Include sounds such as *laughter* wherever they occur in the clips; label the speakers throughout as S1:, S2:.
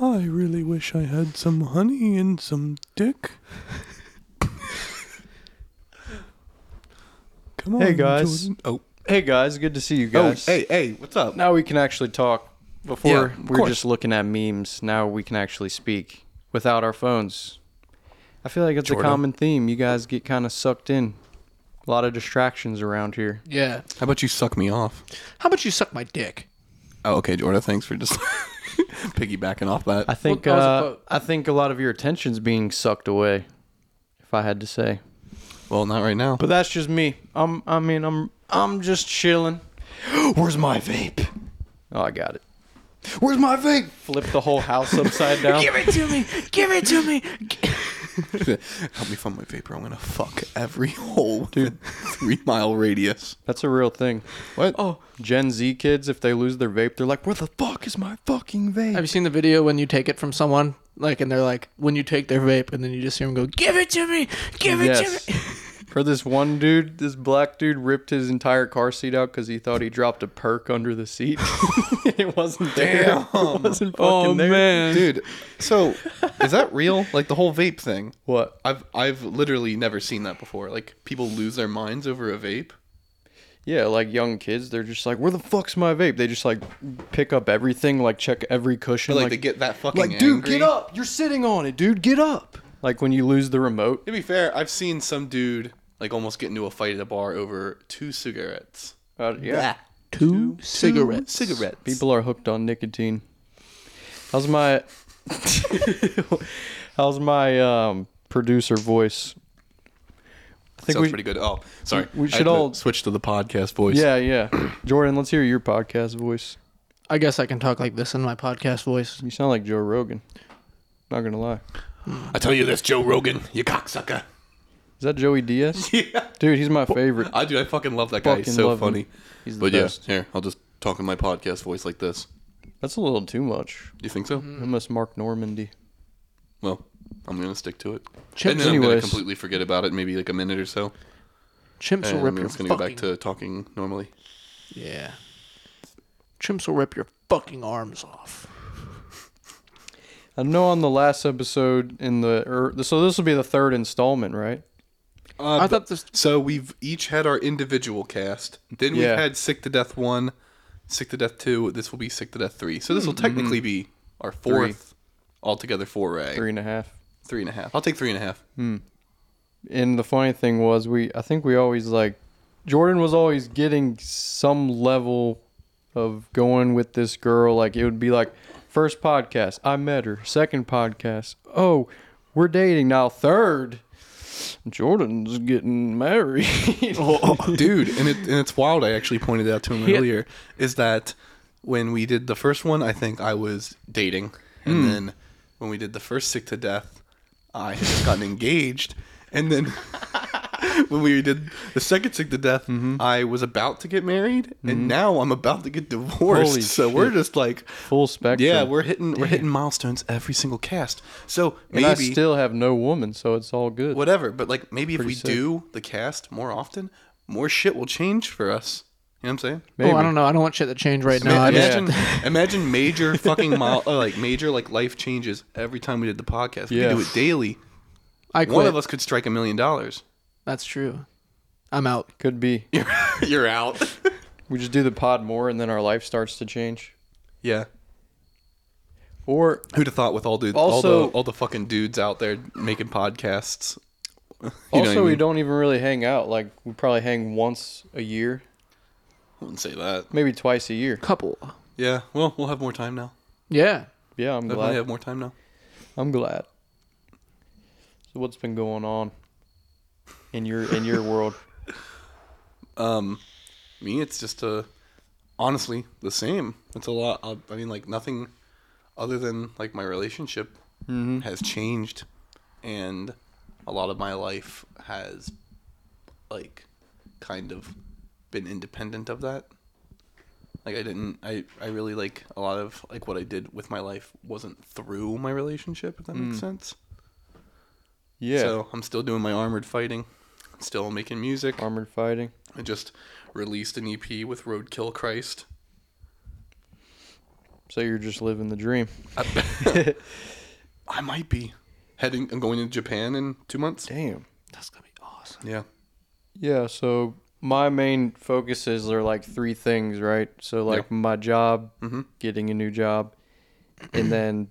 S1: I really wish I had some honey and some dick. Come on,
S2: Hey, guys.
S1: Jordan. Oh,
S2: Hey guys, good to see you guys.
S3: Oh, hey, hey, what's up?
S2: Now we can actually talk.
S3: Yeah,
S2: Before
S3: of
S2: we were
S3: course.
S2: just looking at memes. Now we can actually speak without our phones. I feel like it's a
S3: Jordan.
S2: common theme. You guys get kind of sucked in. A lot of distractions around here.
S3: Yeah.
S1: how about you suck me off?
S3: How about you suck my dick?
S1: Oh, okay, Jordan. Thanks for just *laughs* piggybacking off that.
S2: I think
S3: that was a
S2: uh,
S3: quote.
S2: I think a lot of your attention's being sucked away. If I had to say,
S1: well, not right now.
S2: but that's just me. I'm. I mean, I'm. I'm just chilling.
S3: Where's my vape?
S2: Oh, I got it.
S3: Where's my vape?
S2: Flip the whole house *laughs* upside down.
S3: Give it to me. Give it to me.
S1: *laughs* Help me find my vapor. I'm gonna fuck every hole, dude. Three mile radius.
S2: That's a real thing.
S1: What?
S2: Oh, Gen Z kids, if they lose their vape, they're like, "Where the fuck is my fucking vape?"
S3: Have you seen the video when you take it from someone? Like, and they're like, when you take their vape, and then you just hear them go, give it to me. Give it *laughs*
S2: yes.
S3: to me.
S2: For this one dude, this black dude ripped his entire car seat out because he thought he dropped a perk under the seat. *laughs* it wasn't there. It wasn't fucking
S1: Oh,
S2: there.
S1: Dude, so is that real? Like the whole vape thing?
S2: What?
S1: I've I've literally never seen that before. Like people lose their minds over a vape.
S2: Yeah, like young kids, they're just like, "Where the fuck's my vape?" They just like pick up everything, like check every cushion,
S1: But like,
S2: like,
S1: they get that fucking
S2: like, dude,
S1: angry.
S2: get up! You're sitting on it, dude. Get up! Like when you lose the remote.
S1: To be fair, I've seen some dude like almost get into a fight at a bar over two cigarettes.
S2: Uh, yeah.
S3: Two, cigarettes.
S1: Two cigarettes.
S2: People are hooked on nicotine. How's my *laughs* How's my um producer voice? I think
S1: Sounds
S2: we
S1: pretty good. Oh, sorry.
S2: we
S1: I
S2: should
S1: had to
S2: all-
S1: switch to the podcast voice.
S2: Yeah, yeah. *clears throat* Jordan, let's hear your podcast voice.
S3: I guess I can talk like this in my podcast voice.
S2: You sound like Joe Rogan. Not gonna lie.
S1: I tell you this, Joe Rogan, you
S2: *laughs*
S1: cocksucker.
S2: Is that Joey Diaz?
S1: Yeah.
S2: Dude, he's my favorite.
S1: I do. I fucking love that guy. He's
S2: Fucking
S1: so
S2: love him.
S1: funny.
S2: He's the
S1: But
S2: best.
S1: yes, here I'll just talk in my podcast voice like this.
S2: That's a little too much.
S1: You think so?
S2: Almost Mark Normandy.
S1: Well, I'm gonna stick to it.
S3: Chips.
S1: and then I'm gonna
S2: Anyways.
S1: completely forget about it, maybe like a minute or so,
S3: Chimps
S1: and
S3: will
S1: I'm
S3: rip your
S1: just
S3: fucking.
S1: gonna go back to talking normally.
S3: Yeah. Chimps will rip your fucking arms off.
S2: I know on the last episode in the er, so this will be the third installment, right?
S1: Uh,
S3: I thought this. oh,
S1: so. We've each had our individual cast. Then
S2: Yeah.
S1: we've had sick to death one, sick to death two. This will be sick to death three. So this will
S2: Hmm.
S1: technically be our fourth altogether foray.
S2: Three and a half.
S1: Three and a half. I'll take three and a half.
S2: and the funny thing was we i think we always like jordan was always getting some level of going with this girl like it would be like first podcast i met her second podcast oh we're dating now third jordan's getting married *laughs*
S1: dude and, it, and it's wild i actually pointed out
S2: *laughs*
S1: to him earlier is that when we did the first one i think i was dating
S2: Hmm.
S1: and then when we did the first sick to death i had just gotten engaged and then *laughs* when we did the second sick to death
S2: Mm-hmm.
S1: i was about to get married and now i'm about to get divorced
S2: Holy
S1: so we're
S2: shit.
S1: just like
S2: full spectrum
S1: yeah we're hitting we're hitting milestones every single cast so
S2: and
S1: maybe
S2: i still have no woman so it's all good
S1: whatever. But like maybe if we
S2: sick.
S1: do the cast more often, more shit will change for us. You know what I'm saying?
S2: Maybe.
S3: Oh, I don't know. I don't want shit to change right now.
S1: Ma-
S3: I just-
S1: imagine,
S2: *laughs*
S1: imagine major fucking mile, uh, like major like life changes every time we did the podcast. We
S2: Yeah.
S1: could do it daily.
S3: I
S1: One
S3: quit.
S1: of us could strike a million dollars.
S3: That's true. I'm out.
S2: could be
S1: You're *laughs* you're out.
S2: we just do the pod more and then our life starts to change
S1: *laughs* yeah.
S2: or
S1: Who'd have thought with all dude, all
S2: Also-
S1: the all the fucking dudes out there making podcasts. *laughs* You know what
S2: also
S1: I mean?
S2: we don't even really hang out like we probably hang once a year
S1: I wouldn't say that.
S2: maybe twice a year
S3: Couple.
S1: Yeah. Well, we'll have more time now.
S3: Yeah.
S2: yeah i'm
S1: Definitely
S2: glad
S1: have more time now.
S2: I'm glad. So what's been going on in your in your
S1: *laughs*
S2: world?
S1: me it's just uh honestly the same it's a lot I i mean like nothing other than like my relationship has changed and a lot of my life has like kind of been independent of that like i didn't i i really like a lot of like what i did with my life wasn't through my relationship if that makes sense
S2: Yeah,
S1: so i'm still doing my armored fighting still making music
S2: armored fighting.
S1: E I just released an EP with Roadkill Christ.
S2: So you're just living the dream.
S1: I, I might be heading. I'm going to Japan in two months.
S2: Damn.
S3: That's gonna be awesome.
S1: Yeah.
S2: Yeah, so my main focuses are like three things, right? So like my job,
S1: Mhm.
S2: getting a new job, and then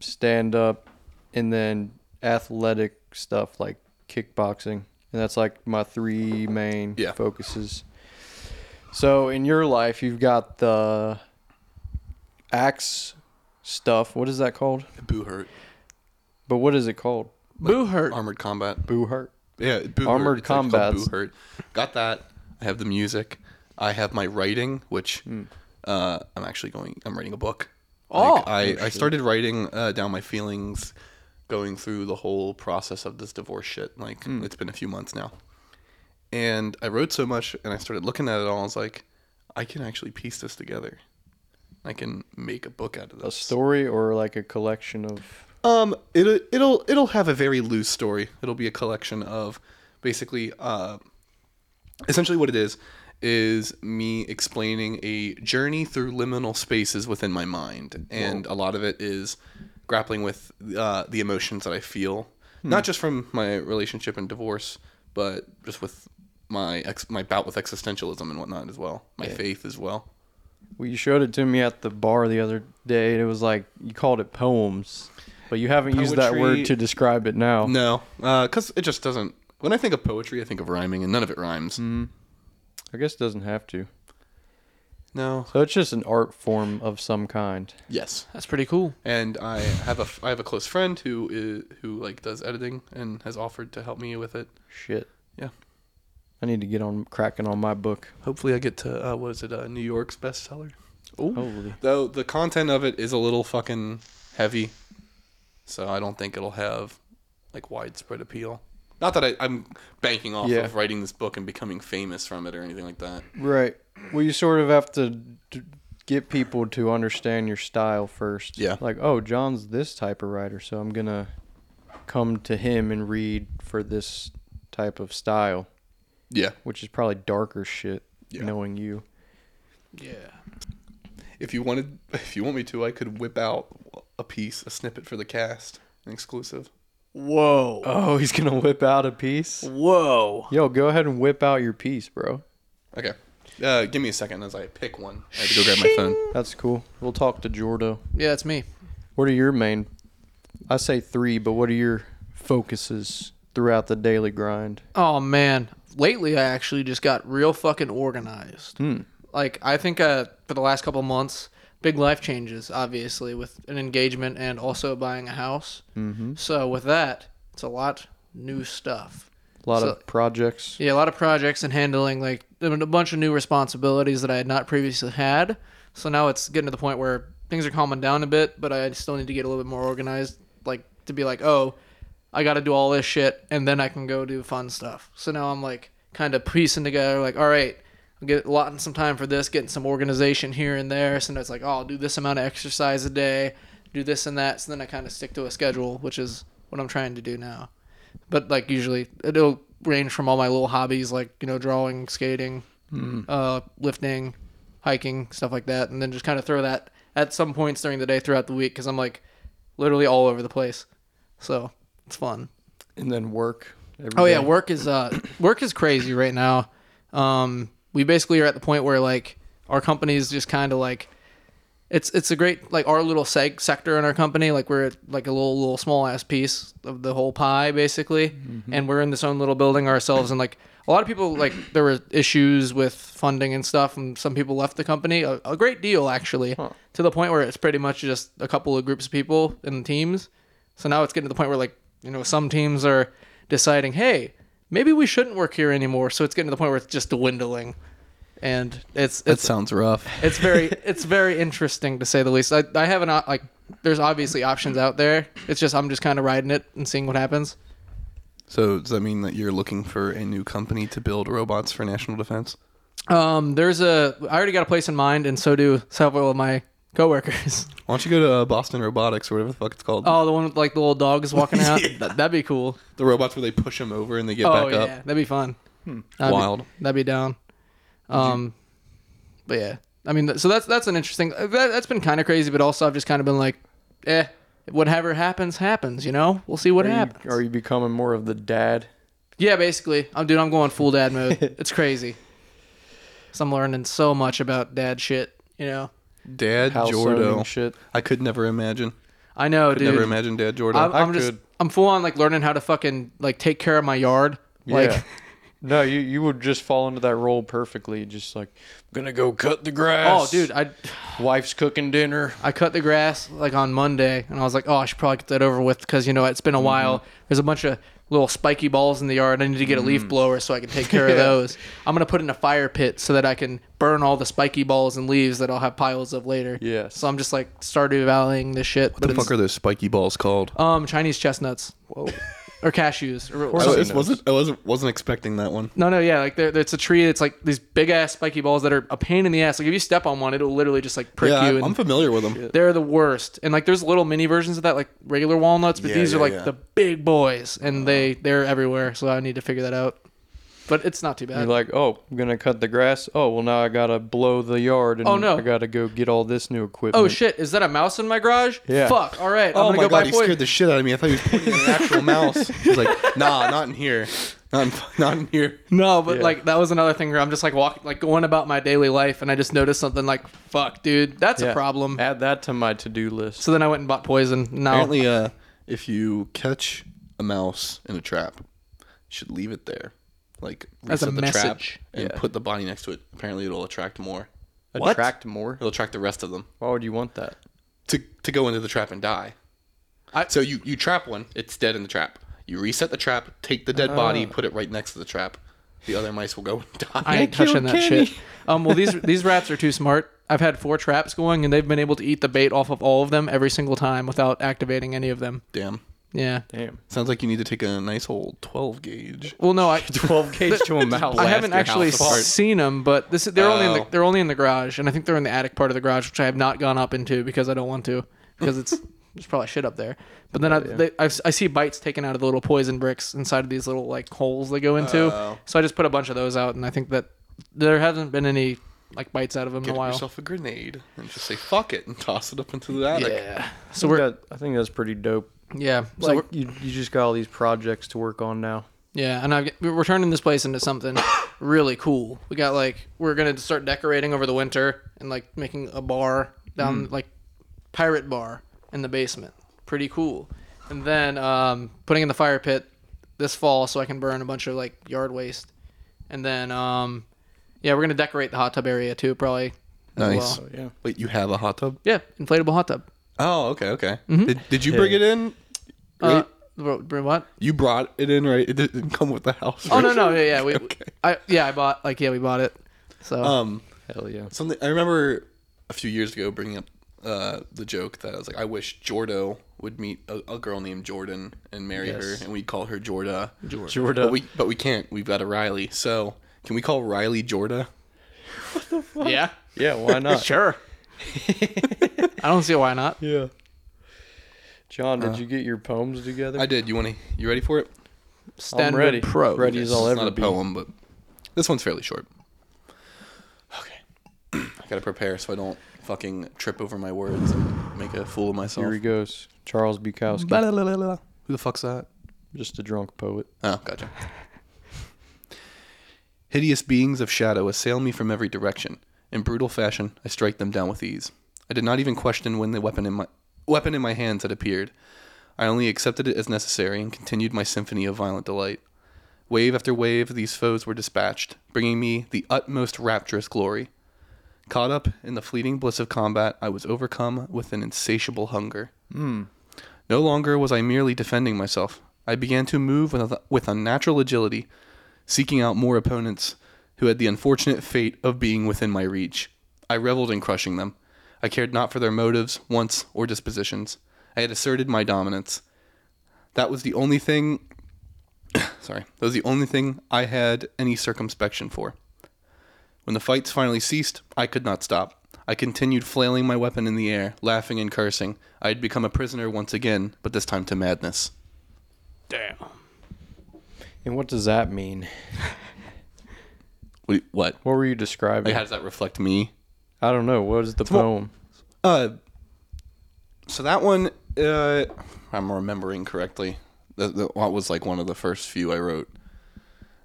S2: stand up and then athletic stuff like kickboxing. And that's like my three main
S1: Yeah.
S2: focuses. So in your life, you've got the axe stuff. What is that called?
S1: Boo hurt.
S2: But what is it called?
S3: Boo hurt.
S1: Armored combat.
S2: Boo hurt.
S1: Yeah, Boo Hurt.
S2: Armored
S1: It's actually called
S2: Combats.
S1: Boo Hurt. Got that. I have the music. I have my writing, which
S2: Hmm.
S1: uh, I'm actually going. I'm writing a book.
S3: Oh.
S1: I, I started writing uh, down my feelings, going through the whole process of this divorce shit. Like
S2: Hmm.
S1: it's been a few months now, and I wrote so much, and I started looking at it all. I was like, I can actually piece this together. I can make a book out of this.
S2: A story or like a collection of
S1: Um, it it'll it'll have a very loose story. It'll be a collection of basically uh, essentially what it is is me explaining a journey through liminal spaces within my mind, and a lot of it is grappling with uh, the emotions that I feel, not just from my relationship and divorce, but just with my ex- my bout with existentialism and whatnot as well, my faith as well.
S2: Well, you showed it to me at the bar the other day, and it was like you called it poems, but you haven't used that
S1: Poetry-
S2: word to describe it now.
S1: No, because it just doesn't. When I think of poetry, I think of rhyming, and none of it rhymes.
S2: I guess it doesn't have to.
S1: No,
S2: So it's just an art form of some kind.
S1: Yes,
S3: That's pretty cool.
S1: and I have a I have a close friend who is, who like does editing and has offered to help me with it.
S2: Shit.
S1: Yeah.
S2: I need to get on cracking on my book.
S1: Hopefully, I get to uh, what is it uh, New York's bestseller.
S2: Holy.
S1: Though the content of it is a little fucking heavy, so I don't think it'll have like widespread appeal. Not that I, I'm banking off
S2: Yeah.
S1: of writing this book and becoming famous from it or anything like that.
S2: Right. Well, you sort of have to d- get people to understand your style first.
S1: Yeah.
S2: Like, oh, John's this type of writer, so I'm going to come to him and read for this type of style.
S1: Yeah.
S2: which is probably darker shit.
S1: Yeah.
S2: Knowing you,
S3: Yeah.
S1: If you wanted, *laughs* if you want me to, I could whip out a piece, a snippet for the cast, an exclusive.
S3: Whoa.
S2: oh, he's gonna whip out a piece.
S3: Whoa.
S2: Yo, go ahead and whip out your piece, bro.
S1: Okay. Uh, give me a second as I pick one. I have to go grab my phone.
S2: That's cool. We'll talk to Jordo.
S3: Yeah, that's me.
S2: What are your main? I say three, but what are your focuses throughout the daily grind?
S3: Oh man, lately I actually just got real fucking organized. Like I think uh, for the last couple months, big life changes, obviously, with an engagement and also buying a house. Mm-hmm. So with that, it's a lot new stuff.
S2: A lot
S3: So-
S2: of projects.
S3: Yeah, a lot of projects and handling like a bunch of new responsibilities that I had not previously had. So now it's getting to the point where things are calming down a bit, but I still need to get a little bit more organized, like to be like, oh, I got to do all this shit, and then I can go do fun stuff. So now I'm like kind of piecing together, like, all right, I'm getting allotting some time for this, getting some organization here and there. So now it's like, oh, I'll do this amount of exercise a day, do this and that. So then I kind of stick to a schedule, which is what I'm trying to do now but like usually it'll range from all my little hobbies like you know drawing skating uh lifting hiking stuff like that and then just kind of throw that at some points during the day throughout the week because i'm like literally all over the place so it's fun
S2: And then work. every
S3: Oh yeah,
S2: day.
S3: work is uh work is crazy right now. Um we basically are at the point where like our company is just kind of like it's it's a great like our little seg- sector in our company like we're like a little little small ass piece of the whole pie basically and we're in this own little building ourselves and like a lot of people like there were issues with funding and stuff and some people left the company a, a great deal actually to the point where it's pretty much just a couple of groups of people and teams so now it's getting to the point where like you know some teams are deciding, hey, maybe we shouldn't work here anymore. So it's getting to the point where it's just dwindling, and it's it's
S1: sounds rough.
S3: it's very it's very interesting to say the least. I I haven't uh, like there's obviously options out there. It's just I'm just kind of riding it and seeing what happens.
S1: So does that mean that you're looking for a new company to build robots for national defense?
S3: Um, there's a I already got a place in mind, and so do several of my coworkers. *laughs*
S1: Why don't you go to uh, Boston Robotics or whatever the fuck it's called?
S3: Oh, the one with like the little dogs
S1: *laughs*
S3: walking out. That, that'd be cool.
S1: The robots where they push them over and they get
S3: oh
S1: back
S3: yeah,
S1: up.
S3: that'd be fun. That'd be-
S1: Wild.
S3: that'd be down. Um, but yeah, I mean, so that's that's an interesting. uh, That, that's been kind of crazy, but also I've just kind of been like, eh, whatever happens, happens. You know, we'll see what
S2: Are you-
S3: happens.
S2: are you becoming more of the dad?
S3: Yeah, basically, I'm dude. I'm going full dad mode. it's crazy. So I'm learning so much about dad shit. You know,
S1: Dad
S2: House owning
S1: Jordo.
S2: shit.
S1: I could never imagine.
S3: I know,
S1: Could
S3: dude.
S1: never imagine Dad Jordo.
S3: I'm,
S2: I
S3: I'm just,
S2: could.
S3: I'm full on like learning how to fucking like take care of my yard. *laughs* Like,
S2: yeah. No, you you would just fall into that role perfectly. Just like I'm gonna go cut the grass.
S3: oh, dude, I
S2: wife's cooking dinner.
S3: I cut the grass like on Monday, and I was like, oh, I should probably get that over with because you know it's
S1: Mm-hmm.
S3: been a while. There's a bunch of little spiky balls in the yard. I need to get a leaf
S1: Mm.
S3: blower so I can
S1: *laughs*
S3: take care of
S2: Yeah.
S3: those. I'm gonna put in a fire pit so that I can burn all the spiky balls and leaves that I'll have piles of later.
S2: Yes.
S3: So I'm just like Stardew Valleying this shit.
S1: what the fuck are those spiky balls called?
S3: Um, Chinese chestnuts
S2: Whoa.
S3: *laughs* or cashews. Or,
S1: I
S2: course
S1: was-
S2: he knows.
S1: wasn't, I wasn't, wasn't expecting that one.
S3: no, no, yeah, like there- it's a tree. It's like these big ass spiky balls that are a pain in the ass. Like if you step on one, it'll literally just like prick
S1: yeah,
S3: you.
S1: I'm,
S3: and
S1: I'm familiar with them.
S3: they're the worst. And like there's little mini versions of that, like regular walnuts, but
S1: Yeah,
S3: these are
S1: yeah,
S3: like
S1: yeah. Uh-huh.
S3: the big boys, and they they're everywhere. So I need to figure that out. But it's not too
S2: You're
S3: bad.
S2: like, oh, I'm gonna cut the grass. Oh, well now I gotta blow the yard and
S3: Oh, no.
S2: I gotta go get all this new equipment.
S3: oh shit, is that a mouse in my garage?
S2: Yeah.
S3: Fuck. All right.
S1: Oh
S3: I'm gonna
S1: my
S3: go
S1: god,
S3: buy
S1: he
S3: poison.
S1: scared the shit out of me. I thought he was pointing at an
S3: *laughs*
S1: actual mouse. He's like, nah, not in here. Not in, not in here.
S3: No, but
S2: Yeah.
S3: like that was another thing where I'm just like walking, like going about my daily life, and I just noticed something like, "Fuck, dude, that's
S2: Yeah.
S3: a problem."
S2: Add that to my to do list.
S3: So then I went and bought poison. Now,
S1: Apparently, uh, if you catch a mouse in a trap, you should leave it there. Like,
S3: As a
S1: reset the trap
S3: message.
S1: and
S2: Yeah.
S1: put the body next to it. Apparently, it'll attract more.
S3: What?
S2: Attract more.
S1: It'll attract the rest of them
S2: Why would you want that?
S1: to, to go into the trap and die.
S3: I-
S1: so you, you trap one, it's dead in the trap. You reset the trap, take the dead body, put it right next to the trap. The other mice will go and *laughs* die.
S3: Oh. I ain't
S2: Thank you,
S3: touching that
S2: Kenny.
S3: shit. Um, well, these these rats are too smart. I've had four traps going, and they've been able to eat the bait off of all of them every single time without activating any of them.
S1: Damn.
S3: Yeah.
S2: Damn.
S3: *laughs*
S1: Sounds like you need to take a nice old 12 gauge.
S3: Well,
S1: *laughs*
S3: no, I
S2: Twelve gauge to a mouse.
S3: I haven't
S1: your
S3: actually
S1: house apart.
S3: seen them, but this is, they're only in the,
S1: Oh.
S3: they're only in the garage, and I think they're in the attic part of the garage, which I have not gone up into because I don't want to
S1: *laughs*
S3: because it's there's probably shit up there. But then I, they, I s- I see bites taken out of the little poison bricks inside of these little like holes they go into,
S1: Oh.
S3: so I just put a bunch of those out, and I think that there hasn't been any like bites out of them in
S1: Get
S3: a while.
S1: yourself a grenade and just say fuck it and toss it up into the attic.
S3: yeah. So
S2: So we're,
S3: we're
S2: I think that's pretty dope.
S3: yeah. So
S2: like
S3: we're,
S2: you, you just got all these projects to work on now.
S3: Yeah, and I've, we're turning this place into something really cool. We got like we're gonna start decorating over the winter and like making a bar down
S1: Mm.
S3: like pirate bar in the basement. Pretty cool. And then um, putting in the fire pit this fall so I can burn a bunch of like yard waste. And then um, yeah, we're gonna decorate the hot tub area too, probably. as
S1: Nice.
S3: well.
S2: yeah.
S1: Wait, you have a hot tub?
S3: Yeah, inflatable hot tub.
S1: Oh, okay, okay.
S3: Mm-hmm.
S1: Did, did you bring
S2: Yeah.
S1: it in?
S3: Uh,
S1: Right?
S3: bro- bro- what?
S1: you brought it in, right? It didn't come with the house.
S3: Oh no
S1: right?
S3: no yeah yeah we,
S1: *laughs* Okay.
S3: I yeah I bought like yeah we bought it. So
S1: Um,
S2: Hell yeah.
S1: something I remember a few years ago bringing up uh, the joke that I was like, I wish Jordo would meet a, a girl named Jordan and marry
S2: Yes.
S1: her, and we'd call her Jorda. Jorda.
S2: Jorda.
S1: But we but we can't. We've got a Riley. So can we call Riley Jorda? Uh,
S3: *laughs* yeah.
S2: Yeah, why not?
S3: Sure. *laughs* I don't see why not.
S2: yeah. John,
S3: Uh,
S2: did you get your poems together?
S1: I did. You want to? You ready for it?
S3: Standard
S2: ready.
S3: Pro.
S2: Ready as all
S1: It's
S2: ever
S1: not a
S2: be.
S1: poem, but this one's fairly short. Okay, *clears throat* I gotta prepare so I don't fucking trip over my words and make a fool of myself.
S2: Here he goes. Charles Bukowski,
S1: Ba-la-la-la-la. Who the fuck's that?
S2: just a drunk poet.
S1: Oh, gotcha. Hideous beings of shadow assail me from every direction. In brutal fashion, I strike them down with ease. I did not even question when the weapon in my weapon in my hands had appeared. I only accepted it as necessary and continued my symphony of violent delight. Wave after wave, these foes were dispatched, bringing me the utmost rapturous glory. Caught up in the fleeting bliss of combat, I was overcome with an insatiable hunger. No longer was I merely defending myself. I began to move with, with unnatural agility, seeking out more opponents who had the unfortunate fate of being within my reach. I reveled in crushing them. I cared not for their motives, wants, or dispositions. I had asserted my dominance. That was the only thing. *coughs* sorry. That was the only thing I had any circumspection for. When the fights finally ceased, I could not stop. I continued flailing my weapon in the air, laughing and cursing. I had become a prisoner once again, but this time to madness.
S3: Damn.
S2: And what does that mean?
S1: Wait, what?
S2: What were you describing?
S1: Like, how does that reflect me?
S2: I don't know. What is the
S1: more-
S2: poem?
S1: Uh, so that one, uh, I'm remembering correctly. That, that what was like one of the first few I wrote.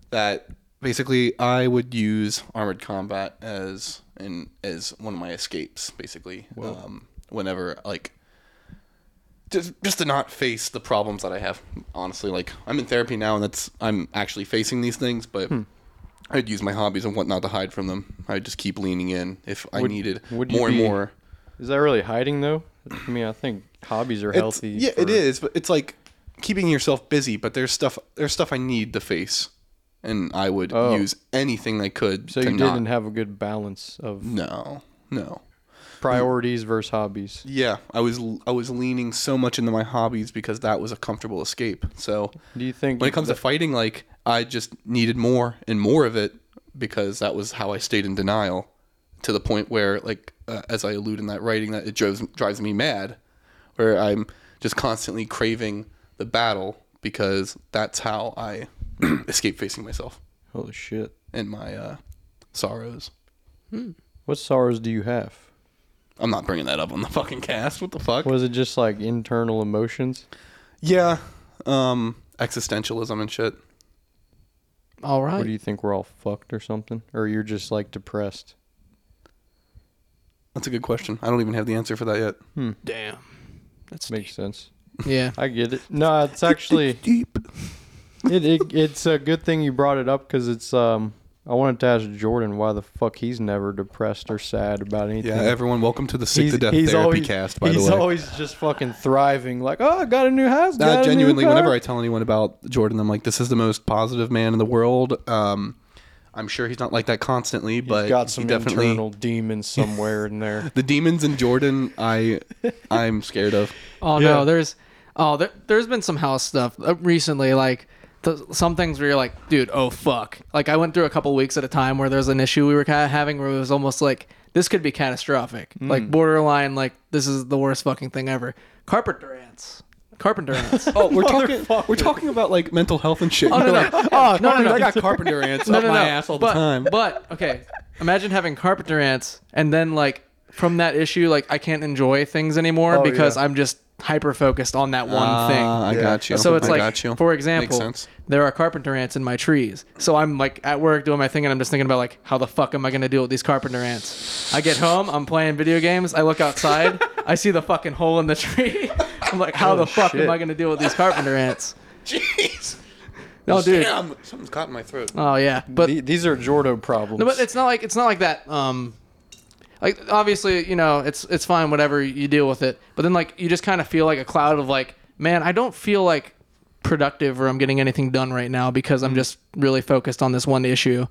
S1: That basically I would use Armored Combat as and as one of my escapes, basically. Um, whenever like. Just, just to not face the problems that I have. Honestly, like I'm in therapy now, and that's I'm actually facing these things. But
S2: Hmm.
S1: I'd use my hobbies and whatnot to hide from them. I'd just keep leaning in if I
S2: Would-
S1: needed
S2: would you
S1: more and
S2: be-
S1: more.
S2: Is that really hiding though? I mean, I think hobbies are
S1: It's-
S2: healthy.
S1: Yeah, it
S2: for-
S1: is, but it's like keeping yourself busy. But there's stuff. There's stuff I need to face, and I would
S2: Oh.
S1: use anything I could.
S2: So
S1: to
S2: you
S1: not-
S2: didn't have a good balance of
S1: No, no.
S2: priorities versus hobbies.
S1: Yeah, I was I was leaning so much into my hobbies because that was a comfortable escape. So
S2: Do you think
S1: when it comes to fighting, like I just needed more and more of it because that was how I stayed in denial to the point where, like, uh, as I allude in that writing, that it drives drives me mad, where I'm just constantly craving the battle because that's how I *clears throat* escape facing myself
S2: holy shit?
S1: and my uh, sorrows.
S2: What sorrows do you have?
S1: I'm not bringing that up on the fucking cast. What the fuck?
S2: Was it just like internal emotions?
S1: Yeah, um, existentialism and shit.
S3: All
S2: Or
S3: right.
S2: do you think we're all fucked or something? Or you're just like depressed?
S1: That's a good question. I don't even have the answer for that yet.
S3: Damn. That's
S2: Makes sense.
S3: *laughs* yeah.
S2: I get it. No,
S1: *laughs*
S2: it's actually
S1: Deep.
S2: it, it it's a good thing you brought it up because it's um I wanted to ask Jordan why the fuck he's never depressed or sad about anything.
S1: Yeah, everyone, welcome to the Sick to Death Therapy
S2: always,
S1: cast, by the
S2: he's
S1: way.
S2: always just fucking thriving, like, oh, I got a new house.
S1: Nah,
S2: got a new
S1: genuinely,
S2: car."
S1: whenever I tell anyone about Jordan, I'm like, this is the most positive man in the world. Um, I'm sure he's not like that constantly,
S2: He's
S1: but
S2: got some
S1: he definitely *laughs*
S2: internal demons somewhere in there.
S1: the demons in Jordan.
S2: *laughs*
S1: I I'm scared of.
S3: Oh
S2: Yeah.
S3: no, there's oh there, there's been some house stuff uh, recently like th- some things where you're like, dude, oh fuck. Like I went through a couple weeks at a time where there's an issue we were kind of having where it was almost like this could be catastrophic. Like borderline like this is the worst fucking thing ever. Carpenter ants. Carpenter ants.
S1: Oh, we're talking we're talking about like mental health and shit.
S3: Oh, no, no.
S1: Like,
S3: *laughs*
S1: oh, no, no, no, I got carpenter ants
S3: no,
S1: up
S3: no,
S1: my
S3: no.
S1: ass all
S3: but,
S1: the time.
S3: But okay, imagine having carpenter ants, and then like from that issue, like I can't enjoy things anymore
S2: Oh,
S3: because
S2: yeah.
S3: I'm just hyper focused on that one
S1: Ah,
S3: thing.
S1: I got you.
S3: Uh, So it's
S1: I
S3: like,
S1: got you.
S3: for
S1: Makes
S3: example,
S1: sense.
S3: there are carpenter ants in my trees. So I'm like at work doing my thing, and I'm just thinking about like, how the fuck am I gonna deal with these carpenter ants? I get home, I'm playing video games. I
S1: *laughs*
S3: look outside, I see the fucking hole in the tree. *laughs* I'm like, how the fuck
S2: shit.
S3: am I gonna deal with these carpenter ants?
S1: Oh, *laughs* Jeez,
S3: No, dude.
S1: Damn, something's caught in my throat.
S3: Oh yeah, but
S2: The- these are Jordo problems.
S3: No, but it's not like it's not like that. Um, like obviously, you know, it's it's fine, whatever you deal with it. But then like you just kind of feel like a cloud of like, man, I don't feel like productive or I'm getting anything done right now because I'm just really focused on this one issue.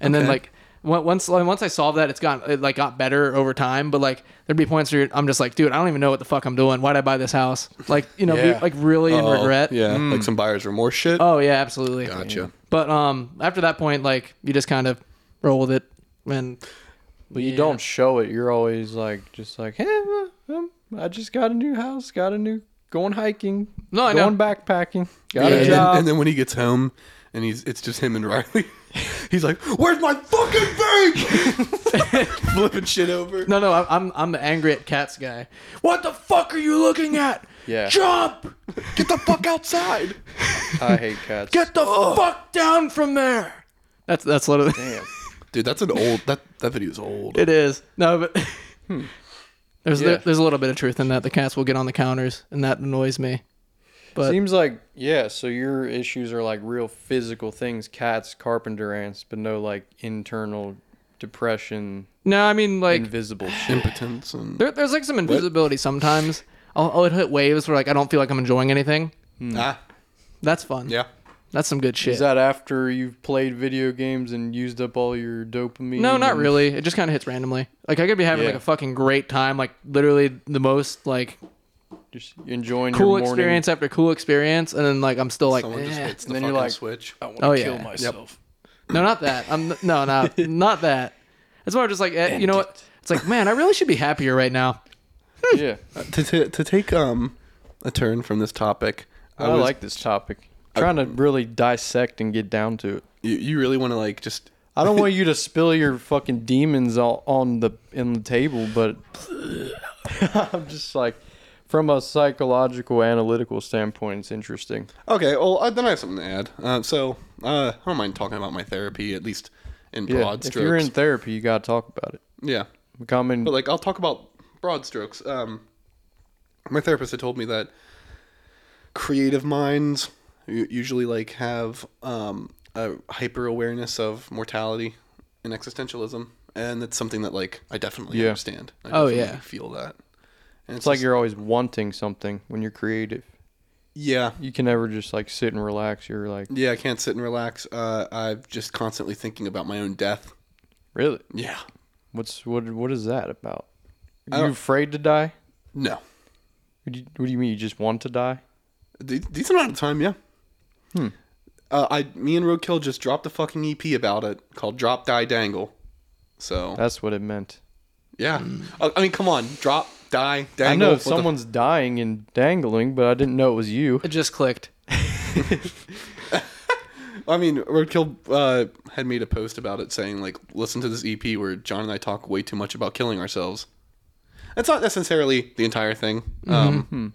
S3: And then
S1: Mm. Okay.
S3: like on- once like, once I solved that, it's got it like got better over time. But like there'd be points where you're- I'm just like, dude, I don't even know what the fuck I'm doing. Why'd I buy this house? Like you know, be,
S2: Yeah.
S3: like really in
S1: Oh,
S3: regret. Hmm.
S1: Yeah, like some buyer's remorse shit.
S3: Oh yeah, absolutely.
S1: gotcha.
S3: But um, after that point, like you just kind of roll with it, and
S2: But you don't show it. You're always like, just like, hey, well, um, I just got a new house, got a new, going hiking,
S3: No, I
S2: going
S3: know.
S2: backpacking,
S1: Yeah,
S2: got a
S1: and, then,
S2: job.
S1: and then when he gets home, and he's it's just him and Riley. *laughs* He's like, "Where's my fucking bag?" *laughs* Flipping shit over.
S3: No, no, I'm- I'm I'm the angry at cats guy. What the fuck are you looking at?
S2: Yeah.
S3: Jump!
S1: Get the fuck outside.
S2: I hate
S1: *laughs*
S2: cats.
S3: Get the fuck down from there. That's that's what it,
S2: Damn.
S1: Dude, that's an old that that video's old.
S3: *laughs* it is. No, but *laughs* there's
S2: Hmm. Yeah.
S3: there's a little bit of truth in that. The cats will get on the counters, and that annoys me. But
S2: Seems like yeah. So your issues are like real physical things, cats, carpenter ants, but no like internal depression,
S3: no, I mean like *sighs*
S2: invisible. shit.
S1: Impotence and
S3: there, there's like some invisibility sometimes. I'll, I'll hit waves where like I don't feel like I'm enjoying anything.
S2: Mm.
S1: ah,
S3: That's fun.
S1: yeah.
S3: That's some good shit.
S2: Is that after you've played video games and used up all your dopamine?
S3: No, not
S2: and-
S3: really. It just kind of hits randomly. Like I could be having
S2: Yeah.
S3: like a fucking great time, like literally the most like
S2: Just enjoying
S3: cool
S2: your morning.
S3: experience after cool experience, and then like I'm still like,
S1: Someone just
S3: "Eh."
S1: hits the
S2: then
S1: fucking
S2: you're like-
S1: switch.
S2: I want
S3: Oh, yeah. Yep.
S2: myself.
S3: no, not that. I'm no, no,
S1: *laughs*
S3: not that. It's more just like eh, you know what? It's like man, I really should be happier right now.
S2: Yeah,
S1: Uh, to, to to take um a turn from this topic.
S2: I,
S1: was-
S2: like this topic. trying to really dissect and get down to it.
S1: you, you really want to like just
S2: I don't want you to spill your fucking demons all on the in the table, but *laughs* I'm just like, from a psychological analytical standpoint, it's interesting.
S1: Okay, well, uh, then I have something to add. Uh, so, uh, I don't mind talking about my therapy, at least in
S2: Yeah,
S1: broad
S2: if
S1: strokes.
S2: you're in therapy, you gotta talk about it.
S1: yeah,
S2: Common,
S1: but like I'll talk about broad strokes. Um, my therapist had told me that creative minds u- usually like have um, a hyper awareness of mortality and existentialism, and it's something that like I definitely
S2: Yeah.
S1: understand. I
S3: Oh,
S1: definitely
S3: yeah.
S1: feel that. And
S2: it's like
S1: just-
S2: you're always wanting something when you're creative.
S1: yeah,
S2: You can never just like sit and relax. You're like,
S1: yeah. I can't sit and relax. Uh, I'm just constantly thinking about my own death.
S2: really?
S1: Yeah,
S2: What's what? What is that about?
S1: I
S2: Are you
S1: don't-
S2: afraid to die?
S1: no.
S2: What do, you, what do you mean? You just want to die?
S1: De- decent amount of time, yeah.
S2: Hmm.
S1: Uh, I, me and Roadkill just dropped a fucking EP about it called "Drop Die Dangle." So
S2: That's what it meant.
S1: yeah, Uh, I mean, come on, drop, die, dangle.
S2: Hmm. I know
S1: what the-
S2: someone's dying and dangling, but I didn't know it was you.
S3: It just clicked.
S1: I mean, Roadkill uh, had made a post about it saying like, "Listen to this EP where John and I talk way too much about killing ourselves." That's not necessarily the entire thing.
S2: Mm-hmm. Hmm.
S1: Um,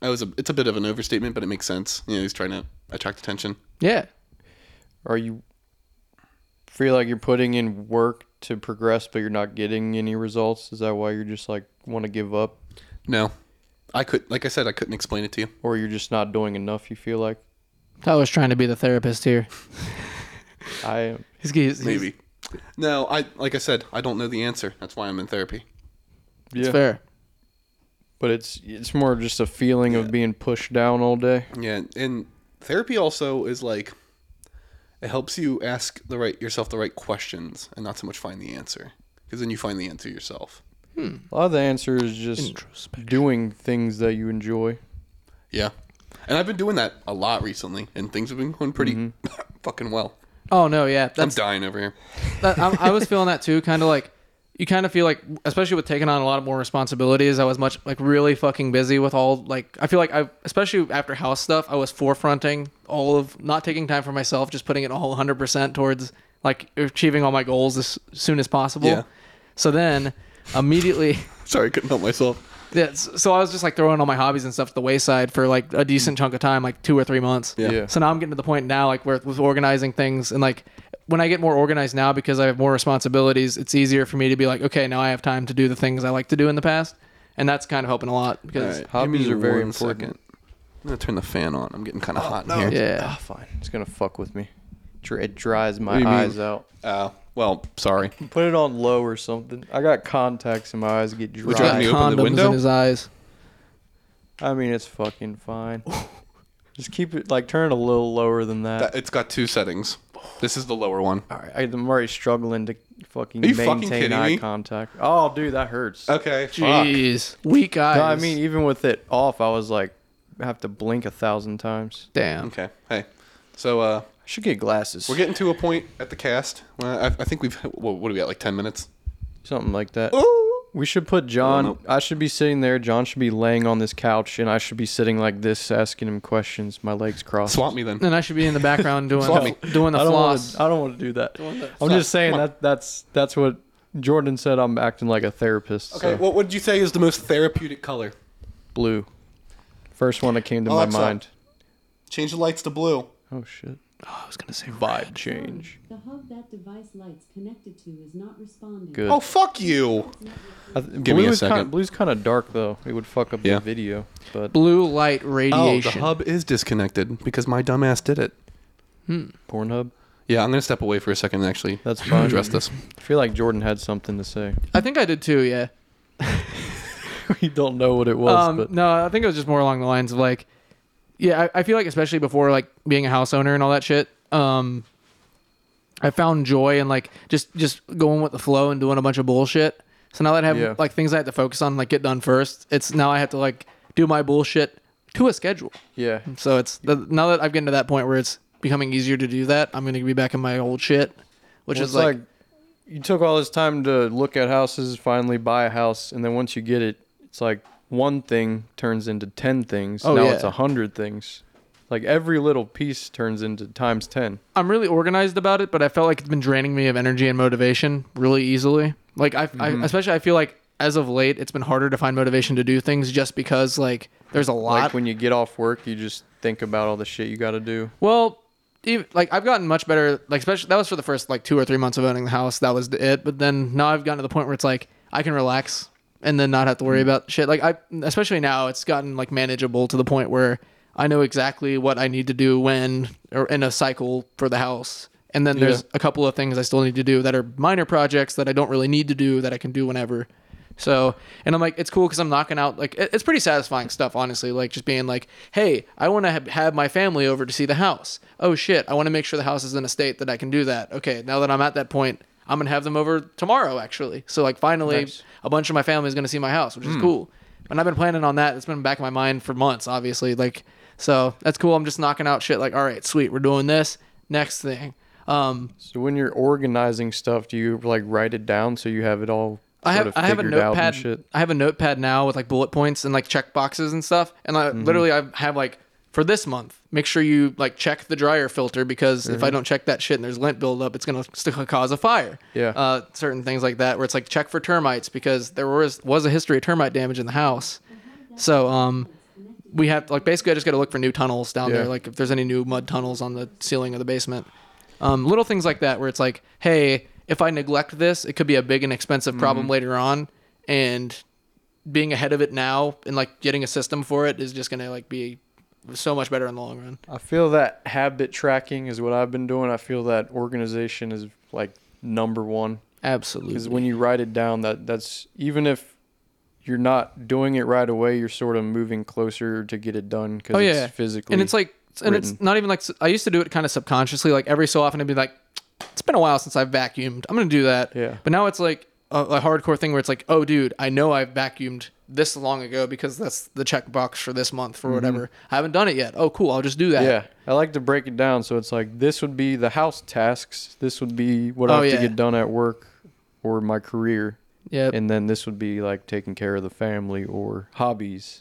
S1: I was a, it's a bit of an overstatement, but it makes sense. You know, he's trying to attract attention.
S3: Yeah.
S2: Are you feel like you're putting in work to progress, but you're not getting any results? Is that why you're just like want to give up,
S1: No, I could, like I said, I couldn't explain it to you.
S2: or you're just not doing enough? You feel like
S3: I was trying to be the therapist here.
S2: I am.
S3: He's, he's,
S1: Maybe. No, I like I said, I don't know the answer. That's why I'm in therapy.
S3: It's
S2: Yeah,
S3: fair.
S2: but it's it's more just a feeling of being pushed down all day.
S1: Yeah, and therapy also is like it helps you ask the right yourself the right questions and not so much find the answer because then you find the answer yourself.
S2: A lot of the answer is just doing things that you enjoy.
S1: Yeah. And I've been doing that a lot recently and things have been going pretty *laughs* fucking well.
S3: Oh no, yeah. That's
S1: I'm dying over here.
S3: that, I, I was feeling that too. Kind of like you kind of feel like, especially with taking on a lot more responsibilities, I was much like really fucking busy with all like I feel like I, especially after house stuff, I was forefronting all of not taking time for myself, just putting it all 100 percent towards like achieving all my goals as soon as possible.
S1: Yeah.
S3: So then immediately.
S1: Sorry, I couldn't help myself.
S3: Yeah, s- so I was just like throwing all my hobbies and stuff to the wayside for like a decent chunk of time, like two or three months.
S1: Mm. Yeah.
S2: Yeah.
S3: So now I'm getting to the point now, like where with organizing things and like when I get more organized now because I have more responsibilities, it's easier for me to be like, okay, now I have time to do the things I like to do in the past, and that's kind of helping a lot because
S1: All right,
S2: hobbies
S1: give me
S2: are very
S1: one
S2: important.
S1: second. I'm going to turn the fan on. I'm getting kind of hot in here.
S3: yeah,
S2: Ah, fine. It's gonna fuck with me. Dr- It dries
S1: What
S2: my
S1: do you mean?
S2: eyes out.
S1: Uh, well, sorry.
S2: Put it on low or something. I got contacts and my eyes get
S1: Would you like
S3: got
S1: me
S2: dry.
S1: to open the
S3: condoms
S1: window?
S3: in his eyes.
S2: I mean, it's fucking fine. Just keep it like turn it a little lower than that.
S1: That, it's got two settings. This is the lower one.
S2: All right, I'm already struggling to fucking
S1: Are you fucking
S2: maintain
S1: kidding
S2: eye
S1: me?
S2: contact. Oh, dude, that hurts.
S1: Okay. fuck.
S3: Jeez, weak eyes.
S2: No, I mean, even with it off, I was like, I have to blink a thousand times.
S3: damn.
S1: Okay. Hey. So uh,
S2: I should get glasses.
S1: we're getting to a point at the cast. Well, I, I think we've. What, what do we got? Like ten minutes.
S2: something like that.
S1: Ooh. Oh,
S2: We should put John.
S1: nope.
S2: I should be sitting there. John should be laying on this couch, and I should be sitting like this, asking him questions. My legs crossed.
S1: Swap me then.
S3: And I should be in the
S1: *laughs*
S3: background doing
S1: Swap me.
S3: doing the
S2: I don't
S3: floss.
S2: Wanna, I don't want to do that.
S1: the-
S2: I'm
S1: Stop.
S2: just saying
S1: Come on.
S2: that that's that's what Jordan said. I'm acting like a therapist.
S1: Okay.
S2: so.
S1: What would you say is the most therapeutic color?
S2: blue. First one that came to
S1: Alexa.
S2: my mind.
S1: Change the lights to blue.
S2: Oh shit.
S3: Oh, I was gonna say
S2: Vibe change.
S4: The hub that device light's connected to is not responding.
S2: Good.
S1: Oh fuck you!
S2: I th-
S1: Give me a
S2: blue is kinda-
S1: second.
S2: blue's kind of dark though. It would fuck up
S1: Yeah.
S2: the video. But
S3: blue light
S1: Oh, the
S3: radiation.
S1: hub is disconnected because my dumbass did it.
S2: Pornhub.
S1: Yeah, I'm gonna step away for a second and actually
S2: That's fine.
S1: address this.
S2: I feel like Jordan had something to *laughs* say.
S3: I think I did too. Yeah.
S2: we don't know what it was,
S3: um,
S2: but
S3: No, I think it was just more along the lines of like, yeah, I, I feel like especially before like being a house owner and all that shit, um, I found joy in like just just going with the flow and doing a bunch of bullshit. So now that I have
S2: Yeah.
S3: like things I have to focus on, like get done first, it's now I have to like do my bullshit to a schedule.
S2: yeah.
S3: So it's the, now that I've gotten to that point where it's becoming easier to do that, I'm gonna be back in my old shit, which
S2: Well,
S3: is
S2: it's
S3: like,
S2: you took all this time to look at houses, finally buy a house, and then once you get it, it's like one thing turns into ten things.
S3: Oh,
S2: now
S3: yeah.
S2: it's a hundred things. Like every little piece turns into times 10.
S3: I'm really organized about it, but I felt like it's been draining me of energy and motivation really easily. Like I,
S2: Mm-hmm.
S3: I especially I feel like as of late, it's been harder to find motivation to do things just because like there's a lot.
S2: Like when you get off work, you just think about all the shit you got to do.
S3: Well, even, like I've gotten much better. Like especially that was for the first like two or three months of owning the house. That was it. But then now I've gotten to the point where it's like I can relax and then not have to worry
S2: Mm-hmm.
S3: about shit. Like I, especially now, it's gotten like manageable to the point where I know exactly what I need to do when or in a cycle for the house. And then there's
S2: Yeah.
S3: a couple of things I still need to do that are minor projects that I don't really need to do that I can do whenever. So, and I'm like, it's cool because I'm knocking out like it- it's pretty satisfying stuff, honestly. Like just being like, hey, I want to have, have my family over to see the house. Oh shit, I want to make sure the house is in a state that I can do that. Okay, now that I'm at that point, I'm gonna have them over tomorrow actually. So like finally,
S2: Nice.
S3: a bunch of my family is gonna see my house, which is cool. And I've been planning on that. It's been in the back of my mind for months, obviously. Like so, that's cool. I'm just knocking out shit. Like all right, sweet, we're doing this. Next thing. Um,
S2: So when you're organizing stuff, do you like write it down so you have it all
S3: I
S2: sort
S3: have
S2: of
S3: I have a
S2: figured out
S3: notepad.
S2: and shit?
S3: I have a notepad now with like bullet points and like check boxes and stuff. And I
S2: Mm-hmm.
S3: literally I have like for this month, make sure you like check the dryer filter because if
S2: Mm-hmm.
S3: I don't check that shit and there's lint buildup, it's gonna still *laughs* cause a fire.
S2: Yeah.
S3: Uh, certain things like that where it's like check for termites because there was was a history of termite damage in the house. So um, we have like basically I just got to look for new tunnels down there.
S2: Yeah.
S3: Like if there's any new mud tunnels on the ceiling of the basement, um, little things like that where it's like, hey, if I neglect this, it could be a big and expensive problem later on, and being ahead of it now and like getting a system for it is just gonna like be so much better in the long run.
S2: I feel that habit tracking is what I've been doing. I feel that organization is like number one because
S3: Absolutely.
S2: when you write it down, that that's even if you're not doing it right away, you're sort of moving closer to get it done because
S3: Oh yeah,
S2: it's physically
S3: and it's like, and it's
S2: written.
S3: not even like I used to do it kind of subconsciously. Like every so often, I'd be like, "It's been a while since I've vacuumed. I'm gonna do that."
S2: Yeah.
S3: But now it's like a, a hardcore thing where it's like, "Oh, dude, I know I've vacuumed this long ago because that's the checkbox for this month for whatever. I haven't done it yet. Oh, cool. I'll just do that."
S2: Mm-hmm. yeah. I like to break it down so it's like this would be the house tasks, this would be what I
S3: Oh,
S2: have
S3: yeah.
S2: to get done at work or my career,
S3: Yep.
S2: and then this would be like taking care of the family or
S3: *laughs*
S2: hobbies.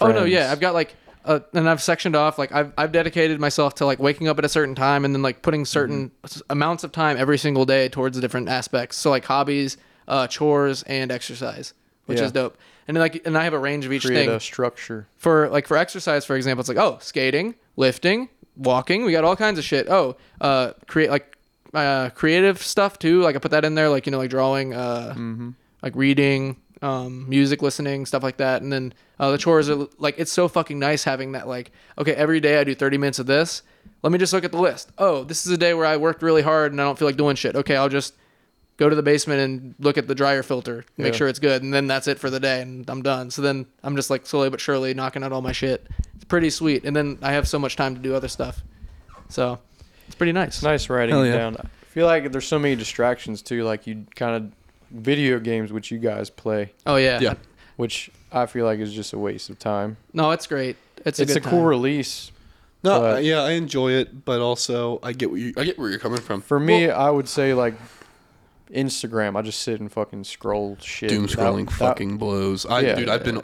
S3: Oh no, yeah,
S2: friends.
S3: I've got like, uh, and I've sectioned off like I've I've dedicated myself to like waking up at a certain time and then like putting certain
S2: Mm-hmm.
S3: s- amounts of time every single day towards the different aspects. So like hobbies, uh, chores, and exercise, which
S2: Yeah.
S3: is dope. And then, like, and I have a range of each
S2: Create
S3: thing
S2: a structure.
S3: for like for exercise, for example. It's like oh, skating, lifting, walking. We got all kinds of shit. Oh, uh, create like uh, creative stuff too. Like I put that in there, like you know, like drawing, uh,
S2: Mm-hmm.
S3: like reading, um, music listening, stuff like that. And then uh, the chores are like it's so fucking nice having that. Like okay, every day I do thirty minutes of this. Let me just look at the list. Oh, this is a day where I worked really hard and I don't feel like doing shit. Okay, I'll just go to the basement and look at the dryer filter, make
S2: Yeah.
S3: sure it's good, and then that's it for the day, and I'm done. So then I'm just like slowly but surely knocking out all my shit. It's pretty sweet, and then I have so much time to do other stuff. So it's pretty nice.
S2: It's nice writing
S1: Hell
S2: it
S1: yeah.
S2: down. I feel like there's so many distractions too, like you kind of video games which you guys play,
S3: Oh yeah,
S1: Yeah.
S2: which I feel like is just a waste of time.
S3: No, it's great. It's
S2: It's,
S3: a,
S2: a,
S3: good
S2: cool
S3: time.
S2: release.
S1: No,
S2: But-
S1: uh, yeah, I enjoy it, but also I get what you I get where you're coming from.
S2: For me, I would say like Instagram. I just sit and fucking scroll shit.
S1: Doom
S2: That-
S1: scrolling
S2: that-
S1: fucking blows. I
S2: Yeah.
S1: dude, I've been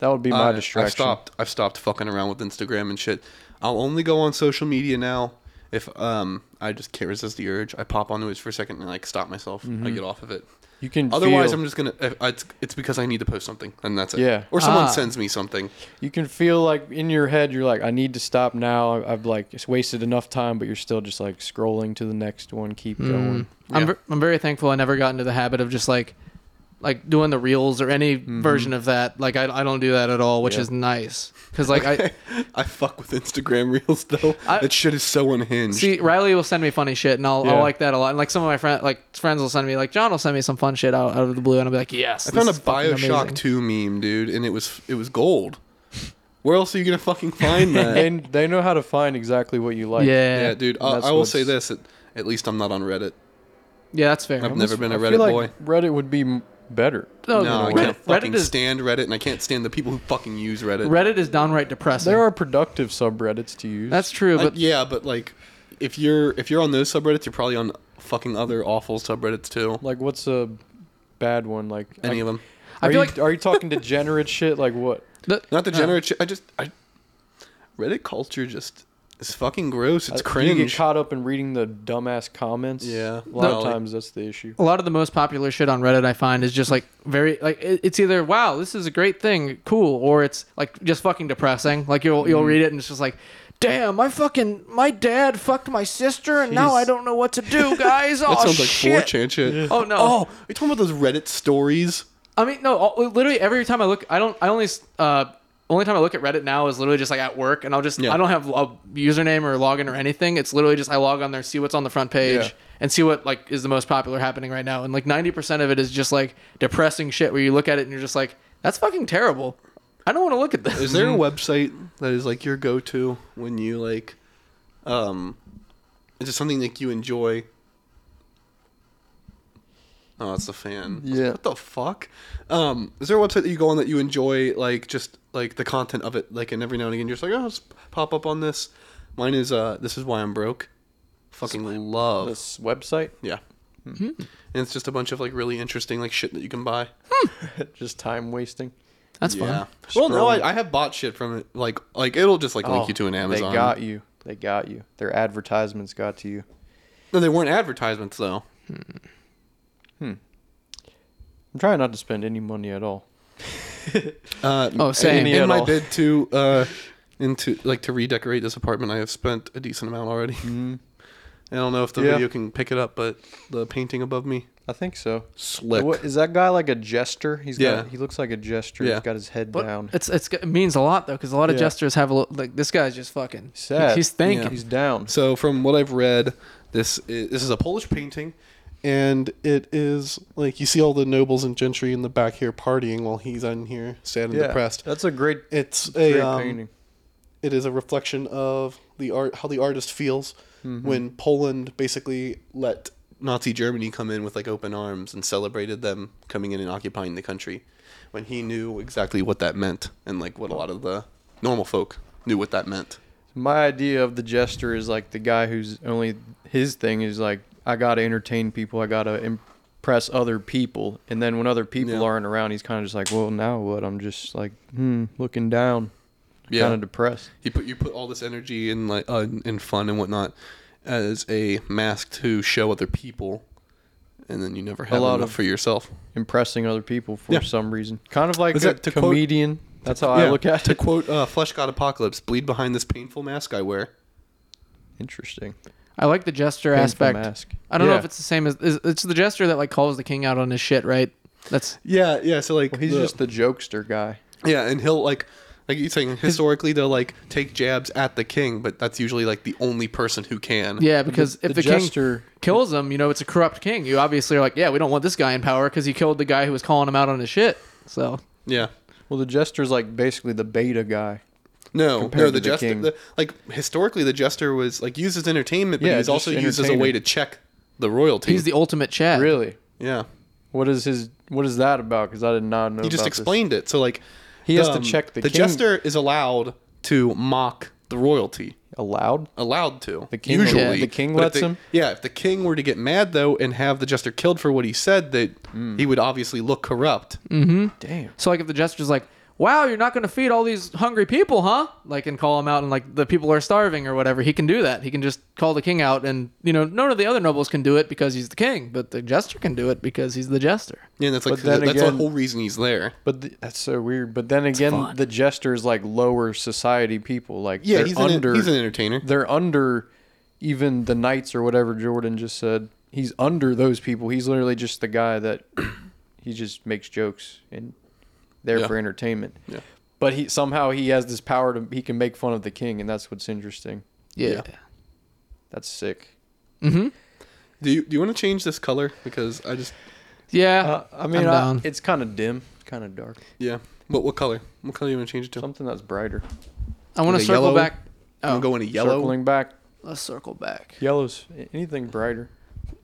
S2: That, would be my
S1: I-
S2: distraction.
S1: I've stopped. I've stopped fucking around with Instagram and shit. I'll only go on social media now if um I just can't resist the urge. I pop onto it for a second and like stop myself. I get off of it.
S2: You can
S1: Otherwise,
S2: Mm-hmm. feel,
S1: I'm just gonna. if- It's it's because I need to post something, and that's it.
S2: Yeah.
S1: Or someone
S3: Ah.
S1: sends me something.
S2: you can feel like in your head you're like I need to stop now. I- I've like it's wasted enough time, but you're still just like scrolling to the next one. Keep
S3: Hmm.
S2: going.
S3: Mm. I'm,
S1: Yeah.
S3: ver- I'm very thankful I never got into the habit of just like like doing the reels or any
S1: Mm-hmm.
S3: version of that. Like I, I don't do that at all, which
S2: Yeah.
S3: is nice because
S1: *laughs*
S3: like I.
S1: I fuck with Instagram *laughs* reels though.
S3: I-
S1: that shit is so unhinged.
S3: See, Riley will send me funny shit, and I'll, I'll
S2: Yeah.
S3: like that a lot. And like some of my friend, like friends, will send me like John will send me some fun shit out, out of the blue, and I'll be like, yes.
S1: I found a
S3: this is fucking
S1: Bioshock
S3: amazing.
S1: Two meme, dude, and it was it was gold. Where else are you gonna fucking find
S2: *laughs*
S1: that?
S2: They they know how to find exactly what you like.
S3: yeah,
S1: yeah,
S3: yeah,
S1: dude. I,
S2: That's
S1: I will say
S2: what's-
S1: this: at, at least I'm not on Reddit.
S3: that's fair.
S1: I've never been a
S2: I
S1: Reddit
S2: feel like
S1: boy.
S2: Reddit would be m- better.
S3: no,
S1: No, I
S3: Oh, Reddit,
S1: can't fucking
S3: Reddit is
S1: stand Reddit, and I can't stand the people who fucking use Reddit.
S3: Reddit is downright depressing.
S2: There are productive subreddits to use.
S3: that's true,
S1: I-
S3: but
S1: yeah, but like, if you're if you're on those subreddits, you're probably on fucking other awful subreddits too.
S2: like what's a bad one? Like
S1: Any
S2: I,
S1: of them?
S3: I
S2: are
S3: feel
S2: you,
S3: like-
S2: *laughs* are you talking degenerate shit? Like what?
S3: the-
S1: Not degenerate. shit. I just I Reddit culture just is fucking gross. It's
S2: I- Uh, You get
S1: cringe.
S2: caught up in reading the dumbass comments.
S1: Yeah.
S2: a lot
S1: No,
S2: of
S1: like-
S2: times that's the issue.
S3: a lot of the most popular shit on Reddit I find is just like very like it- it's either wow this is a great thing cool or it's like just fucking depressing like you'll
S1: Mm-hmm.
S3: you'll read it and it's just like damn my fucking my dad fucked my sister and now I don't know what to do guys oh
S1: *laughs* That sounds like
S3: shit
S1: 4chan shit.
S3: Oh, no.
S1: Oh, you're talking about those Reddit stories?
S3: I mean, no. all- Literally, every time I look, I don't. I only. Uh, only time I look at Reddit now is literally just like at work, and I'll just.
S1: Yeah.
S3: I don't have a username or login or anything. It's literally just I log on there, see what's on the front page,
S1: Yeah.
S3: and see what like is the most popular happening right now. And like ninety percent of it is just like depressing shit where you look at it and you're just like, that's fucking terrible. I don't want to look at this.
S1: Is there
S2: Mm-hmm.
S1: a website that is like your go-to when you like, um, is it something that you enjoy? Oh, it's the fan.
S2: Yeah.
S1: What the fuck? Um, is there a website that you go on that you enjoy, like just like the content of it, like and every now and again you're just like, oh, let's pop up on this. Mine is uh, this is why I'm broke. Fucking love.
S2: This website *laughs*
S1: Yeah.
S2: Hmm.
S1: And it's just a bunch of like really interesting like shit that you can buy.
S2: just time wasting.
S3: That's
S1: yeah.
S3: fun.
S1: Well, no,
S2: Scrolling.
S1: I, I have bought shit from it. Like, like it'll just like link you to an Amazon.
S2: Oh, They got you. They got you. Their advertisements got to you.
S1: No, they weren't advertisements though.
S2: I'm trying not to spend any money at all.
S1: Uh,
S3: Oh,
S1: in-
S3: same.
S1: In,
S2: Any at
S1: my
S2: all.
S1: bid to uh, into like to redecorate this apartment, I have spent a decent amount already. I don't know if the
S2: Mm. Yeah.
S1: video can pick it up, but the painting above me,
S2: I think so.
S1: slick.
S2: What, is that guy like a jester? He's
S1: Yeah.
S2: got. He looks like a jester.
S1: Yeah.
S2: He's got his head
S3: But
S2: down.
S3: It's it's it means a lot though, because a lot of
S2: Yeah.
S3: jesters have a little, like this guy's just fucking.
S2: Sad.
S3: He's thinking.
S1: Yeah.
S2: He's down.
S1: So from what I've read, this is, this is a Polish painting, and it is like you see all the nobles and gentry in the back here partying while he's on here sad and
S2: yeah.
S1: depressed.
S2: That's a great,
S1: It's
S2: great
S1: a um,
S2: painting.
S1: it is a reflection of the art how the artist feels when Poland basically let Nazi Germany come in with like open arms and celebrated them coming in and occupying the country when he knew exactly what that meant and like what a lot of the normal folk knew what that meant.
S2: My idea of the jester is like the guy who's only his thing is like I gotta entertain people, I gotta impress other people, and then when other people
S1: Yeah.
S2: aren't around, he's kind of just like, well, now what? I'm just like, hmm, looking down, kind of depressed.
S1: He put you put all this energy and like uh, and fun and whatnot as a mask to show other people, and then you never have
S2: lot
S1: enough
S2: of-
S1: for yourself.
S2: Impressing other people for
S1: Yeah.
S2: some reason, kind of like
S1: Is
S2: a
S1: that to quote-
S2: comedian. That's how I look at
S1: to
S2: it.
S1: quote uh, Flesh God Apocalypse: "Bleed behind this painful mask I wear."
S2: Interesting.
S3: I like the jester
S2: Painful
S3: aspect.
S2: mask.
S3: I don't know
S2: Yeah.
S3: if it's the same as is- it's the jester that like calls the king out on his shit, right? That's
S1: Yeah, yeah. So like
S2: Well, he's just the jokester guy.
S1: yeah, and he'll like like you're saying historically they'll like take jabs at the king, but that's usually like the only person who can.
S3: yeah, because
S2: the
S3: if the,
S2: jester-
S3: king kills him, you know it's a corrupt king. You obviously are like, yeah, we don't want this guy in power because he killed the guy who was calling him out on his shit. So
S1: yeah.
S2: Well, the jester's like basically the beta guy.
S1: No,
S2: Compared
S1: no.
S2: to
S1: The
S2: the
S1: jester,
S2: king.
S1: the, like historically, the jester was like used as entertainment, but
S2: Yeah,
S1: he was
S2: just
S1: also used as a way
S2: entertaining.
S1: to check the royalty.
S3: he's the ultimate Chad.
S2: Really?
S1: yeah.
S2: What is his? What is that about? Because I did not know.
S1: He just
S2: about this.
S1: explained it. So like, um,
S2: He has to check the
S1: the
S2: king.
S1: jester is allowed to mock the royalty.
S2: Allowed.
S1: Allowed to. The
S2: king-
S1: usually
S2: yeah, the king
S1: But if
S2: lets
S1: the-
S2: him?
S1: Yeah, if the king were to get mad though and have the jester killed for what he said, that he would obviously look corrupt.
S2: Mm. Damn.
S3: So like if the jester's like, wow, you're not going to feed all these hungry people, huh? Like and call him out and like the people are starving or whatever. He can do that. He can just call the king out, and you know none of the other nobles can do it because he's the king, but the jester can do it because he's the jester.
S1: Yeah, that's like
S2: But then
S1: that's
S2: again-
S1: the whole reason he's there.
S2: But the, that's so weird. But then again,
S3: fun.
S2: the jester is like lower society people. Like
S1: Yeah,
S2: they're
S1: he's an,
S2: under.
S1: he's an entertainer.
S2: they're under even the knights or whatever Jordan just said. He's under those people. He's literally just the guy that *clears throat* he just makes jokes and there
S1: Yeah.
S2: for entertainment.
S1: Yeah.
S2: But he somehow he has this power to he can make fun of the king, and that's what's interesting.
S3: Yeah. Mm-hmm.
S2: That's sick.
S1: Do you do you want to change this color because I just
S3: Yeah.
S2: Uh, I mean,
S3: I'm
S2: I-
S3: down.
S2: it's kind of dim, kind of dark.
S1: yeah. What what color? What color you want to change it to?
S2: Something that's brighter.
S3: I want
S1: Like
S3: to
S1: a
S3: circle
S1: yellow?
S3: back.
S1: I'm
S3: Oh,
S1: going to yellow.
S2: Circling back.
S3: let's circle back
S2: Yellows. Anything brighter.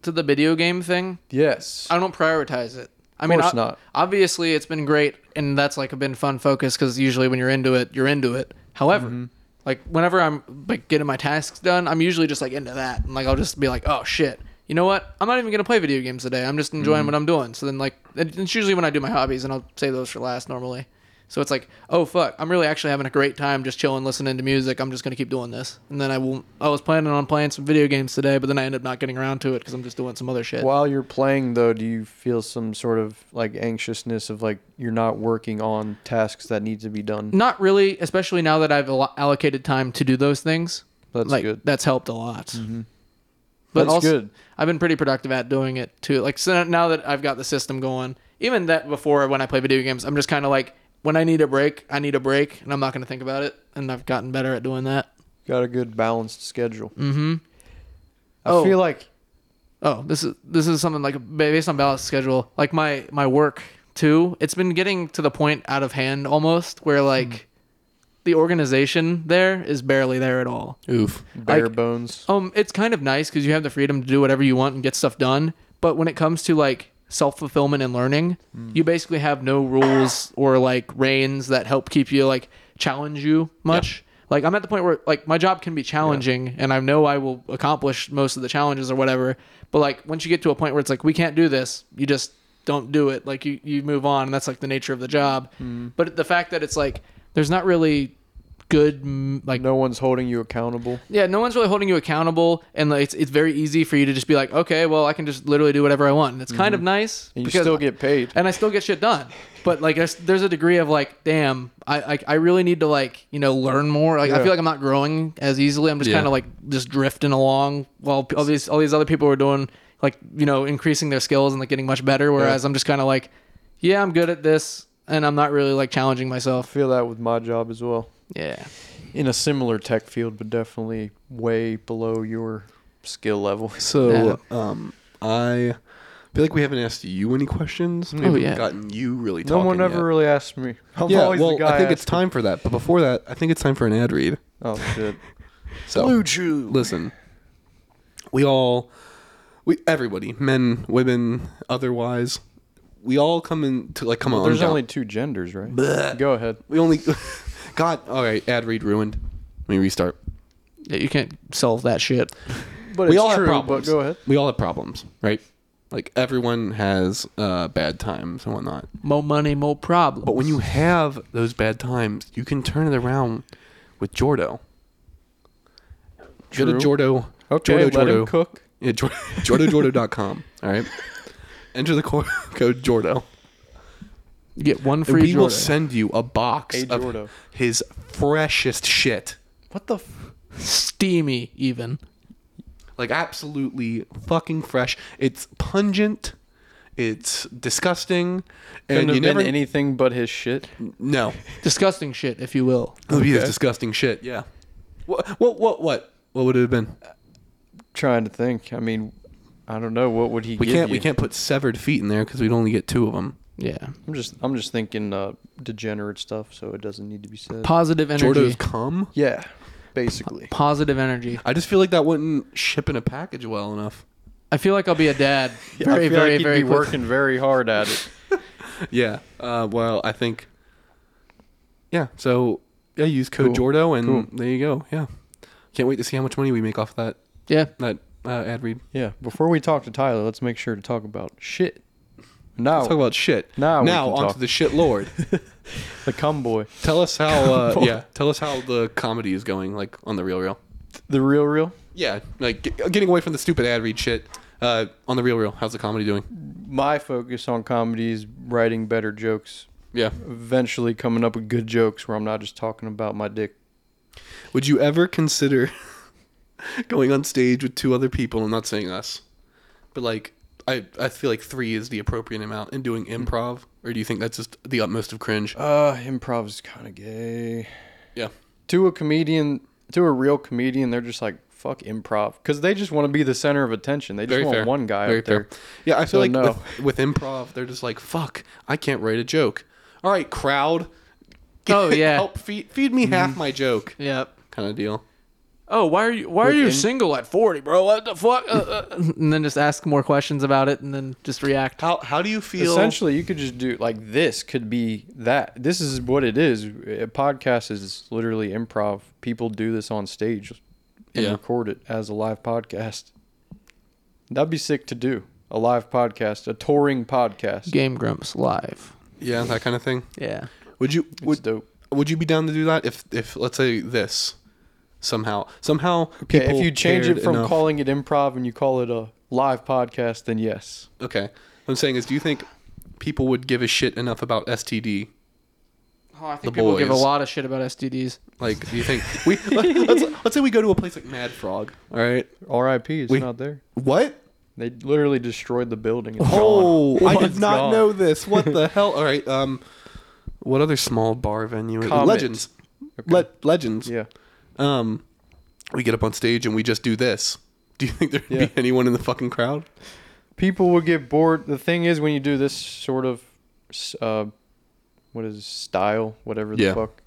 S3: to the video game thing.
S2: Yes.
S3: I don't prioritize it. I mean,
S2: course
S3: ob-
S2: not.
S3: obviously it's been great, and that's like been fun focus because usually when you're into it, you're into it. However,
S2: Mm-hmm.
S3: like whenever I'm like getting my tasks done, I'm usually just like into that, and like I'll just be like, oh shit, you know what? I'm not even gonna play video
S2: Mm-hmm.
S3: games today. I'm just enjoying what I'm doing. So then like it- it's usually when I do my hobbies, and I'll save those for last normally. So it's like, oh fuck, I'm really actually having a great time just chilling, listening to music. I'm just gonna keep doing this. And then I will. I was planning on playing some video games today, but then I ended up not getting around to it because I'm just doing some other shit.
S2: While you're playing though, do you feel some sort of like anxiousness of like you're not working on tasks that need to be done?
S3: Not really, especially now that I've al- allocated time to do those things.
S2: That's
S3: like,
S2: good. Mm-hmm.
S3: That's helped a lot.
S2: That's good.
S3: I've been pretty productive at doing it too. Like so now that I've got the system going, even that before when I play video games, I'm just kind of like when I need a break, I need a break, and I'm not going to think about it. And I've gotten better at doing that.
S2: Got a good balanced schedule. Mm-hmm. I
S3: Oh.
S2: feel like
S3: Oh, this is this is something like ba- based on balanced schedule. Like my my work too. It's been getting to the point out of hand almost where like the organization there is barely there at all.
S1: Oof.
S2: bare
S3: Like-
S2: bones.
S3: Um, it's kind of nice because you have the freedom to do whatever you want and get stuff done. But when it comes to like self fulfillment and learning, you basically have no rules or like reins that help keep you like challenge you much. Like I'm at the point where like my job can be challenging, and I know I will accomplish most of the challenges or whatever. But like once you get to a point where it's like we can't do this, you just don't do it. Like you you move on, and that's like the nature of the job. But the fact that it's like there's not really good mm, like
S2: No one's holding you accountable.
S3: yeah, no one's really holding you accountable, and like, it's it's very easy for you to just be like, okay, well, I can just literally do whatever I want, and it's kind of nice.
S2: And you
S3: because-
S2: still get paid.
S3: and I still get shit done. But like, there's, there's a degree of like, damn, I like I really need to like you know learn more. Like I
S2: Yeah.
S3: feel like I'm not growing as easily. I'm just
S1: Yeah.
S3: kind of like just drifting along while p- all these all these other people are doing like you know increasing their skills and like getting much better. Whereas I'm just kind of like, yeah, I'm good at this, and I'm not really like challenging
S2: I
S3: myself.
S2: feel that with my job as well.
S3: Yeah.
S2: In a similar tech field, but definitely way below your skill level.
S1: So, um, I feel like we haven't asked you any questions. Maybe
S3: yeah.
S1: we've gotten you really
S2: Oh, No
S1: talking
S2: one ever
S1: yet.
S2: really asked me. I'm
S1: yeah,
S2: always
S1: well,
S2: the guy.
S1: I think it's
S2: asked-
S1: time for that. But before that, I think it's time for an ad read.
S2: Oh shit.
S1: So, Listen, we all, we everybody, men, women, otherwise, we all come in to like come on.
S2: There's
S1: down.
S2: only two genders, right?
S1: Bleh.
S2: Go ahead.
S1: we only *laughs* God. All right, ad read ruined. Let me restart.
S3: yeah, you can't solve that shit.
S2: But
S1: we
S2: it's
S1: all
S2: true,
S1: have problems.
S2: But go ahead.
S1: We all have problems, right? Like everyone has uh, bad times and whatnot.
S3: More money, more problems.
S1: But when you have those bad times, you can turn it around with Jordo. Go to
S2: True.
S1: Jordo.
S2: Okay,
S1: Jordo,
S2: let
S1: Jordo.
S2: him cook.
S1: Yeah,
S2: *laughs*
S1: Jor- JordoJordo.com. All right. Enter the co- *laughs* code Jordo.
S3: you get one
S1: And
S3: free,
S1: we will
S3: Jordan.
S1: send you a box
S2: Hey,
S1: of
S2: Jordo.
S1: his freshest shit.
S2: What the? F-
S3: steamy even
S1: Like, absolutely fucking fresh. It's pungent. It's disgusting. And
S2: Couldn't
S1: you
S2: have
S1: never.
S2: been anything but his shit.
S1: no.
S3: disgusting shit if you will
S1: It would be this disgusting shit, yeah. What, what, what, what? What would it have been?
S2: Trying to think. I mean, I don't know. What would he?
S1: We
S2: give
S1: can't, we
S2: you?
S1: can't put severed feet in there because we'd only get two of them.
S3: yeah
S2: I'm just. I'm just thinking uh, degenerate stuff. So it doesn't need to be said.
S3: positive energy
S1: Jordo's cum?
S2: yeah. *laughs* Basically.
S3: positive energy
S1: I just feel like that wouldn't ship in a package well enough.
S3: i feel like i'll be a dad
S2: I
S3: very
S2: feel
S3: very
S2: like he'd
S3: very
S2: be
S3: quick.
S2: working very hard at it.
S1: Yeah. Uh, well, I think. Yeah. So yeah, use code
S2: Cool.
S1: Jordo, and
S2: Cool.
S1: there you go. Yeah. Can't wait to see how much money we make off that
S3: yeah
S1: that uh, ad read.
S2: *laughs* Yeah. Before we talk to Tyler, let's make sure to talk about shit. Now,
S1: Let's talk about shit.
S2: Now we
S1: now
S2: can
S1: onto
S2: talk.
S1: the shit
S2: *laughs*
S1: lord.
S2: the cum boy.
S1: tell us how. Uh, yeah. Tell us how the comedy is going, like on the real real.
S2: The real, real.
S1: Yeah. Like get, getting away from the stupid ad read shit. Uh, on the real real, how's the comedy doing?
S2: My focus on comedy is writing better jokes.
S1: Yeah.
S2: Eventually, coming up with good jokes where I'm not just talking about my dick.
S1: Would you ever consider *laughs* going on stage with two other people? I'm not saying us, but like I, I feel like three is the appropriate amount and doing improv, or do you think that's just the utmost of cringe?
S2: Uh, improv is kind of gay.
S1: Yeah,
S2: To a comedian, to a real comedian, they're just like fuck improv because they just want to be the center of attention. They just
S1: very
S2: want
S1: fair.
S2: one guy
S1: very
S2: out there.
S1: fair. Yeah, I feel
S2: So,
S1: like
S2: no.
S1: with, with improv, they're just like, "Fuck, I can't write a joke." All right, crowd.
S3: Oh,
S1: *laughs*
S3: yeah.
S1: help feed feed me half my joke,
S3: yeah
S1: kind of deal.
S3: oh why are you why are you single at 40 bro what the fuck uh, *laughs* uh, and then just ask more questions about it and then just react
S1: How how do you feel?
S2: Essentially, you could just do like this. Could be that. This is what it is. A podcast is literally improv. People do this on stage and
S1: Yeah.
S2: record it as a live podcast. That'd be sick to do. A live podcast, a touring podcast.
S3: game grumps live
S1: yeah, that kind of thing.
S3: yeah
S1: Would you
S2: It's
S1: would
S2: dope.
S1: would you be down to do that if if let's say this somehow somehow
S2: Okay, if
S1: people
S2: you change it
S1: cared
S2: from
S1: enough-
S2: calling it improv and you call it a live podcast, then yes.
S1: okay, what I'm saying is, do you think people would give a shit enough about STD?
S3: Oh, I think
S1: The
S3: people give a
S1: boys.
S3: lot of shit about STDs.
S1: Like, do you think *laughs* we let, let's let's say we go to a place like Mad Frog? All right,
S2: R.I.P. It's
S1: We-
S2: not there.
S1: what?
S2: They literally destroyed the building. It's
S1: Oh,
S2: gone.
S1: I did
S2: It's
S1: not
S2: gone.
S1: know this. What *laughs* the hell? All right. Um, what other small bar venue?
S2: Comet.
S1: Legends. Le- Legends.
S2: Yeah.
S1: Um, we get up on stage and we just do this. Do you think there'd
S2: Yeah.
S1: be anyone in the fucking crowd?
S2: people will get bored. The thing is, when you do this sort of, s- uh, what is it, style, whatever the
S1: Yeah.
S2: fuck,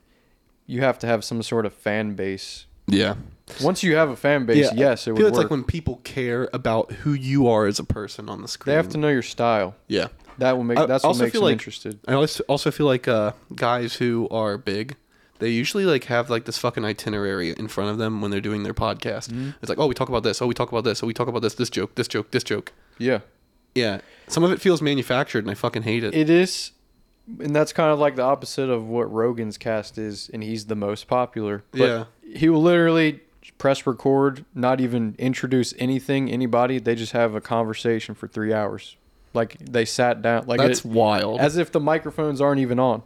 S2: you have to have some sort of fan base.
S1: Yeah.
S2: Once you have a fan base, yes, it
S1: I
S2: would
S1: feel
S2: work.
S1: it's like when people care about who you are as a person on the screen.
S2: they have to know your style.
S1: Yeah.
S2: That will make.
S1: I
S2: That's what
S1: also
S2: makes
S1: feel
S2: them
S1: like-
S2: interested.
S1: I also also feel like uh, guys who are big, they usually like have like this fucking itinerary in front of them when they're doing their podcast.
S2: Mm-hmm.
S1: It's like, oh, we talk about this. Oh, we talk about this. Oh, we talk about this. This joke. This joke. This joke.
S2: Yeah,
S1: Yeah. Some of it feels manufactured, and I fucking hate it.
S2: it is, and that's kind of like the opposite of what Rogan's cast is, and he's the most popular.
S1: Yeah.
S2: he will literally press record, not even introduce anything, anybody. They just have a conversation for three hours. Like they sat down. Like
S1: That's
S2: it-
S1: wild.
S2: as if the microphones aren't even on.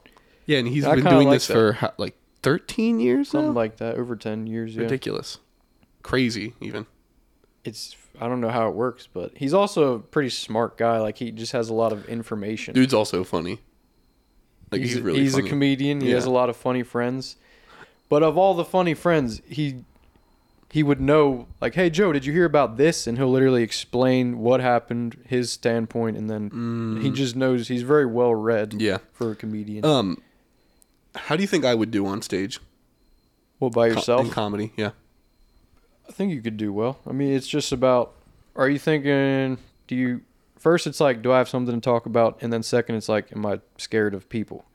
S1: yeah, and he's
S2: I
S1: been
S2: kinda
S1: doing
S2: like
S1: this
S2: that.
S1: for ho- like 13 years now.
S2: Something like that over 10 years. Yeah.
S1: Ridiculous. Crazy, even.
S2: It's, I don't know how it works, but he's also a pretty smart guy. Like he just has a lot of information.
S1: Dude's also funny. Like he's, really
S2: he's
S1: funny.
S2: a comedian. He has a
S1: Yeah.
S2: lot of funny friends. But of all the funny friends, he he would know like, "Hey Joe, did you hear about this?" and he'll literally explain what happened, his standpoint, and then he just knows he's very well read
S1: Mm. Yeah.
S2: for a comedian.
S1: Um, how do you think I would do on stage?
S2: well, by
S1: Co-
S2: yourself,
S1: in comedy, yeah.
S2: I think you could do well. I mean, it's just about are you thinking do you first it's like do I have something to talk about and then second it's like am I scared of people?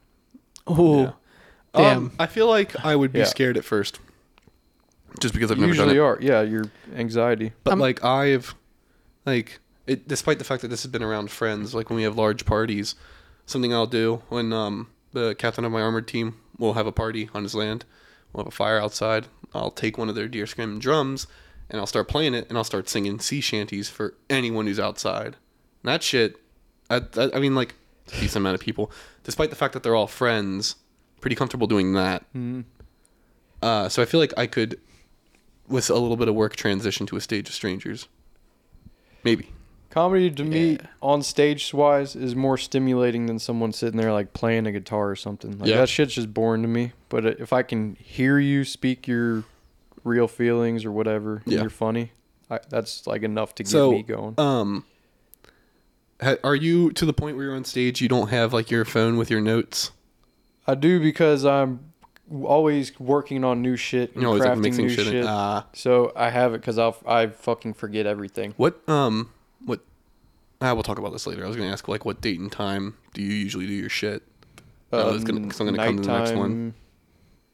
S3: Oh,
S1: Yeah.
S3: Damn.
S1: Um, I feel like I would be
S2: Yeah.
S1: scared at first, just because I've
S2: You
S1: never done
S2: usually
S1: it.
S2: are. Yeah, your anxiety.
S1: But
S3: I'm-
S1: like I've, like it, despite the fact that this has been around friends, like when we have large parties, something I'll do when um the captain of my armored team will have a party on his land, we'll have a fire outside. I'll take one of their deer skin drums, and I'll start playing it, and I'll start singing sea shanties for anyone who's outside. And that shit, I I, I mean like a decent amount of people, despite the fact that they're all friends, pretty comfortable doing that. Uh, so I feel like I could, with a little bit of work, transition to a stage of strangers. Maybe.
S2: Comedy to me on stage wise is more stimulating than someone sitting there like playing a guitar or something. Like
S1: Yeah.
S2: that shit's just boring to me. But uh, if I can hear you speak your real feelings or whatever, and
S1: Yeah.
S2: you're funny. I, that's like enough to get
S1: So,
S2: me going.
S1: um, ha- are you to the point where you're on stage? You don't have like your phone with your notes.
S2: I do because I'm always working on new shit
S1: You
S2: and
S1: know, it's like
S2: crafting
S1: mixing
S2: new
S1: shit.
S2: shit.
S1: in. Ah.
S2: so I have it because I I fucking forget everything.
S1: what um what? I will talk about this later. I was gonna ask like what date and time do you usually do your shit? No, it's Oh, gonna- 'cause I'm gonna come to the next one.
S2: Um, nighttime-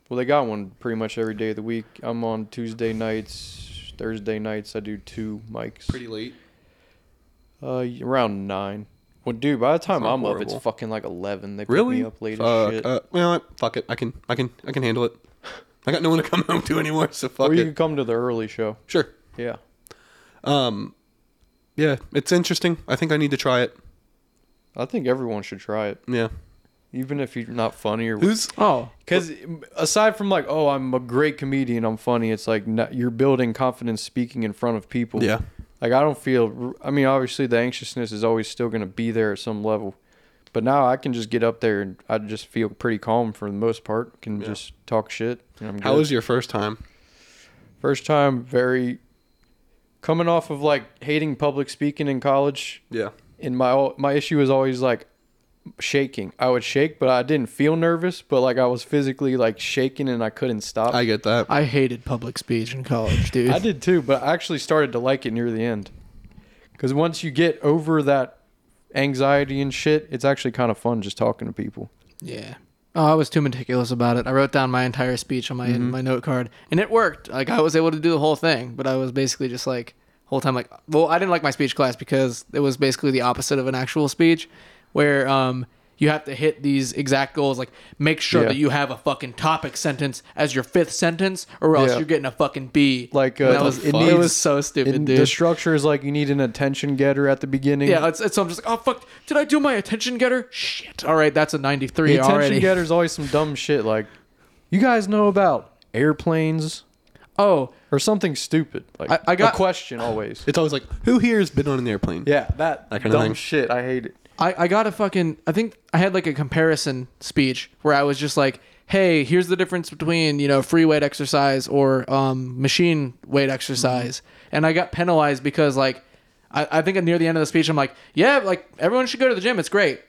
S2: Well, they got one pretty much every day of the week. I'm on Tuesday nights, Thursday nights. I do two mics.
S1: Pretty late.
S2: Uh, y- around nine. Well, dude, by the time
S1: not
S2: I'm up,
S1: horrible.
S2: it's fucking like eleven. They pick
S1: Really?
S2: me up late
S1: fuck.
S2: as shit.
S1: Uh, well, fuck it. I can I can I can handle it. I got no one to come *laughs* home to anymore. So fuck
S2: or you
S1: it.
S2: could come to the early show.
S1: Sure.
S2: Yeah.
S1: Um, yeah, it's interesting. I think I need to try it.
S2: I think everyone should try it,
S1: Yeah.
S2: even if you're not funny or
S1: Who's
S3: Oh,
S2: Because aside from like, oh, I'm a great comedian, I'm funny. It's like no- you're building confidence speaking in front of people.
S1: Yeah.
S2: Like I don't feel. I mean, obviously the anxiousness is always still going to be there at some level, but now I can just get up there and I just feel pretty calm for the most part. Can just talk shit. And I'm
S1: how
S2: good.
S1: was your first time?
S2: first time? Very coming off of like hating public speaking in college
S1: Yeah.
S2: and my my issue was always like shaking. I would shake, but I didn't feel nervous, but like I was physically like shaking and I couldn't stop.
S1: I
S2: I,
S1: get that.
S3: I hated public speech in college, dude.
S2: did too, but *laughs* I actually started to like it near the end. Cuz once you get over that anxiety and shit, it's actually kind of fun just talking to people.
S3: Yeah. Oh, I was too meticulous about it. I wrote down my entire speech on my
S2: Mm-hmm.
S3: my note card, and it worked. Like I was able to do the whole thing, but I was basically just like whole time like, well, I didn't like my speech class because it was basically the opposite of an actual speech, where um you have to hit these exact goals. Like make sure
S2: Yeah.
S3: that you have a fucking topic sentence as your fifth sentence, or else
S2: Yeah.
S3: you're getting a fucking B.
S2: Like, uh,
S3: And that was
S2: it
S3: it,
S2: needs-
S3: was so stupid,
S2: And
S3: dude.
S2: the structure is like you need an attention getter at the beginning.
S3: yeah, it's, it's, so I'm just like, oh fuck, did I do my attention getter? Shit. All right, that's a 93
S2: the attention
S3: already.
S2: getter is always some dumb shit like you guys know about airplanes
S3: Oh,
S2: or something stupid. Like
S3: I- I got-
S2: a question always.
S1: It's always like, who here's been on an airplane?
S2: yeah, that
S1: That
S2: dumb
S1: kinda thing.
S2: shit. I hate it.
S3: I, I got a fucking I think I had like a comparison speech where I was just like, hey, here's the difference between you know free weight exercise or um, machine weight exercise,
S2: Mm-hmm.
S3: and I got penalized because like I, I think near the end of the speech I'm like, yeah, like everyone should go to the gym,
S2: *laughs*
S3: it's great,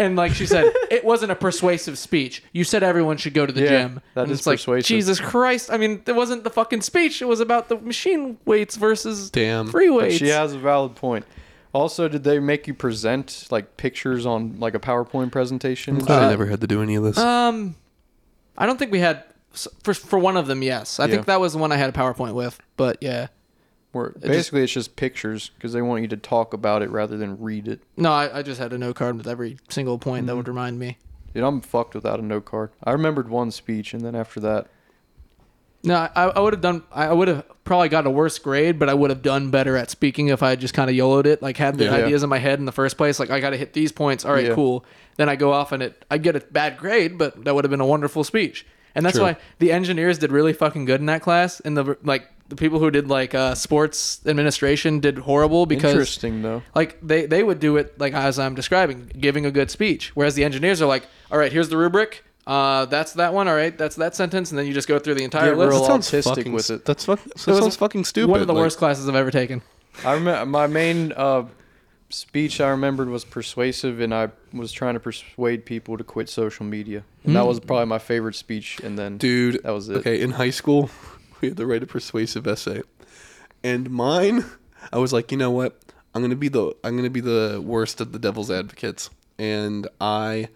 S3: and like she said, it wasn't a persuasive speech. You said everyone should go to the
S2: Yeah,
S3: gym.
S2: that
S3: and
S2: is
S3: it's like,
S2: persuasive.
S3: Jesus Christ! I mean, it wasn't the fucking speech. It was about the machine weights versus
S1: Damn.
S3: free
S2: But
S3: weights.
S2: she has a valid point. Also, did they make you present like pictures on like a PowerPoint presentation? and
S1: I
S2: shit?
S1: never had to do any of this.
S3: Um, I don't think we had for for one of them. Yes, I
S2: Yeah.
S3: think that was the one I had a PowerPoint with. But yeah,
S2: Where basically it's just pictures because they want you to talk about it rather than read it.
S3: no, I, I just had a note card with every single point
S1: Mm-hmm.
S3: that would remind me.
S2: Dude, I'm fucked without a note card. I remembered one speech, and then after that,
S3: No, I, I would have done. I would have probably got a worse grade, but I would have done better at speaking if I had just kind of yoloed it, like had the
S1: Yeah.
S3: ideas in my head in the first place. Like I got to hit these points. All right,
S2: Yeah.
S3: cool. Then I go off and it. I get a bad grade, but that would have been a wonderful speech. And that's
S1: True.
S3: why the engineers did really fucking good in that class, and the like the people who did like uh, sports administration did horrible because
S2: interesting though.
S3: like they they would do it like as I'm describing, giving a good speech. Whereas the engineers are like, all right, here's the rubric. Uh, that's that one. All right, that's that sentence, and then you just go through the entire
S2: Yeah, we're
S3: list.
S2: all- autistic
S1: fucking,
S2: with it.
S1: That's fuck,
S3: It
S1: that
S3: was
S1: sounds fucking stupid.
S3: One of the
S1: like-
S3: worst classes I've ever taken.
S2: I remember my main uh, speech I remembered was persuasive, and I was trying to persuade people to quit social media, and that was probably my favorite speech. And then,
S1: Hmm. Dude,
S2: That was it.
S1: Okay, in high school, *laughs* we had to write a persuasive essay, and mine, I was like, you know what? I'm gonna be the I'm gonna be the worst of the devil's advocates, and I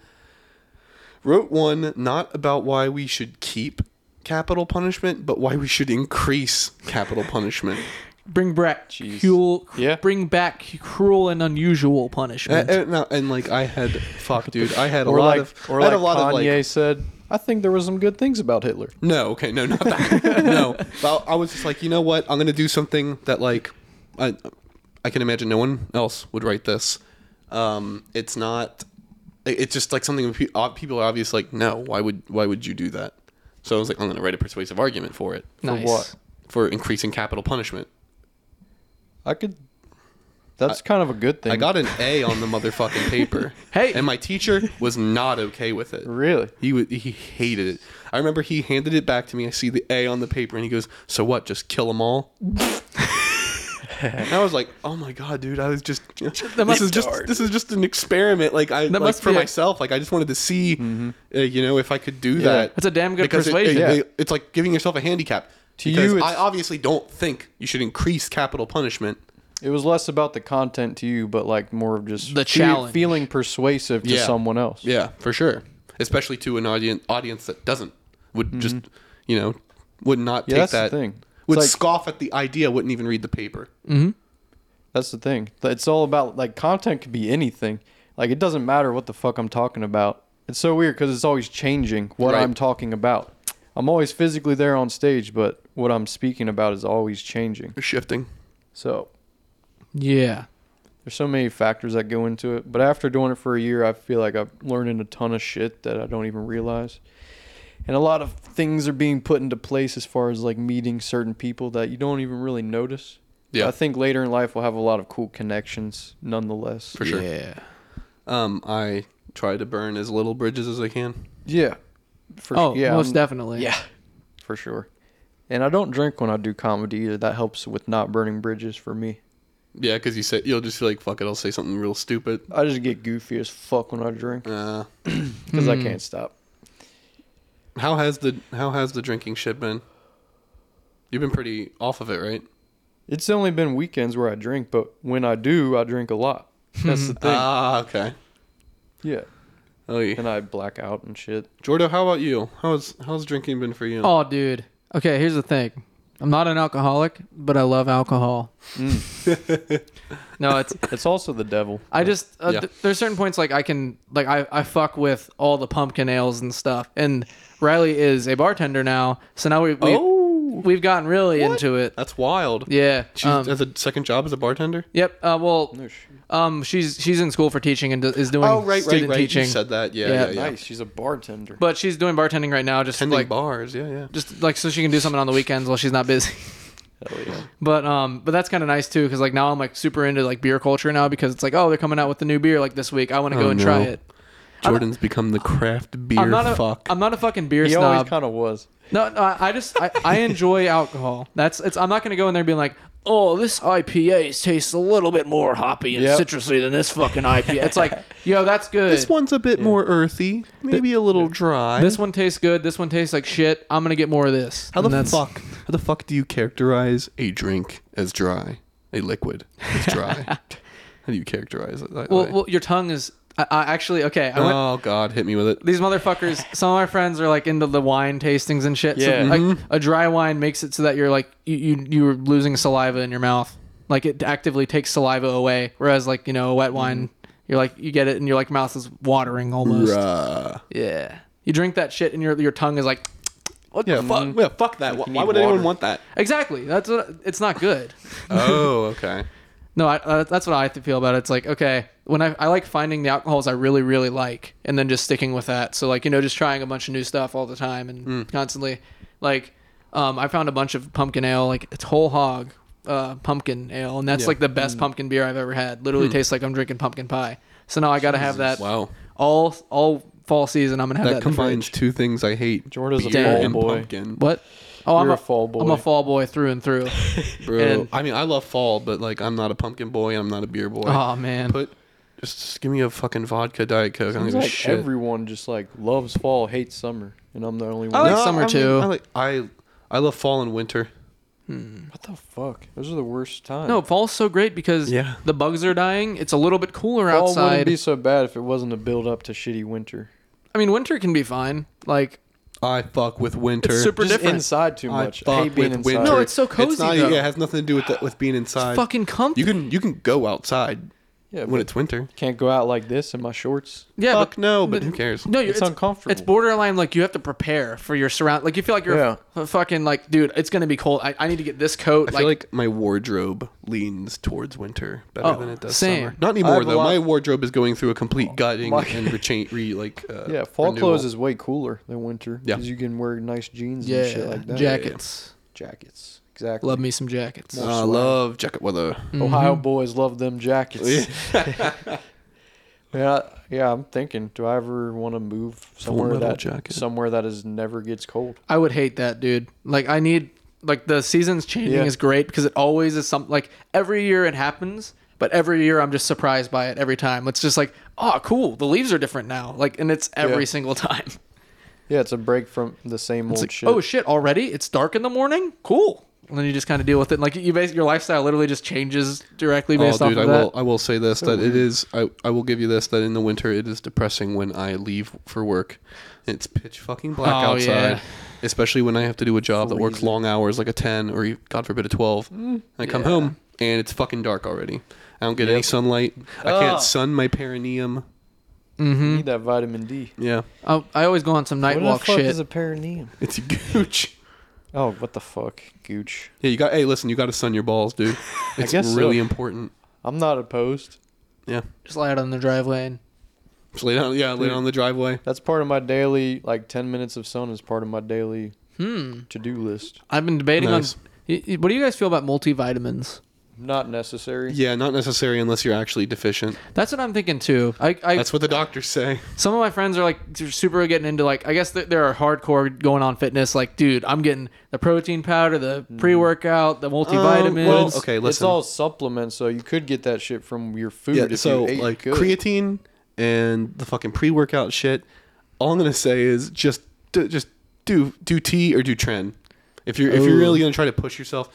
S1: wrote one not about why we should keep capital punishment, but why we should increase capital punishment.
S3: Bring back
S2: Jeez.
S3: cruel.
S2: Yeah. Uh,
S3: Bring back cruel and unusual punishment.
S1: and, and, Eh, no, and, like I had, fuck, dude, I had a
S2: or
S1: lot
S2: like,
S1: of,
S2: or
S1: I had
S2: like
S1: a lot
S2: Kanye
S1: of like
S2: said, I think there were some good things about Hitler.
S1: No, okay, no, not that. *laughs* no, but I was just like, you know what? I'm gonna do something that like, I, I can imagine no one else would write this. Um, it's not. it- It's just like something pe- ob- people are obvious like, no, why would why would you do that? So I was like, I'm gonna write a persuasive argument for it
S3: nice.
S2: what?
S1: for increasing capital punishment.
S2: I could. That's kind of a good thing.
S1: I got an A on the motherfucking
S2: *laughs*
S1: paper.
S3: Hey.
S1: and my teacher was not okay with it.
S2: really.
S1: He would, he hated it. I remember he handed it back to me. I see the A on the paper, and he goes, "So what? Just kill them all." and I was like, "Oh my god, dude! I was just this
S3: must-
S1: is just this is just an experiment. Like I like
S3: must
S1: for
S3: be a- Mm-hmm.
S1: myself. Like I just wanted to see, uh, you know, if I could do that.
S3: That's a damn good
S1: Because it-
S3: persuasion.
S1: it-
S2: Yeah.
S1: it- it's like giving yourself a handicap.
S2: To
S1: because
S2: you, it's-
S1: I obviously don't think you should increase capital punishment.
S2: It was less about the content to you, but like more of just
S3: The
S2: fe-
S3: challenge.
S2: feeling persuasive to
S1: Yeah.
S2: someone else.
S1: Yeah, for sure. Especially to an audience audience that doesn't would just you know would not
S2: Mm-hmm. Yeah,
S1: take
S2: that's the
S1: that
S2: thing. It's
S1: would
S2: like-
S1: scoff at the idea, wouldn't even read the paper.
S2: That's the thing. Th- It's all about like content could be anything. Like it doesn't matter what the fuck I'm talking about. It's so weird because it's always changing what
S1: Right.
S2: I'm talking about. I'm always physically there on stage, but what I'm speaking about is always changing.
S1: They're shifting.
S2: So
S3: Yeah.
S2: there's so many factors that go into it. But after doing it for a year, I feel like I'm learning a ton of shit that I don't even realize. And a lot of things are being put into place as far as like meeting certain people that you don't even really notice.
S1: Yeah.
S2: I think later in life we'll have a lot of cool connections nonetheless.
S1: For sure.
S3: Yeah.
S1: Um, I try to burn as little bridges as I can.
S2: Yeah. For
S3: Oh,
S2: yeah,
S3: most
S2: I'm-
S3: definitely. Yeah.
S2: For sure. And I don't drink when I do comedy either. That helps with not burning bridges for me.
S1: Yeah, because you say you'll just feel like fuck it. I'll say something real stupid.
S2: I just get goofy as fuck when I drink
S1: Uh,
S2: because
S3: Hmm.
S2: I can't stop.
S1: how has the how has the drinking shit been? You've been pretty off of it, right?
S2: It's only been weekends where I drink, but when I do, I drink a lot.
S3: *laughs*
S2: That's the thing.
S1: Ah, okay.
S2: yeah.
S1: Oh, yeah.
S2: And I black out and shit.
S1: Jordo, how about you? How's how's drinking been for you?
S3: Oh, dude. Okay, here's the thing. I'm not an alcoholic, but I love alcohol.
S2: Mm.
S3: *laughs* no, it's
S2: It's also the devil.
S3: I just uh,
S1: Yeah.
S3: th- there's certain points like I can like I I fuck with all the pumpkin ales and stuff. And Riley is a bartender now, so now we, we
S1: Oh.
S3: we've gotten really into it.
S1: That's wild.
S3: Yeah.
S1: She
S3: um,
S1: has a second job as a bartender.
S3: yep. Uh, well,
S2: No shit.
S3: um, she's she's in school for teaching and do, is doing
S1: Oh,
S3: student teaching,
S1: You said that. Yeah,
S3: Yeah.
S1: yeah, yeah.
S2: Nice. She's a bartender.
S3: but she's doing bartending right now, just
S1: Tending
S3: like
S1: bars. Yeah, yeah.
S3: just like so she can do something on the weekends while she's not busy. *laughs*
S2: Hell yeah.
S3: But um, but that's kind of nice too, because like now I'm like super into like beer culture now because it's like oh they're coming out with the new beer like this week. I want to
S1: Oh,
S3: go and try
S1: no.
S3: it.
S1: Jordan's become the craft beer
S3: I'm not a
S1: fuck.
S3: am not a fucking beer
S2: He always
S3: snob.
S2: kind of was.
S3: no, no, I I just I, I enjoy alcohol. That's it's. I'm not gonna go in there being like. Oh, this IPA tastes a little bit more hoppy and
S2: Yep.
S3: citrusy than this fucking IPA. It's like, yo, that's good.
S1: this one's a bit more earthy, maybe a little dry.
S3: This one tastes good. This one tastes like shit. I'm gonna get more of this.
S1: how
S3: And
S1: the
S3: that's-
S1: fuck? How the fuck do you characterize a drink as dry? A liquid as
S3: *laughs*
S1: dry. how do you characterize it? That
S3: Well,
S1: way?
S3: well, your tongue is. I, I actually okay. I went,
S1: oh God, hit me with it.
S3: these motherfuckers. Some of my friends are like into the wine tastings and shit.
S2: Yeah.
S3: So, like a dry wine makes it so that you're like you you you're losing saliva in your mouth. Like it actively takes saliva away. Whereas like you know a wet wine, you're like you get it and your like mouth is watering almost.
S1: Bruh.
S3: Yeah. You drink that shit and your your tongue is like what
S1: Yeah, mm.
S3: the fuck.
S1: fuck, yeah, fuck that. Why,
S2: You
S1: why
S2: need
S1: would
S2: water.
S1: anyone want that?
S3: Exactly. That's what it's not good.
S1: Oh, okay.
S3: No, I, uh, that's what I feel about it. It's like okay, when I, I like finding the alcohols I really really like, and then just sticking with that. So like you know, just trying a bunch of new stuff all the time and constantly. Like, um, I found a bunch of pumpkin ale, like it's whole hog uh, pumpkin ale, and that's
S1: Yeah.
S3: like the best pumpkin beer I've ever had. Literally tastes like I'm drinking pumpkin pie. So now I got to *laughs* have that
S1: Wow.
S3: all all fall season. I'm gonna have
S1: That,
S3: that, in the
S1: combines
S3: fridge.
S1: two things I hate:
S2: Jordan's a
S1: beer
S2: fall
S1: and
S2: boy.
S1: pumpkin.
S3: What? Oh, I'm
S2: You're
S3: a,
S2: a fall boy.
S3: I'm a fall boy through and through.
S1: Bro,
S3: And-
S1: I mean, I love fall, but like, I'm not a pumpkin boy and I'm not a beer boy.
S3: oh man.
S1: Put just, just give me a fucking vodka diet coke. I don't
S2: Seems
S1: give a
S2: like
S1: shit.
S2: everyone just like loves fall, hates summer, and I'm the only one.
S3: I like summer,
S1: mean,
S3: too.
S1: I like I I love fall and winter.
S2: what the fuck? Those are the worst times.
S3: No, fall's so great because
S1: Yeah.
S3: the bugs are dying. It's a little bit cooler
S2: fall
S3: outside.
S2: wouldn't be so bad if it wasn't a build up to shitty winter.
S3: I mean, winter can be fine. Like,
S1: I fuck with winter.
S3: It's super- We're
S2: Just
S3: different.
S2: inside too
S1: I
S2: much. I
S1: fuck
S2: hate being
S1: with
S2: inside.
S1: winter.
S3: No, it's so cozy,
S1: not,
S3: though.
S1: Yeah, it has nothing to do with that, with being inside.
S3: fucking comfy.
S1: You can you can go outside
S2: yeah,
S1: when
S2: but
S1: it's winter.
S2: can't go out like this in my shorts.
S3: yeah,
S1: fuck
S3: but
S1: no, but who cares?
S3: no, you're,
S2: It's
S3: it's,
S2: uncomfortable.
S3: It's borderline. Like you have to prepare for your surround. Like you feel like you're
S2: Yeah.
S3: f- fucking like, dude, it's gonna be cold. I, I need to get this coat.
S1: I
S3: like,
S1: feel like my wardrobe leans towards winter better
S3: Oh,
S1: than it does
S3: same.
S1: summer. Not
S2: I
S1: anymore
S2: have a
S1: though.
S2: lot-
S1: My
S2: Oh,
S1: wardrobe is going through a complete gutting
S2: my- *laughs*
S1: and recha- re like uh,
S2: Yeah, fall
S1: renewal.
S2: clothes is way cooler than winter
S1: Yeah.
S2: because you can wear nice jeans
S3: yeah,
S2: and shit like that.
S3: jackets.
S2: jackets, exactly.
S3: Love me some jackets.
S1: I Uh, love jacket weather. Mm-hmm.
S2: Ohio boys love them jackets. *laughs* yeah, yeah. I'm thinking, do I ever want to move somewhere
S1: metal
S2: that
S1: jacket.
S2: somewhere that is never gets cold?
S3: I would hate that, dude. Like I need like the seasons changing
S2: Yeah.
S3: is great because it always is some like every year it happens, but every year I'm just surprised by it every time. It's just like, oh cool, the leaves are different now. Like and it's every
S2: Yeah.
S3: single *laughs* time.
S2: Yeah, it's a break from the same
S3: It's
S2: old
S3: like,
S2: shit.
S3: oh shit, already? It's dark in the morning? Cool. And then you just kind of deal with it. And, like you base your lifestyle literally just changes directly based
S1: oh,
S3: off
S1: dude,
S3: of
S1: I
S3: that.
S1: will. I will say this: that it is. I, I will give you this: that in the winter, it is depressing when I leave for work. It's pitch fucking black
S3: Oh,
S1: outside,
S3: yeah.
S1: especially when I have to do a job that works
S2: Freezing.
S1: long hours, like a ten or e- God forbid a twelve. And I come
S3: Mm, yeah.
S1: home and it's fucking dark already. I don't get any sunlight. I
S2: Ah.
S1: can't sun my perineum. mm-hmm.
S2: you need that vitamin D.
S1: Yeah,
S3: Mm-hmm. I, I always go on some night
S2: what
S3: walk
S2: the fuck
S3: shit.
S2: is a perineum?
S1: it's gooch.
S2: Oh, what the fuck, gooch.
S1: Yeah, you got. Hey, listen, you got to sun your balls, *laughs* dude. It's
S2: guess so.
S1: really important.
S2: I'm not opposed.
S1: Yeah,
S3: just lay out on the driveway and
S1: just lay down. Yeah, lay down on the driveway.
S2: That's part of my daily, like 10 minutes of sun is part of my daily to do list.
S3: hmm. I've been debating
S1: Nice.
S3: on. Y- y- What do you guys feel about multivitamins?
S2: Not necessary.
S1: Yeah, not necessary unless you're actually deficient.
S3: That's what I'm thinking too. I, I
S1: That's what the doctors say.
S3: some of my friends are like they're super getting into like I guess th- they're hardcore going on fitness. Like, dude, I'm getting the protein powder, the pre workout, the multivitamins.
S1: Mm. Oh, well,
S2: It's-
S1: okay,
S2: It's
S1: listen.
S2: all supplements, so you could get that shit from your food.
S1: Yeah,
S2: if
S1: so
S2: you ate
S1: like
S2: good.
S1: creatine and the fucking pre-workout shit. All I'm gonna say is just d- just do do tea or do tren. If you're if you're
S2: Ooh.
S1: really gonna try to push yourself,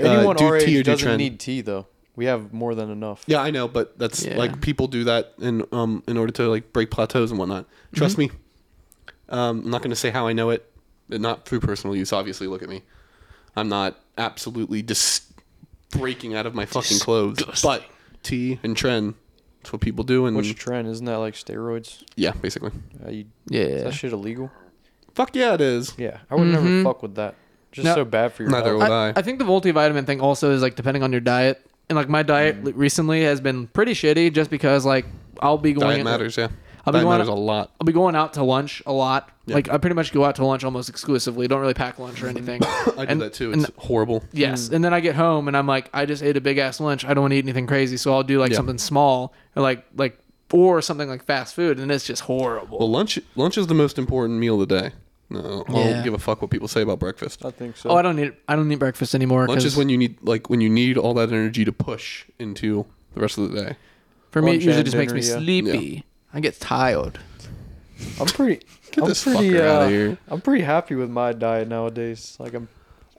S1: uh,
S2: Anyone
S1: do
S2: our
S1: tea or
S2: age
S1: do
S2: doesn't
S1: tren.
S2: need tea though. We have more than enough.
S1: yeah, I know, but that's
S3: Yeah.
S1: like people do that in um in order to like break plateaus and whatnot. Trust
S3: Mm-hmm.
S1: me. Um, I'm not gonna say how I know it, not through personal use. Obviously, look at me. I'm not absolutely just breaking out of my fucking clothes. But T and Tren, that's what people do. And
S2: What's trend? Isn't that like steroids?
S1: yeah, basically.
S2: Uh, you, is
S3: Yeah.
S2: that shit illegal?
S1: Fuck yeah, it is.
S2: Yeah, I would never fuck with that. Just
S3: No.
S2: so bad for your
S1: Mm-hmm. Neither
S2: health.
S1: would
S3: I,
S1: I.
S3: I think the multivitamin thing also is like depending on your diet. And like my
S1: Mm.
S3: diet li- recently has been pretty shitty just because like I'll be going
S1: Diet matters, yeah.
S3: I'll be
S1: Diet
S3: going-
S1: matters a lot.
S3: I'll be going out to lunch a lot.
S1: Yeah.
S3: Like I pretty much go out to lunch almost exclusively. Don't really pack lunch
S1: *coughs*
S3: or anything.
S1: I do
S3: And-
S1: that too.
S3: and-
S1: It's horrible.
S3: Yes, and then I get home and I'm like, I just ate a big ass lunch. I don't want to eat anything crazy, so I'll do like
S1: Yeah.
S3: something small or like like or something like fast food, and it's just horrible.
S1: Well, lunch lunch is the most important meal of the day. No, I
S3: Yeah.
S1: don't give a fuck what people say about breakfast.
S2: I think so.
S3: oh, I don't need I don't need breakfast anymore.
S1: Lunch
S3: 'cause
S1: is when you need like when you need all that energy to push into the rest of the day.
S3: for me it
S2: lunch
S3: usually
S2: and
S3: just makes me
S2: dinner,
S3: sleepy. I get tired.
S1: *laughs*
S2: I'm pretty. I'm
S1: this
S2: pretty.
S1: fucker outta
S2: uh,
S1: here.
S2: I'm pretty happy with my diet nowadays. Like I'm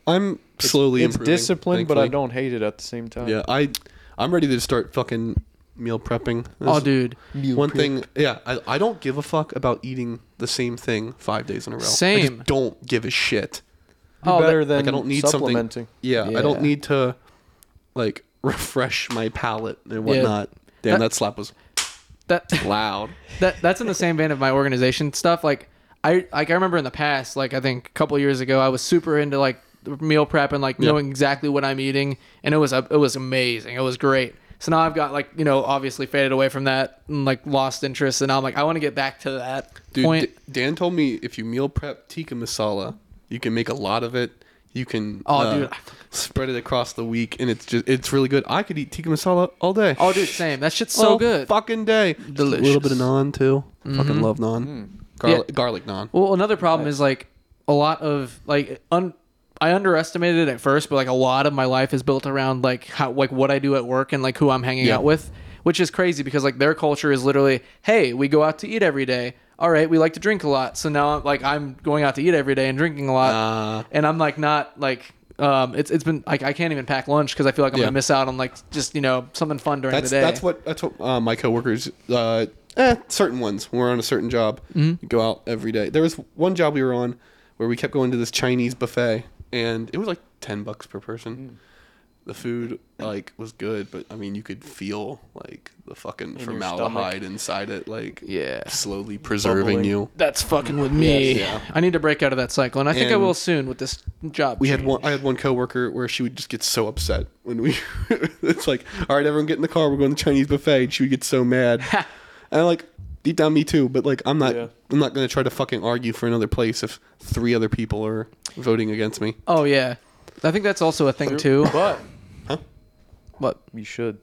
S1: I'm slowly
S2: it's
S1: improving,
S2: disciplined, but I
S1: thankfully.
S2: don't hate it at the same time.
S1: Yeah, I I'm ready to start fucking meal prepping.
S3: Oh,
S1: This-
S3: dude,
S1: One thing, yeah, I, I don't give a fuck about eating the same thing five days in a row. I
S3: Same.
S1: just don't give a shit.
S2: Be
S3: Oh, that-
S2: better than
S1: like I don't need something.
S2: supplementing.
S1: Yeah, I
S3: Yeah.
S1: don't need to like *laughs* refresh my palate and whatnot. Damn,
S3: That-
S1: that slap was
S3: that
S1: loud.
S3: that that's in the same vein of my organization stuff. Like I like I remember in the past, like I think a couple years ago, I was super into like meal prep and like
S1: Yeah.
S3: knowing exactly what I'm eating, and it was uh, it was amazing. It was great. So now I've got like you know obviously faded away from that and like lost interest, and I'm like I want to get back to that
S1: Dude,
S3: point.
S1: D- Dan told me if you meal prep tikka masala, you can make a lot of it. You can uh,
S3: Oh, dude.
S1: spread it across the week, and it's just it's really good. I could eat tikka masala all day.
S3: oh, dude, same. That shit's so
S1: All
S3: good.
S1: fucking day. Just A little bit
S3: Delicious. Mm-hmm.
S1: of naan too. Fucking love naan. Garlic,
S3: Yeah.
S1: garlic naan.
S3: Well, another problem is like a lot of like un- I underestimated it at first, but like a lot of my life is built around like how like what I do at work and like who I'm hanging
S1: Yeah.
S3: out with, which is crazy because like their culture is literally, hey, we go out to eat every day. All right, we like to drink a lot, so now like I'm going out to eat every day and drinking a lot,
S1: Ah.
S3: and I'm like not like um it's it's been like I can't even pack lunch because I feel like I'm
S1: Yeah.
S3: gonna miss out on like just you know something fun during
S1: That's
S3: the day.
S1: that's what that's what uh, my coworkers. Uh, eh, certain ones. When we're on a certain job.
S3: Mm-hmm.
S1: Go out every day. There was one job we were on where we kept going to this Chinese buffet, and it was like ten bucks per
S3: Mm.
S1: person. The food like was good, but I mean, you could feel like the fucking
S2: your
S1: formaldehyde inside it, like
S3: Yeah.
S1: slowly preserving
S2: Bubbling.
S1: you.
S3: that's fucking with me.
S1: Yes, yeah.
S3: I need to break out of that cycle, and I think I
S1: And-
S3: will soon with this job.
S1: We had
S3: change.
S1: one. I had one coworker where she would just get so upset when we. *laughs* it's like, all right, everyone get in the car. We're going to Chinese buffet. And she would get so mad.
S3: *laughs*
S1: and I'm like, deep down, me too. But like, I'm not.
S2: Yeah.
S1: I'm not going to try to fucking argue for another place if three other people are voting against me.
S3: Oh yeah, I think that's also a thing too.
S2: But *laughs*
S3: What?
S2: you should.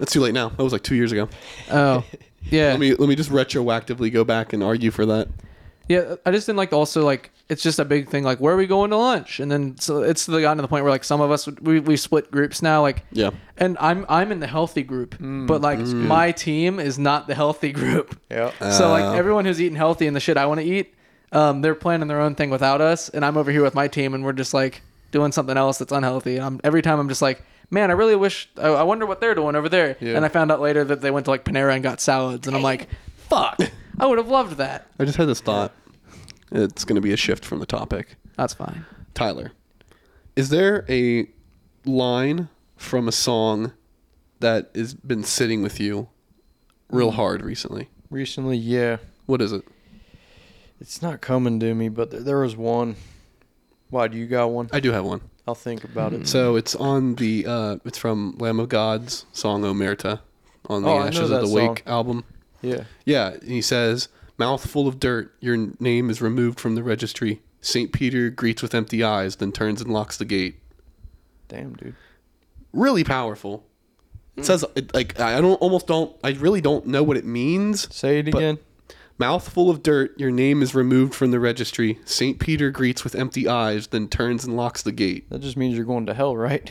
S1: It's too late now. That was like two years ago. *laughs*
S3: Oh, yeah,
S1: Let me let me just retroactively go back and argue for that.
S3: yeah. I just didn't like the- also like it's just a big thing like where are we going to lunch, and then so it's the gotten to the point where like some of us we we split groups now like
S1: Yeah. Mm,
S3: and I'm I'm in the healthy group, but like my team is not the healthy group.
S2: Yeah.
S3: So
S1: Oh.
S3: like everyone who's eating healthy and the shit I want to eat, um, they're planning their own thing without us, and I'm over here with my team, and we're just like doing something else that's unhealthy. And I'm, every time I'm just like, man, I really wish. I, I wonder what they're doing over there.
S1: Yeah.
S3: And I found out later that they went to like Panera and got salads, and I'm like, fuck, I would have loved that.
S1: *laughs* I just had this thought. It's going to be a shift from the topic.
S3: That's fine.
S1: Tyler, is there a line from a song that has been sitting with you real
S2: Hmm.
S1: hard recently?
S2: Recently, yeah,
S1: What is it?
S2: it's not coming to me, but there, there was one. Why do you got one?
S1: I do have one.
S2: I'll think about it.
S1: So it's on the uh, it's from Lamb of God's song Omerta on the
S2: Oh, I know
S1: Ashes
S2: that
S1: of the
S2: song.
S1: Wake album.
S2: Yeah.
S1: Yeah, and he says, "Mouthful of dirt, your name is removed from the registry." Saint Peter greets with empty eyes, then turns and locks the gate.
S2: Damn, dude.
S1: Really powerful. It says it, like I don't almost don't I really don't know what it means.
S2: Say it
S1: But-
S2: again.
S1: Mouthful of dirt, your name is removed from the registry. St. Peter greets with empty eyes, then turns and locks the gate.
S2: That just means you're going to hell, right?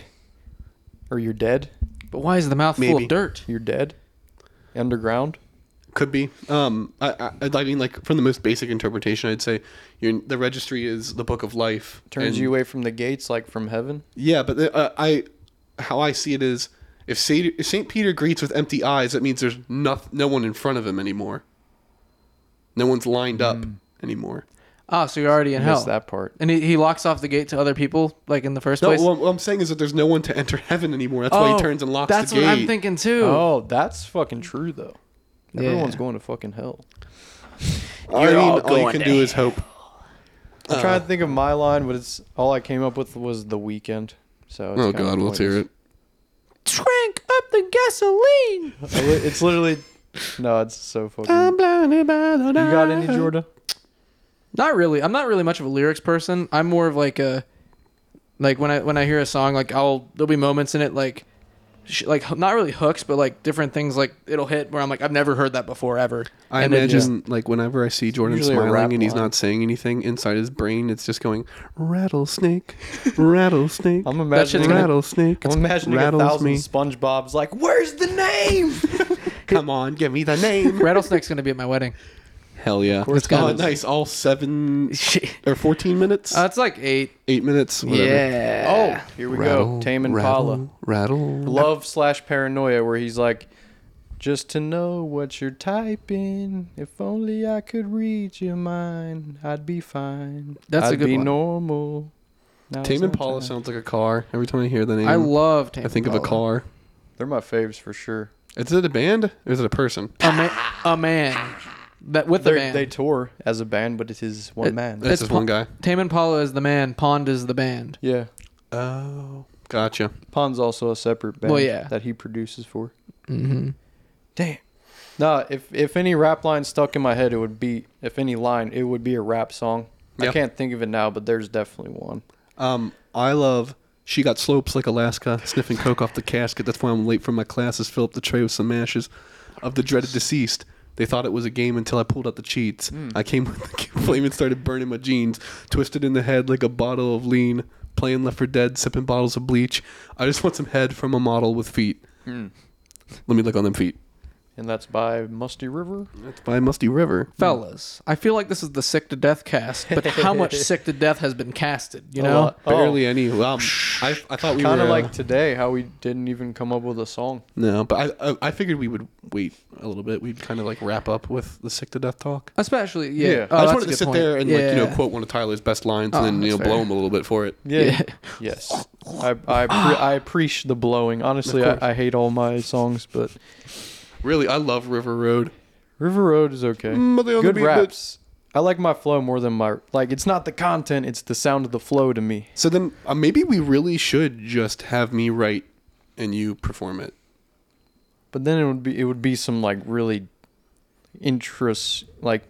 S2: Or you're dead.
S3: But why is the mouth full
S1: Maybe.
S3: of dirt?
S2: You're dead. Underground.
S1: Could be. Um, I, I, I mean, like, from the most basic interpretation, I'd say your, the registry is the book of life.
S2: Turns
S1: and-
S2: you away from the gates, like from heaven.
S1: Yeah, but the- uh, I, how I see it is if St. Peter greets with empty eyes, that means there's
S2: Hmm.
S1: no, no one in front of him anymore. No one's lined up anymore.
S3: Oh, so you're already in
S2: I
S3: hell.
S2: missed that part.
S3: And he, he locks off the gate to other people, like in the first
S1: No,
S3: place. Oh,
S1: what what I'm saying is that there's no one to enter heaven anymore. That's why he turns and locks
S3: That's
S1: the gate.
S3: what I'm thinking too.
S2: Oh, that's fucking true though.
S3: Yeah.
S2: Everyone's going to fucking hell.
S1: I
S3: You're
S1: mean,
S3: all
S1: all, you
S3: going
S1: can
S3: to
S1: do is hope. Uh.
S2: I'm trying to think of my line, but it's all I came up with was the weekend. So it's
S1: Oh
S2: kinda
S1: God, let's hear
S2: pointless.
S1: it.
S3: Drink up the gasoline.
S2: I li- It's literally no, it's so fucking.
S3: I'm
S2: You
S3: blinded by the
S2: got any
S3: light.
S2: Jordan?
S3: Not really. I'm not really much of a lyrics person. I'm more of like a like when I when I hear a song, like I'll there'll be moments in it like sh- like h- not really hooks, but like different things like it'll hit where I'm like I've never heard that before ever.
S1: I
S3: And then
S1: imagine,
S3: just-
S1: like, whenever I see Jordan
S2: usually a rap
S1: smiling and he's
S2: line.
S1: not saying anything inside his brain, it's just going
S2: *laughs*
S1: rattlesnake, rattlesnake,
S2: I'm imagining.
S3: gonna-
S1: rattlesnake.
S2: I'm imagining a
S1: rattles
S2: thousand
S1: me.
S2: SpongeBob's like, "Where's the name?"
S1: Come on, give me the
S2: *laughs*
S1: name.
S3: Rattlesnake's gonna be at
S1: *laughs*
S3: my wedding.
S1: Hell yeah!
S3: course
S1: oh,
S3: it is.
S1: nice. All
S2: *laughs*
S1: seven
S3: Shit.
S1: or fourteen minutes,
S3: Uh, it's like eight.
S1: eight minutes. Whatever.
S2: Oh, here we
S1: Rattle,
S2: go. Tame
S1: rattle,
S2: Impala.
S1: Rattle.
S2: Love slash paranoia, where he's like, "Just to know what you're typing. If only I could read your mind, I'd be fine.
S3: That's a
S2: I'd
S3: good
S2: be
S3: one.
S2: normal." Now
S1: Tame
S2: it's not
S1: Impala
S2: time.
S1: sounds like a car. Every time I hear the name,
S3: Oh, I love Tame
S1: I think of a
S3: Impala.
S1: car.
S2: They're my faves for sure.
S1: Is it a band or is it a person?
S3: A, ma- a man that with the
S2: They're-
S3: man.
S2: They tour as a band, but it is one
S3: It-
S2: man.
S1: It's
S3: It's
S1: just
S3: pla-
S1: one guy.
S3: Tame Impala is the man. Pond is the band.
S2: yeah,
S1: Oh, gotcha.
S2: Pond's also a separate band
S3: Well, yeah.
S2: that he produces for.
S3: Mm-hmm.
S2: Damn. No, if if any rap line stuck in my head, it would be if any line, it would be a rap song.
S1: Yeah.
S2: I can't think of it now, but there's definitely one.
S1: Um, I love. She got slopes like Alaska, sniffing coke off the casket. That's why I'm late for my classes. Fill up the tray with some ashes of the dreaded deceased. They thought it was a game until I pulled out the cheats. I came with the *laughs* flame and started burning my jeans. Twisted in the head like a bottle of lean. Playing left for dead, sipping bottles of bleach. I just want some head from a model with feet. Let me look on them feet.
S2: And that's by Musty River.
S1: That's by Musty River.
S3: Fellas, I feel like this is the sick to death cast, but
S1: *laughs*
S3: how much sick to death has been casted? You
S2: A
S3: know,
S2: lot. Oh.
S1: Barely any. Um, I, I thought we
S2: Kind
S1: were
S2: of
S1: uh,
S2: like today, how we didn't even come up with a song.
S1: No, but I, I I figured we would wait a little bit. We'd kind of like wrap up with the sick to death talk.
S3: especially yeah.
S2: Yeah.
S3: Oh,
S1: I just
S3: that's a
S1: wanted to
S3: good
S1: sit
S3: point.
S1: there and like you know
S3: Yeah.
S1: quote one of Tyler's best lines
S3: Oh,
S1: and then you know
S3: that's
S1: blow
S3: fair.
S1: him a little bit for it.
S3: Yeah.
S2: Yes. I
S1: *laughs*
S2: I pre- I preach the blowing. Honestly,
S1: Of course.
S2: I, I hate all my songs, but
S1: Really, I love River Road.
S2: River Road is okay.
S1: Mm, but they only
S2: Good
S1: beat the-
S2: raps. I like my flow more than my like. It's not the content; it's the sound of the flow to me.
S1: So then uh, maybe we really should just have me write and you perform it.
S2: But then it would be it would be some like really interest like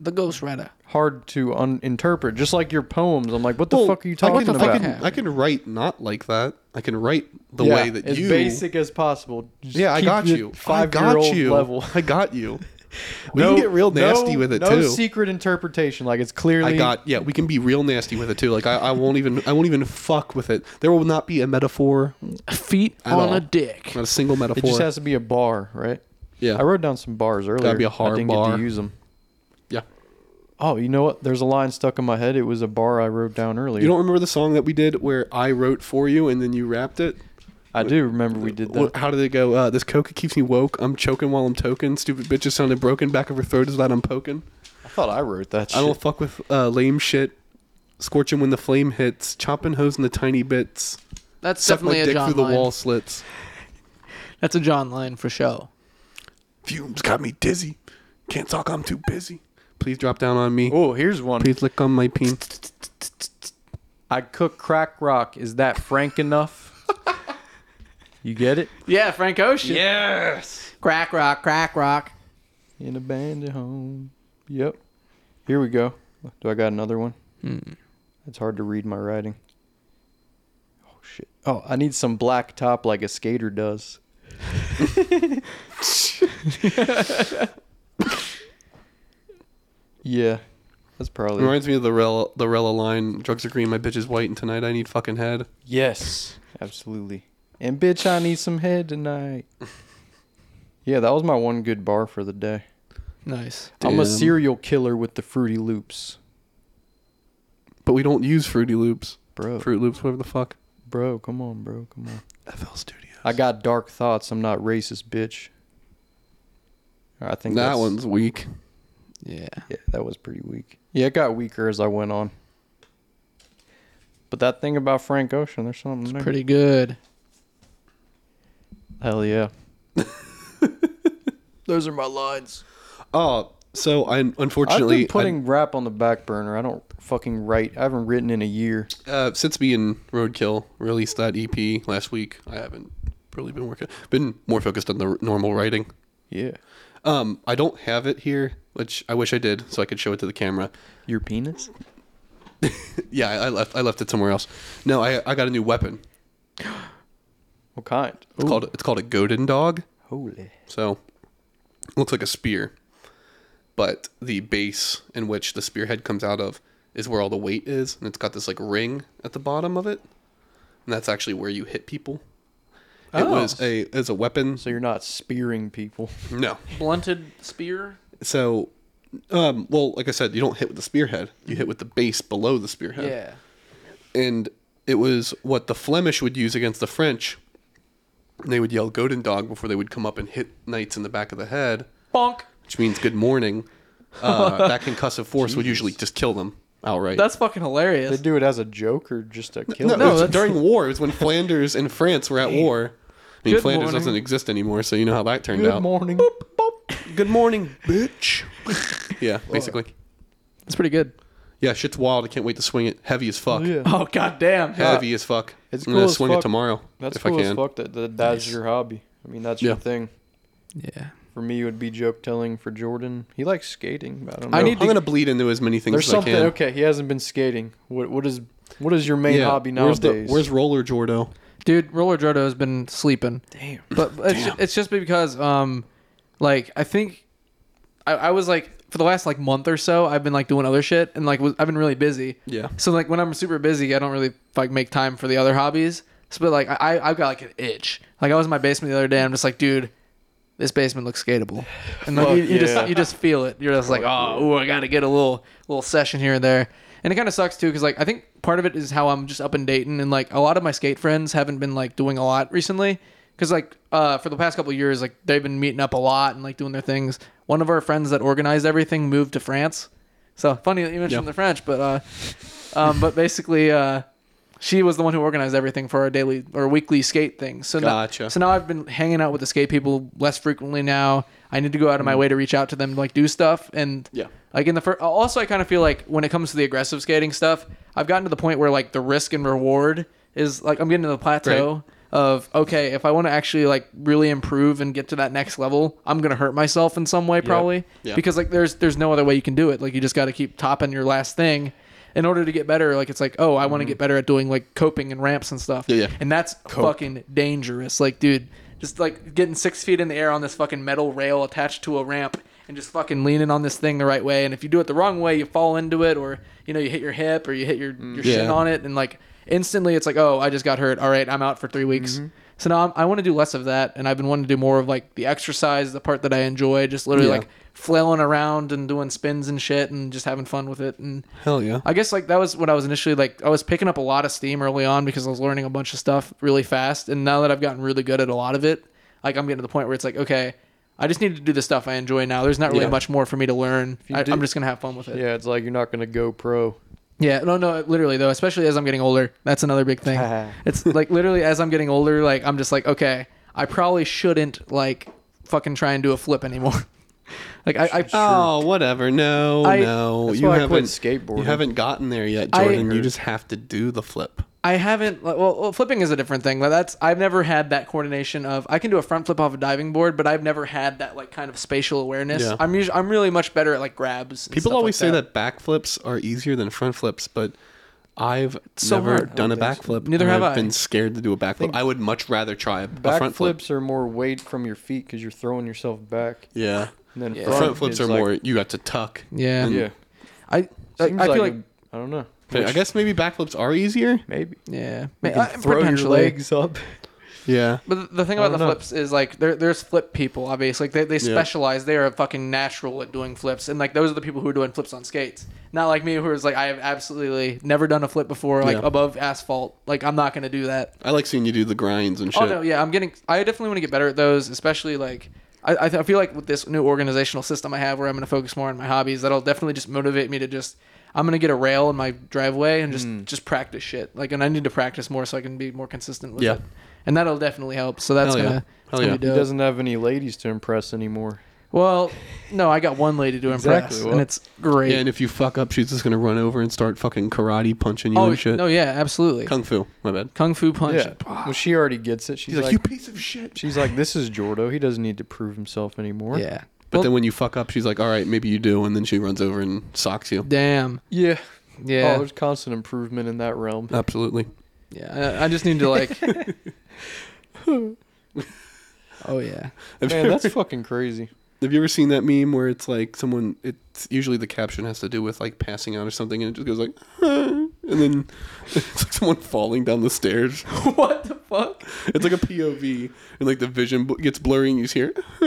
S3: the Ghost Rider.
S2: hard to un- interpret. Just like your poems, I'm like, what the
S1: Well,
S2: fuck are you
S1: I can-
S2: talking
S1: I
S2: about?
S1: can, I can write not like that. I can write the
S2: Yeah,
S1: way that
S2: as
S1: you.
S2: basic as possible. Just
S1: yeah, I
S2: keep
S1: got
S2: the
S1: you. I got
S2: Five-year-old
S1: you.
S2: level.
S1: *laughs* I got
S2: *laughs*
S1: you. We can get real
S2: no-
S1: nasty with it
S2: no
S1: too.
S2: secret interpretation. Like it's clearly.
S1: I got yeah. We can be real nasty with it too. Like I, I won't even I won't even fuck with it. There will not be a metaphor,
S3: Feet
S1: At
S3: on
S1: all.
S3: a dick.
S1: not a single
S2: It
S1: metaphor.
S2: just has to be a bar, right?
S1: yeah,
S2: I wrote down some bars earlier.
S1: be a
S2: I
S1: hard
S2: didn't get
S1: bar.
S2: to use them.
S1: yeah.
S2: Oh, you know what? There's a line stuck in my head. It was a bar I wrote down earlier.
S1: You don't remember the song that we did where I wrote for you and then you rapped it?
S2: I do remember we did
S1: What-
S2: that.
S1: How did it go? Uh, this coca keeps me woke. I'm choking while I'm token. Stupid bitches sounding broken. Back of her throat is that I'm poking.
S2: I thought I wrote that. Shit.
S1: I don't fuck with uh, lame shit. Scorching when the flame hits. Chopping hoes in the tiny bits.
S3: That's
S1: Suck my
S3: definitely a
S1: dick
S3: John
S1: through
S3: line.
S1: the wall slits.
S3: That's a John line for show.
S1: Fumes got me dizzy. Can't talk. I'm too busy. Please drop down on me.
S2: Oh, here's one.
S1: Please lick on my peen.
S2: I cook crack rock. Is that frank enough? you get it?
S3: Yeah, Frank Ocean. Yes. Crack rock, crack rock.
S2: In a bandit home. Yep. Here we go. Do I got another one? It's hard to read my writing. Oh shit. Oh, I need some black top like a skater *laughs* does. yeah. That's
S1: It
S2: probably
S1: reminds me of the Rella, the Rella line Drugs are green, my bitch is white, and tonight I need fucking head.
S2: Yes, absolutely. And bitch, I need some head
S3: *laughs*
S2: tonight. yeah, that was my one good bar for the day.
S3: Nice.
S2: I'm
S1: Damn.
S2: a serial killer with the Fruity Loops,
S1: But we don't use Fruity Loops.
S2: bro.
S1: Fruit Loops, whatever the fuck.
S2: bro, come on, bro, come on.
S1: FL Studio.
S2: I got dark thoughts. I'm not racist, bitch. I think
S1: That
S2: that's-
S1: one's weak.
S3: Yeah.
S2: Yeah, that was pretty weak. Yeah, it got weaker as I went on. But that thing about Frank Ocean, there's something there.
S3: Pretty good.
S2: Hell yeah.
S3: *laughs* Those are my lines.
S1: Oh, so I
S2: I've
S1: unfortunately
S2: been putting rap on the back burner. I don't fucking write. I haven't written in a year.
S1: I- uh, since me and Roadkill released that EP last week, I haven't really been working. Been more focused on the r- normal writing.
S2: Yeah.
S1: Um, I don't have it here, which I wish I did, so I could show it to the
S3: *laughs*
S1: camera.
S2: Your penis?
S1: Yeah, I I left. I left it somewhere else. No, I I got a new weapon.
S2: What kind?
S1: It's called it's called a Godin dog.
S2: Holy.
S1: So it looks like a spear, but the base in which the spearhead comes out of is where all the weight is, and it's got this like ring at the bottom of it, and that's actually where you hit people. It
S3: Oh.
S1: was a as a weapon.
S2: So you're not spearing people.
S1: No,
S3: Blunted spear.
S1: so um, well, like I said, you don't hit with the spearhead; you hit with the base below the spearhead.
S3: Yeah.
S1: and it was what the Flemish would use against the French. And They would yell "Godin dog" before they would come up and hit knights in the back of the head,
S3: Bonk.
S1: which means "Good morning." Uh, that concussive force would usually just kill them outright.
S3: That's
S2: *laughs*
S3: fucking
S2: They
S3: hilarious.
S2: do it as a joke or just to kill
S1: no,
S2: them?
S1: it was
S3: that's-
S1: during war. It was when Flanders and France were at war. I mean,
S3: Good
S1: Flanders
S3: morning.
S1: doesn't exist anymore, so you know how that turned
S2: Good
S1: out.
S2: morning.
S1: Good morning, bitch. *laughs* yeah, basically.
S3: That's pretty good.
S1: Yeah, shit's wild. I can't wait to swing it. Heavy as fuck.
S2: Yeah.
S3: Oh goddamn.
S1: Heavy as fuck.
S2: It's
S1: I'm gonna
S2: cool as
S1: swing it
S2: fuck.
S1: tomorrow
S2: That's
S1: if
S2: cool
S1: I can.
S2: as fuck that, that that's your hobby. I mean, that's your
S1: Yeah.
S2: thing.
S3: Yeah.
S2: For me, it would be joke telling for Jordan. He likes skating, but I don't know.
S3: I
S1: I
S3: need
S1: am
S3: to-
S1: gonna bleed into as many things
S2: There's
S1: as
S2: something.
S1: I can.
S2: Okay, he hasn't been skating. What What is what is your main hobby
S1: where's the-
S2: nowadays?
S1: Where's, Roller Jordo?
S3: Dude, Roller Jordo has been sleeping.
S2: Damn.
S3: But it's, it's just because, um, like I think, I, I was like for the last like month or so, I've been like doing other shit and like was, I've been really busy.
S1: Yeah.
S3: So like when I'm super busy, I don't really like make time for the other hobbies. So, but like I I've got like an itch. Like I was in my basement the other day. I'm just like, dude, this basement looks skatable. And like,
S2: Fuck
S3: you, you
S2: yeah.
S3: just you just feel it. You're just like, oh, ooh, I gotta get a little little session here and there. And it kind of sucks too, because like I think part of it is how I'm just up in Dayton, and like a lot of my skate friends haven't been like doing a lot recently, because like uh, for the past couple of years, like they've been meeting up a lot and like doing their things. One of our friends that organized everything moved to France, so funny that you mentioned
S1: Yeah.
S3: the French, but uh, um, but basically, uh, she was the one who organized everything for our daily or weekly skate thing. So no-
S1: Gotcha.
S3: so now I've been hanging out with the skate people less frequently now. I need to go out of my way to reach out to them, like do stuff, and
S1: Mm. Yeah.
S3: like in the first. Also, I kind of feel like when it comes to the aggressive skating stuff, I've gotten to the point where like the risk and reward is like I'm getting to the plateau.
S1: Right.
S3: Of okay, if I want to actually like really improve and get to that next level, I'm gonna hurt myself in some way probably
S1: Yeah.
S3: because like there's there's no other way you can do it. Like you just got to keep topping your last thing in order to get better. Like it's like oh, I
S1: Mm-hmm.
S3: want to get better at doing like coping and ramps and stuff.
S1: Yeah, yeah.
S3: And that's fucking dangerous. Like, dude, just like getting six feet in the air on this fucking metal rail attached to a ramp and just fucking leaning on this thing the right way. And if you do it the wrong way, you fall into it or, you know, you hit your hip or you hit your, your shin
S1: Mm. Yeah.
S3: on it. And like instantly it's like, oh, I just got hurt. All right, I'm out for three weeks.
S1: Mm-hmm.
S3: So now I'm, I want to do less of that. And I've been wanting to do more of like the exercise, the part that I enjoy, just literally
S1: Yeah.
S3: like flailing around and doing spins and shit and just having fun with it. And
S1: Hell yeah.
S3: I guess like that was when I was initially like I was picking up a lot of steam early on because I was learning a bunch of stuff really fast, and now that I've gotten really good at a lot of it, like I'm getting to the point where it's like okay, I just need to do the stuff I enjoy now. There's not really
S1: Yeah.
S3: much more for me to learn.
S2: you
S3: I,
S2: do-
S3: I'm just gonna have
S1: *laughs*
S3: fun with it. Yeah.
S2: Yeah, it's like you're not gonna go pro.
S3: no, no, literally though, especially as I'm getting older, that's another big thing. it's like literally as I'm getting older, like I'm just like okay, I probably shouldn't like fucking try and do a flip anymore. *laughs* like I, I
S1: Oh, whatever. No,
S3: I-
S1: no.
S2: That's
S1: you
S2: why I
S1: haven't
S2: quit skateboarding.
S1: You haven't gotten there yet,
S3: I-
S1: Jordan. you just have to do the flip.
S3: I haven't. Well, well, flipping is a different thing. Like, That's I've never had that coordination of I can do a front flip off a diving board, but I've never had that like kind of spatial awareness.
S1: Yeah.
S3: I'm usually I'm really much better at like grabs. and
S1: People
S3: stuff like
S1: always say that. back flips are easier than front flips, but I've
S3: so
S1: never
S3: hard. I
S1: done a
S2: don't think
S1: backflip.
S3: Neither
S1: and
S3: have
S1: I've
S3: I.
S1: been scared to do a backflip. I would much rather try a, a
S2: Back
S1: front flip.
S2: flips are more weight from your feet because you're throwing yourself back.
S1: Yeah.
S2: And then
S3: Yeah.
S1: The front
S2: front
S1: flips
S2: is
S1: are
S2: like-
S1: more you got to tuck.
S3: Yeah,
S2: Yeah.
S3: I I, I
S2: Seems
S3: feel like,
S2: I don't know.
S1: But I
S2: Which-
S1: guess maybe backflips are easier.
S2: maybe
S3: yeah,
S2: you
S3: I-
S2: can throw your
S3: potentially.
S2: legs
S3: *laughs*
S2: up.
S1: Yeah.
S3: But the- the thing
S2: I
S3: about the
S2: don't know.
S3: flips is like there, there's flip people. Obviously, like they, they
S1: Yeah.
S3: specialize. They are fucking natural at doing flips, and like those are the people who are doing flips on skates. Not like me, who is like I have absolutely never done a flip before, like
S1: Yeah.
S3: above asphalt. Like I'm not gonna do that.
S1: I like seeing you do the grinds and shit.
S3: Oh no, yeah, I'm getting. I definitely want to get better at those, especially like I, I, th- I feel like with this new organizational system I have, where I'm going to focus more on my hobbies, that'll definitely just motivate me to just I'm going to get a rail in my driveway and just
S1: Mm.
S3: just practice shit. Like, and I need to practice more so I can be more consistent with
S1: Yeah.
S3: it. And that'll definitely help. So that's
S1: Hell yeah.
S3: gonna, that's
S1: Hell
S3: gonna
S1: yeah.
S3: be
S1: He
S2: He
S3: dope.
S2: doesn't have any ladies to impress anymore.
S3: Well, no, I got one lady to impress,
S2: Exactly, well-
S3: and it's great.
S1: Yeah, and if you fuck up, she's just gonna run over and start fucking karate punching you
S3: oh
S1: and shit.
S3: no, yeah, absolutely. Kung,
S1: Kung fu. My bad.
S3: fu punch.
S2: Yeah. Well, she already gets it.
S1: He's
S2: She's,
S1: like,
S2: like,
S1: you piece of shit.
S2: *laughs* she's like, this is Jordo. He doesn't need to prove himself anymore.
S3: Yeah.
S1: But
S3: Well,
S1: then when you fuck up, she's like, all right, maybe you do, and then she runs over and socks you.
S3: damn.
S2: Yeah.
S3: Yeah.
S2: Oh, there's constant improvement in
S1: *laughs*
S2: that realm.
S1: Absolutely.
S3: Yeah, I, I just need
S2: *laughs*
S3: to like. oh yeah,
S1: Have
S2: Man,
S1: you,
S2: that's fucking crazy.
S1: *laughs* have you ever seen that meme where it's like someone? It's usually the caption has to do with like passing out or something, and it just goes like, *laughs* "Huh," and then *laughs* it's like someone falling down the stairs.
S3: *laughs* what the fuck?
S1: It's like a POV, and like the vision bl- gets blurry, and you just hear, *laughs*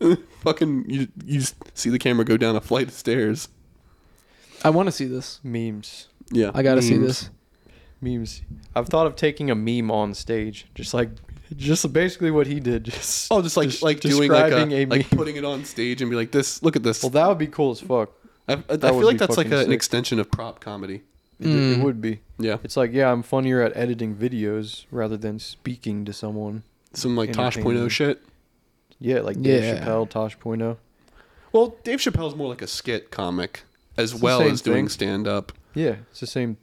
S1: "Huh," fucking, you you just see the camera go down a flight of stairs.
S3: I want to see this.
S2: Memes.
S1: Yeah,
S3: I gotta see
S1: Memes.
S3: this.
S2: Memes. I've thought of taking a meme on stage. Just like just basically what he did. Just
S1: Oh, just like like doing like a,
S2: describing a
S1: like
S2: meme.
S1: putting it on stage and be like, this. Look at this.
S2: Well that would be cool as fuck.
S1: I, I, I
S2: would
S1: feel like
S2: be
S1: that's like
S2: fucking
S1: a, an
S2: sick.
S1: extension of prop comedy.
S2: It,
S1: Mm.
S2: it would be.
S1: Yeah,
S2: It's like, yeah, I'm funnier at editing videos rather than speaking to someone.
S1: some like Tosh Point
S2: Entertaining.
S1: O shit.
S2: Yeah, like Dave
S3: Yeah.
S2: Chappelle, Tosh Point oh.
S1: Well, Dave Chappelle's more like a skit comic, as
S2: It's the
S1: well
S2: same
S1: as doing
S2: thing.
S1: stand up.
S2: Yeah, it's the same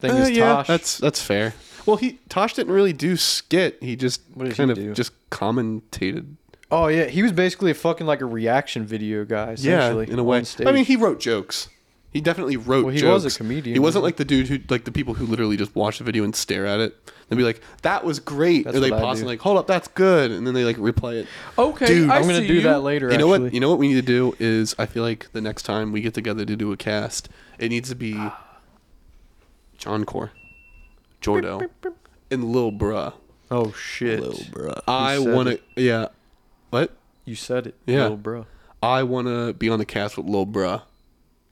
S2: thing as Tosh.
S1: Uh, that's that's fair. Well, he Tosh didn't really do skit. He just
S2: What did
S1: kind
S2: he
S1: of
S2: do?
S1: just commentated.
S2: Oh yeah, he was basically fucking like a reaction video guy. Essentially,
S1: in a way.
S2: on stage.
S1: I mean, he wrote jokes. He definitely wrote.
S2: Well, he
S1: jokes.
S2: was a comedian,
S1: He wasn't
S2: wasn't
S1: like the dude who like the people who literally just watch the video and stare at it and be like, "That was great,"
S2: That's
S1: or they
S2: what I
S1: pause
S2: do.
S1: and like, "Hold up, that's good," and then they like replay it.
S3: Okay,
S1: Dude,
S3: I
S2: I'm gonna
S3: see
S2: do
S3: you.
S2: that later.
S1: You know
S2: actually.
S1: what? You know what we need to do is I feel like the next time we get together to do a cast, it needs to be John Core, Jordo, and Lil Bruh.
S2: Oh shit!
S1: Bruh. I
S2: You said
S1: want to.
S2: it.
S1: Yeah. What?
S2: You said it,
S1: Yeah.
S2: little bro.
S1: I want to be on the cast with Lil Bruh.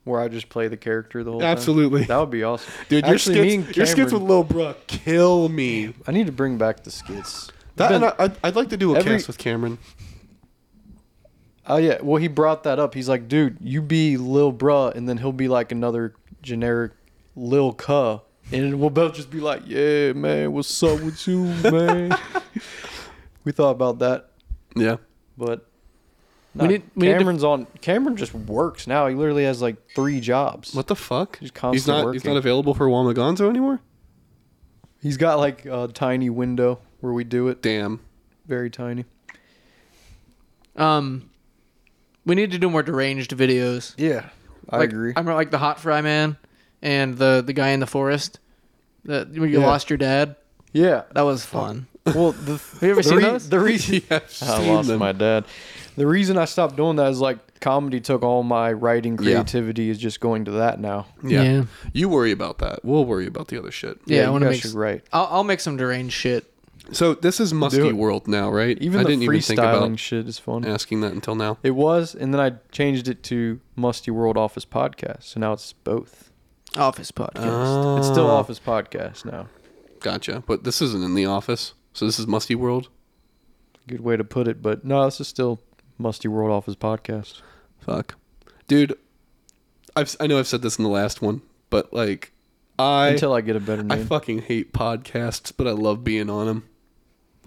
S2: Where I just play the character the whole
S1: Absolutely.
S2: time. That would be awesome,
S1: Dude, your
S2: Actually, me
S1: skits,
S2: and
S1: your skits with
S2: Cameron-
S1: Lil Bruh kill me.
S2: I need to bring back the skits.
S1: That
S2: Been-
S1: and I, I'd, I'd like to do a
S2: Every-
S1: cast with Cameron.
S2: Oh yeah, well he brought that up. He's like, dude, you be Lil Bruh, and then he'll be like another generic Lil Cuh, and we'll both just be like, yeah, man, what's up
S1: *laughs*
S2: with you, man? *laughs* we thought about that,
S1: Yeah.
S2: but
S3: We need- we need to-
S2: Cameron's on. Cameron just works now. He literally has like three jobs.
S1: What the fuck?
S2: He's
S1: he's
S2: constantly
S1: not. He's
S2: working.
S1: not available for Wamagonzo anymore.
S2: He's got like a tiny window where we do it, *laughs*
S1: Damn. *laughs*
S2: very tiny.
S3: Um, we need to do more deranged videos.
S2: Yeah, I
S3: Like,
S2: agree.
S3: I'm like the hot fry man and the the guy in the forest. That when you
S2: Yeah.
S3: lost your dad.
S2: yeah.
S3: That was fun.
S2: Well,
S3: *laughs*
S2: the, have
S3: you ever seen
S2: re-
S3: those?
S2: The reason
S1: Yeah, I've
S2: I
S1: seen
S2: lost
S1: them.
S2: my dad. The reason I stopped doing that is like comedy took all my writing
S1: Yeah.
S2: creativity is just going to that now.
S1: Yeah.
S3: Yeah.
S1: You worry about that. We'll worry about the other shit.
S3: Yeah, I
S2: you
S3: want to
S2: guys
S3: make.
S2: should write.
S3: I'll, I'll make some deranged shit.
S1: So this is Musky
S2: it.
S1: World now, right?
S2: Even
S1: I
S2: the
S1: didn't even think
S2: freestyling
S1: about
S2: shit is fun.
S1: asking that until now.
S2: It was, and then I changed it to Musty World Office Podcast, so now it's both.
S3: Office podcast.
S2: It's still
S1: Ah.
S2: Office Podcast now.
S1: Gotcha. But this isn't in the office. So this is Musty World.
S2: Good way to put it, but no, this is still Musty World Office Podcast.
S1: Fuck. Dude, I've, I know I've said this in the last one, but like, I
S2: Until I get a better
S1: I
S2: name.
S1: fucking hate podcasts, but I love being on them.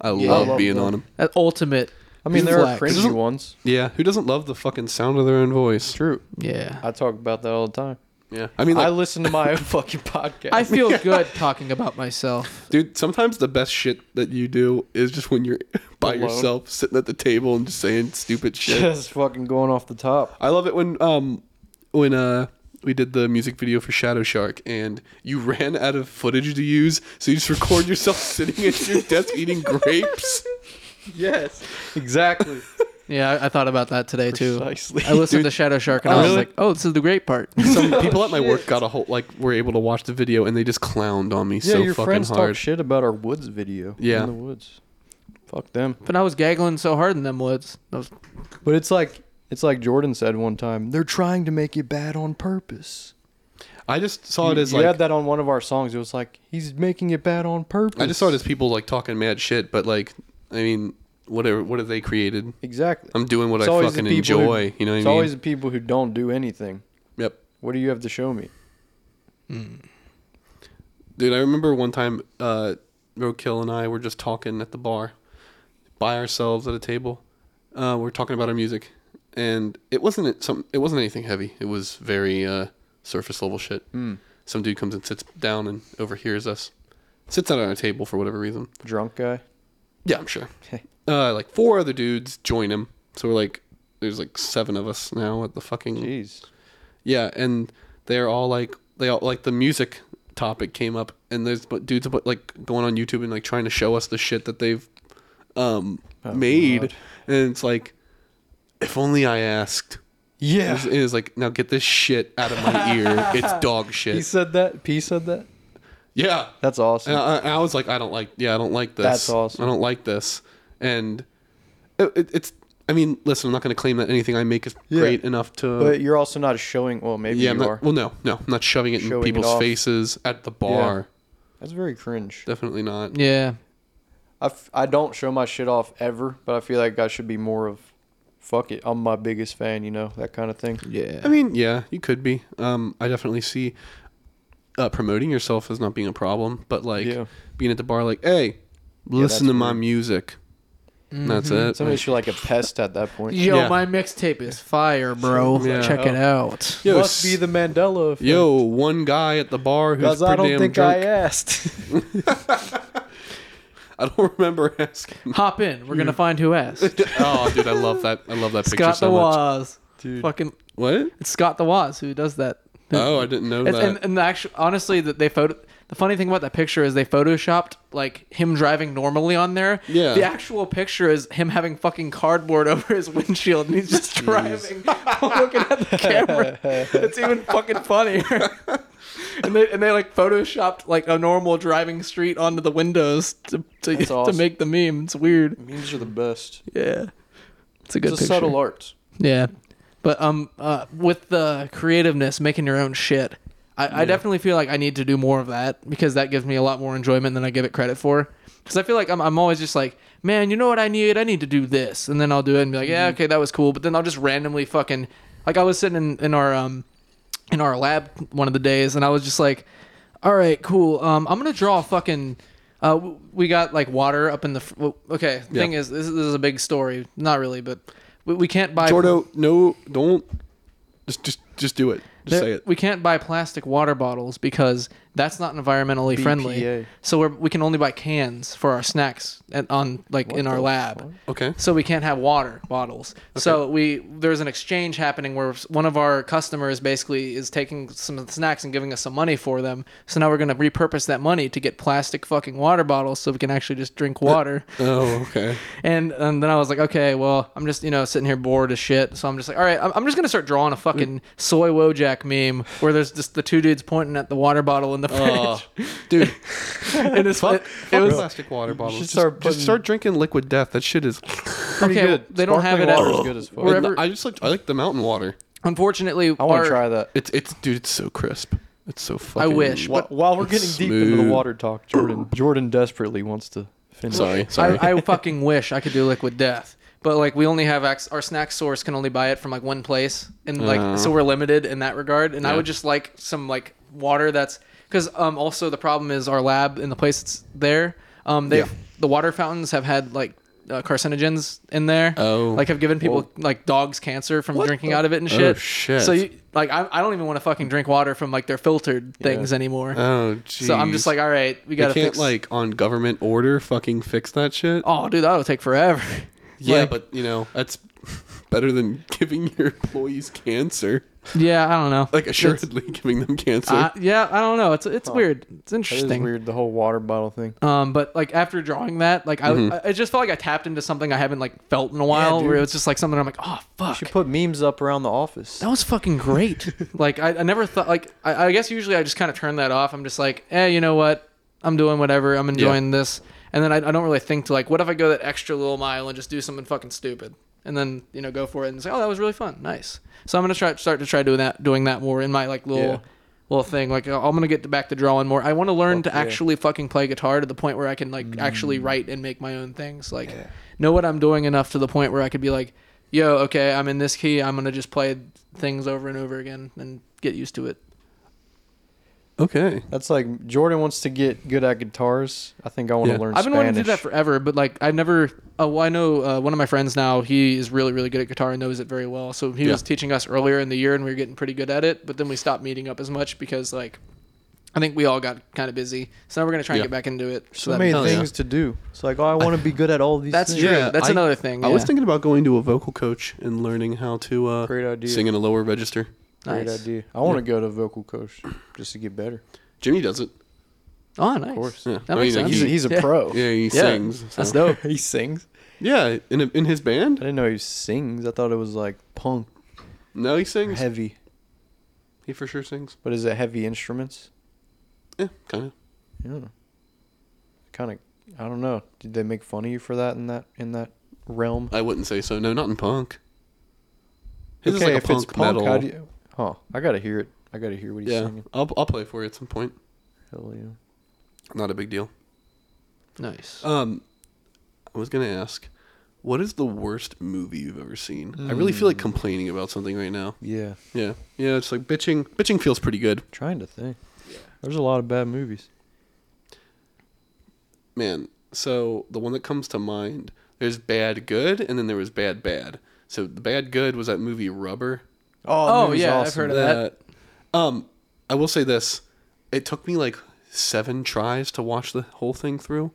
S1: I
S3: Yeah.
S1: love
S2: I love
S1: being
S2: them.
S1: on them.
S3: That ultimate.
S2: I mean, there are
S3: flex.
S1: *laughs*
S2: cringy ones.
S1: Yeah. Who doesn't love the fucking sound of their own voice?
S2: True.
S3: Yeah.
S2: I talk about that all the time.
S1: Yeah. I mean,
S2: I
S1: like,
S2: listen
S1: *laughs*
S2: to my own fucking podcast. *laughs*
S3: I feel good talking about myself.
S1: dude, sometimes the best shit that you do is just when you're *laughs* by
S2: Alone.
S1: yourself, sitting at the table and just saying *laughs* stupid shit.
S2: just fucking going off the top.
S1: I love it when um when uh we did the music video for Shadow Shark and you *laughs* ran out of footage to use, so you just record yourself *laughs* sitting at your desk *laughs* eating grapes. *laughs*
S2: Yes, exactly.
S3: Yeah, I, I thought about that today too.
S2: Precisely.
S3: I listened to Shadow Shark and I
S1: Oh,
S3: was
S1: really?
S3: like, "Oh, this is the great part." *laughs*
S1: *laughs* Some people at my work got a whole like were able to watch the video and they just clowned on me
S2: yeah,
S1: so
S2: your
S1: fucking
S2: friends
S1: hard.
S2: talk shit about our woods video.
S1: Yeah.
S2: in the woods. Fuck them.
S3: But I was gaggling so hard in them woods. I was,
S2: But it's like it's like Jordan said one time. They're trying to make it bad on purpose.
S1: I just saw it
S2: You-
S1: as
S2: you
S1: like
S2: had that on one of our songs. It was like he's making it bad on purpose.
S1: I just saw it as people like talking mad shit, but like I mean whatever what have they created?
S2: Exactly.
S1: I'm doing what
S2: It's
S1: I
S2: always the
S1: fucking
S2: people who-
S1: enjoy. you know what I
S2: It's
S1: mean?
S2: always the people who don't do anything.
S1: yep.
S2: What do you have to show me?
S1: Dude, I remember one time uh Roadkill and I were just talking at the bar by ourselves at a table. Uh we are talking about our music and it wasn't some it wasn't anything heavy. It was very uh surface level shit.
S2: Hmm.
S1: Some dude comes and sits down and overhears us. Sits out on a table for whatever reason.
S2: Drunk guy.
S1: Yeah, I'm sure. uh, like four other dudes join him. So we're like, there's like seven of us now at the fucking.
S2: Jeez.
S1: Yeah, and they're all like, they all like the music topic came up, and there's but dudes but like going on YouTube and like trying to show us the shit that they've um made,
S2: Oh, God.
S1: and it's like, if only I asked.
S2: Yeah.
S1: It is like now get this shit out of my
S2: *laughs*
S1: ear. It's dog
S2: He
S1: shit.
S2: said that. P said that.
S1: Yeah,
S2: That's awesome.
S1: and I, I- I was like, I don't like. Yeah, I don't like this.
S2: That's awesome.
S1: I don't like this. And it, it, it's. I mean, listen. I'm not going to claim that anything I make is
S2: Yeah.
S1: great enough to.
S2: but you're also not showing. Well, maybe
S1: yeah,
S2: you
S1: I'm not-
S2: are.
S1: well, no, no. I'm not shoving it
S2: Showing
S1: in
S2: it
S1: people's
S2: off.
S1: faces at the bar.
S2: That's very cringe.
S1: Definitely not.
S3: Yeah.
S2: I, f- I don't show my shit off ever, but I feel like I should be more of, fuck it, I'm my biggest fan, you know, that kind of thing.
S3: Yeah.
S1: I mean, yeah, you could be. Um, I definitely see uh, promoting yourself as not being a problem, but like
S2: Yeah.
S1: being at the bar, like, hey, listen to
S2: that's
S1: my
S2: weird. Mm-hmm.
S1: music. That's it.
S2: Somebody should like a pest at that point.
S3: Yo,
S1: Yeah.
S3: my mixtape is fire, bro.
S1: Yeah.
S3: Check it out.
S1: Yo,
S2: Must be
S1: s-
S2: the Mandela effect.
S1: yo, one guy at the bar who's
S2: because
S1: pretty
S2: I don't
S1: damn
S2: think I
S1: drunk. *laughs*
S2: asked.
S1: I don't *laughs* remember asking.
S3: Hop in. We're gonna find who asked.
S1: *laughs* oh, dude, I love that. I love that picture
S3: Scott
S1: so
S3: the
S1: much.
S3: Waz.
S2: Dude.
S3: Fucking
S1: What?
S3: it's Scott the Waz who does that.
S1: Oh, I didn't know
S3: It's,
S1: that.
S3: and, and the actual, honestly, that they photo. The funny thing about that picture is they photoshopped like him driving normally on there.
S1: Yeah.
S3: The actual picture is him having fucking cardboard *laughs* over his windshield and he's just driving, *laughs* looking at the camera. It's even fucking funnier. *laughs* and they and they like photoshopped like a normal driving street onto the windows to to,
S2: That's
S3: *laughs* to
S2: awesome.
S3: make the meme. It's weird.
S2: Memes are the best.
S3: Yeah. It's a good
S2: It's a
S3: picture.
S2: subtle art.
S3: Yeah, but um, uh, with the creativeness, making your own shit, I, I definitely feel like I need to do more of that because that gives me a lot more enjoyment than I give it credit for. Because I feel like I'm, I'm always just like, man, you know what I need? I need to do this, and then I'll do it and be like, yeah,
S1: Mm-hmm.
S3: okay, that was cool. But then I'll just randomly fucking like I was sitting in, in our um in our lab one of the days, and I was just like, all right, cool. Um, I'm gonna draw a fucking. Uh, w- we got like water up in the. Fr- well, okay,
S1: Yeah.
S3: thing is, this, is- this is a big story. Not really, but we, we can't buy.
S1: Jordo, no, don't. Just, just, just do it. Just
S3: There-
S1: say it.
S3: We can't buy plastic water bottles because that's not environmentally friendly.
S2: BPA.
S3: So we're, we can only buy cans for our snacks and on like in our
S2: the
S3: lab.
S2: fuck?
S3: *laughs*
S1: Okay.
S3: So we can't have water bottles. So we there's an exchange happening where one of our customers basically is taking some of the snacks and giving us some money for them. So now we're going to repurpose that money to get plastic fucking water bottles so we can actually just drink water.
S1: Oh,
S3: *laughs*
S1: okay.
S3: And, and then I was like, okay, well, I'm just you know sitting here bored as shit, so I'm just like, all right, I'm, I'm just gonna start drawing a fucking soy Wojak meme where there's just the two dudes pointing at the water bottle in the fridge,
S1: Oh, dude,
S3: *laughs* and it's
S1: fuck,
S3: it,
S1: fuck
S3: it was
S1: plastic water bottles.
S2: should
S1: Just
S2: start
S1: start,
S2: putting-
S1: just start drinking liquid death. That shit is.
S3: okay.
S2: good.
S3: They don't have it
S2: Sparkling water is
S3: at
S2: good as fuck.
S3: *laughs* wherever-
S1: I just like I like the mountain water.
S3: Unfortunately,
S2: I want
S3: our-
S2: to try that.
S1: It's it's dude. It's so crisp. It's so
S3: I
S1: fucking.
S3: wish,
S2: Wh-
S3: but
S2: While we're
S1: It's
S2: getting deep into the
S1: smooth.
S2: water
S1: *laughs*
S2: talk, Jordan Jordan desperately wants to finish.
S1: Sorry, sorry.
S3: I, I fucking wish I could do liquid death. But like we only have ac- our snack source can only buy it from like one place, and like
S1: Uh.
S3: so we're limited in that regard. And I
S1: Yeah.
S3: would just like some like water that's because um also the problem is our lab in the place that's there um they
S1: Yeah.
S3: the water fountains have had like uh, carcinogens in there
S1: Oh.
S3: like have given people like dogs cancer from drinking out of it and
S1: Oh,
S3: shit
S1: shit.
S3: so you like I, I don't even want to fucking drink water from like their filtered things anymore
S1: oh, jeez.
S3: so I'm just like all right we
S1: you
S3: gotta
S1: can't
S3: fix
S1: like on government order fucking fix that shit.
S3: oh dude that'll take forever
S1: yeah,
S3: like-
S1: but you know that's *laughs* better than giving your employees cancer.
S3: yeah I don't know
S2: Oh,
S1: Like assuredly giving them cancer.
S3: Uh, yeah, I don't know. It's it's weird. It's
S2: That is
S3: interesting.
S2: weird. The whole water bottle thing.
S3: Um, but like after drawing that, like I, I, it just felt like I tapped into something I haven't like felt in a while.
S2: Mm-hmm. dude.
S3: where it was just like something I'm like, oh fuck,
S2: You should put memes up around the office.
S3: that was
S2: *laughs*
S3: fucking great. like I, I never thought. Like I, I guess usually I just kind of turn that off. I'm just like, eh, you know what? I'm doing whatever. I'm enjoying this. And then I, I don't really think to like, what if I go that extra little mile and just do something fucking stupid, and then you know go for it and say, oh, that was really fun, nice. So I'm gonna try start to try doing that doing that more in my like little
S2: Yeah.
S3: little thing. Like I'm gonna get back to drawing more. I want to learn to
S2: yeah. Mm.
S3: actually fucking play guitar to the point where I can like actually write and make my own things. Like know what I'm doing enough to the point where I could be like, yo, okay, I'm in this key. I'm gonna just play things over and over again and get used to it.
S1: Okay.
S2: That's like Jordan wants to get good at guitars. I think I want
S1: Yeah.
S2: to learn.
S3: I've been wanting to do that
S2: Spanish.
S3: forever, but like I've never. Oh, well, I know uh, one of my friends now. He is really, really good at guitar and knows it very well. So he
S1: Yeah.
S3: was teaching us earlier in the year, and we were getting pretty good at it. But then we stopped meeting up as much because like I think we all got kind of busy. So now we're gonna try and
S1: Yeah.
S3: get back into it. So
S2: So
S3: that'd be
S2: many
S1: Hell
S3: fun.
S1: yeah.
S2: things to do. It's like, oh, I want to be good at all these.
S3: That's
S2: things.
S3: true. That's
S1: I-
S3: another thing.
S1: I was
S3: yeah.
S1: thinking about going to a vocal coach and learning how to uh,
S2: Great idea.
S1: sing in a lower register.
S2: Great
S3: Nice.
S2: idea. I want to go to vocal coach just to get better.
S1: Jimmy does it.
S3: Oh, nice. Of
S2: course.
S1: Yeah.
S3: That
S1: I
S3: makes
S1: mean,
S3: sense.
S2: He's a, he's a
S3: Yeah.
S2: pro.
S1: Yeah, he sings.
S2: That's
S1: so-
S2: dope. *laughs* he sings.
S1: Yeah, in a, in his
S2: I
S1: band.
S2: didn't know he sings. I thought it was like punk,
S1: No, he sings.
S2: heavy.
S1: He for sure sings.
S2: But is it heavy instruments?
S1: Yeah, kind of.
S2: Yeah. Kind of. I don't know. Did they make fun of you for that in that in that realm?
S1: I wouldn't say so. No, not in punk. His is
S2: okay,
S1: like
S2: if
S1: a punk
S2: it's punk,
S1: metal.
S2: how do you? Huh? I gotta hear it. I gotta hear what he's
S1: yeah,
S2: singing.
S1: I'll I'll play for you at some point.
S2: Hell yeah.
S1: Not a big deal.
S3: Nice.
S1: Um, I was gonna ask, what is the worst movie you've ever seen? I really feel like
S3: Hmm.
S1: complaining about something right now.
S2: Yeah.
S1: Yeah, yeah, it's like bitching. Bitching feels pretty good,
S2: Trying to think. There's a lot of bad movies.
S1: man. So the one that comes to mind, there's bad good, and then there was bad bad. So the bad good was that movie Rubber.
S3: Oh, yeah, I've heard of that.
S1: Um, I will say this: it took me like seven tries to watch the whole thing through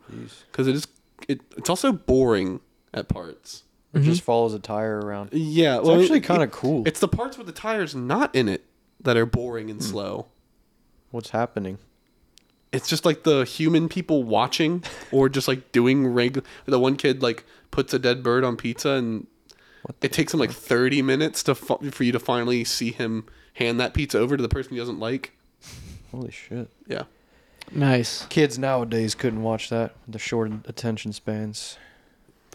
S1: because it is it, it's also boring at parts.
S2: It just
S3: Mm-hmm.
S2: follows a tire around.
S1: Yeah,
S2: It's actually kinda
S1: it-
S2: cool.
S1: It's the parts with the tires not in it that are boring
S2: Hmm.
S1: and slow.
S2: What's happening?
S1: It's just like the human people watching or just like doing regular. The one kid like puts a dead bird on pizza and it takes him like thirty minutes to fi- for you to finally see him hand that pizza over to the person he doesn't like.
S2: Holy shit.
S1: Yeah.
S3: nice.
S2: Kids nowadays couldn't watch that. with The short attention spans.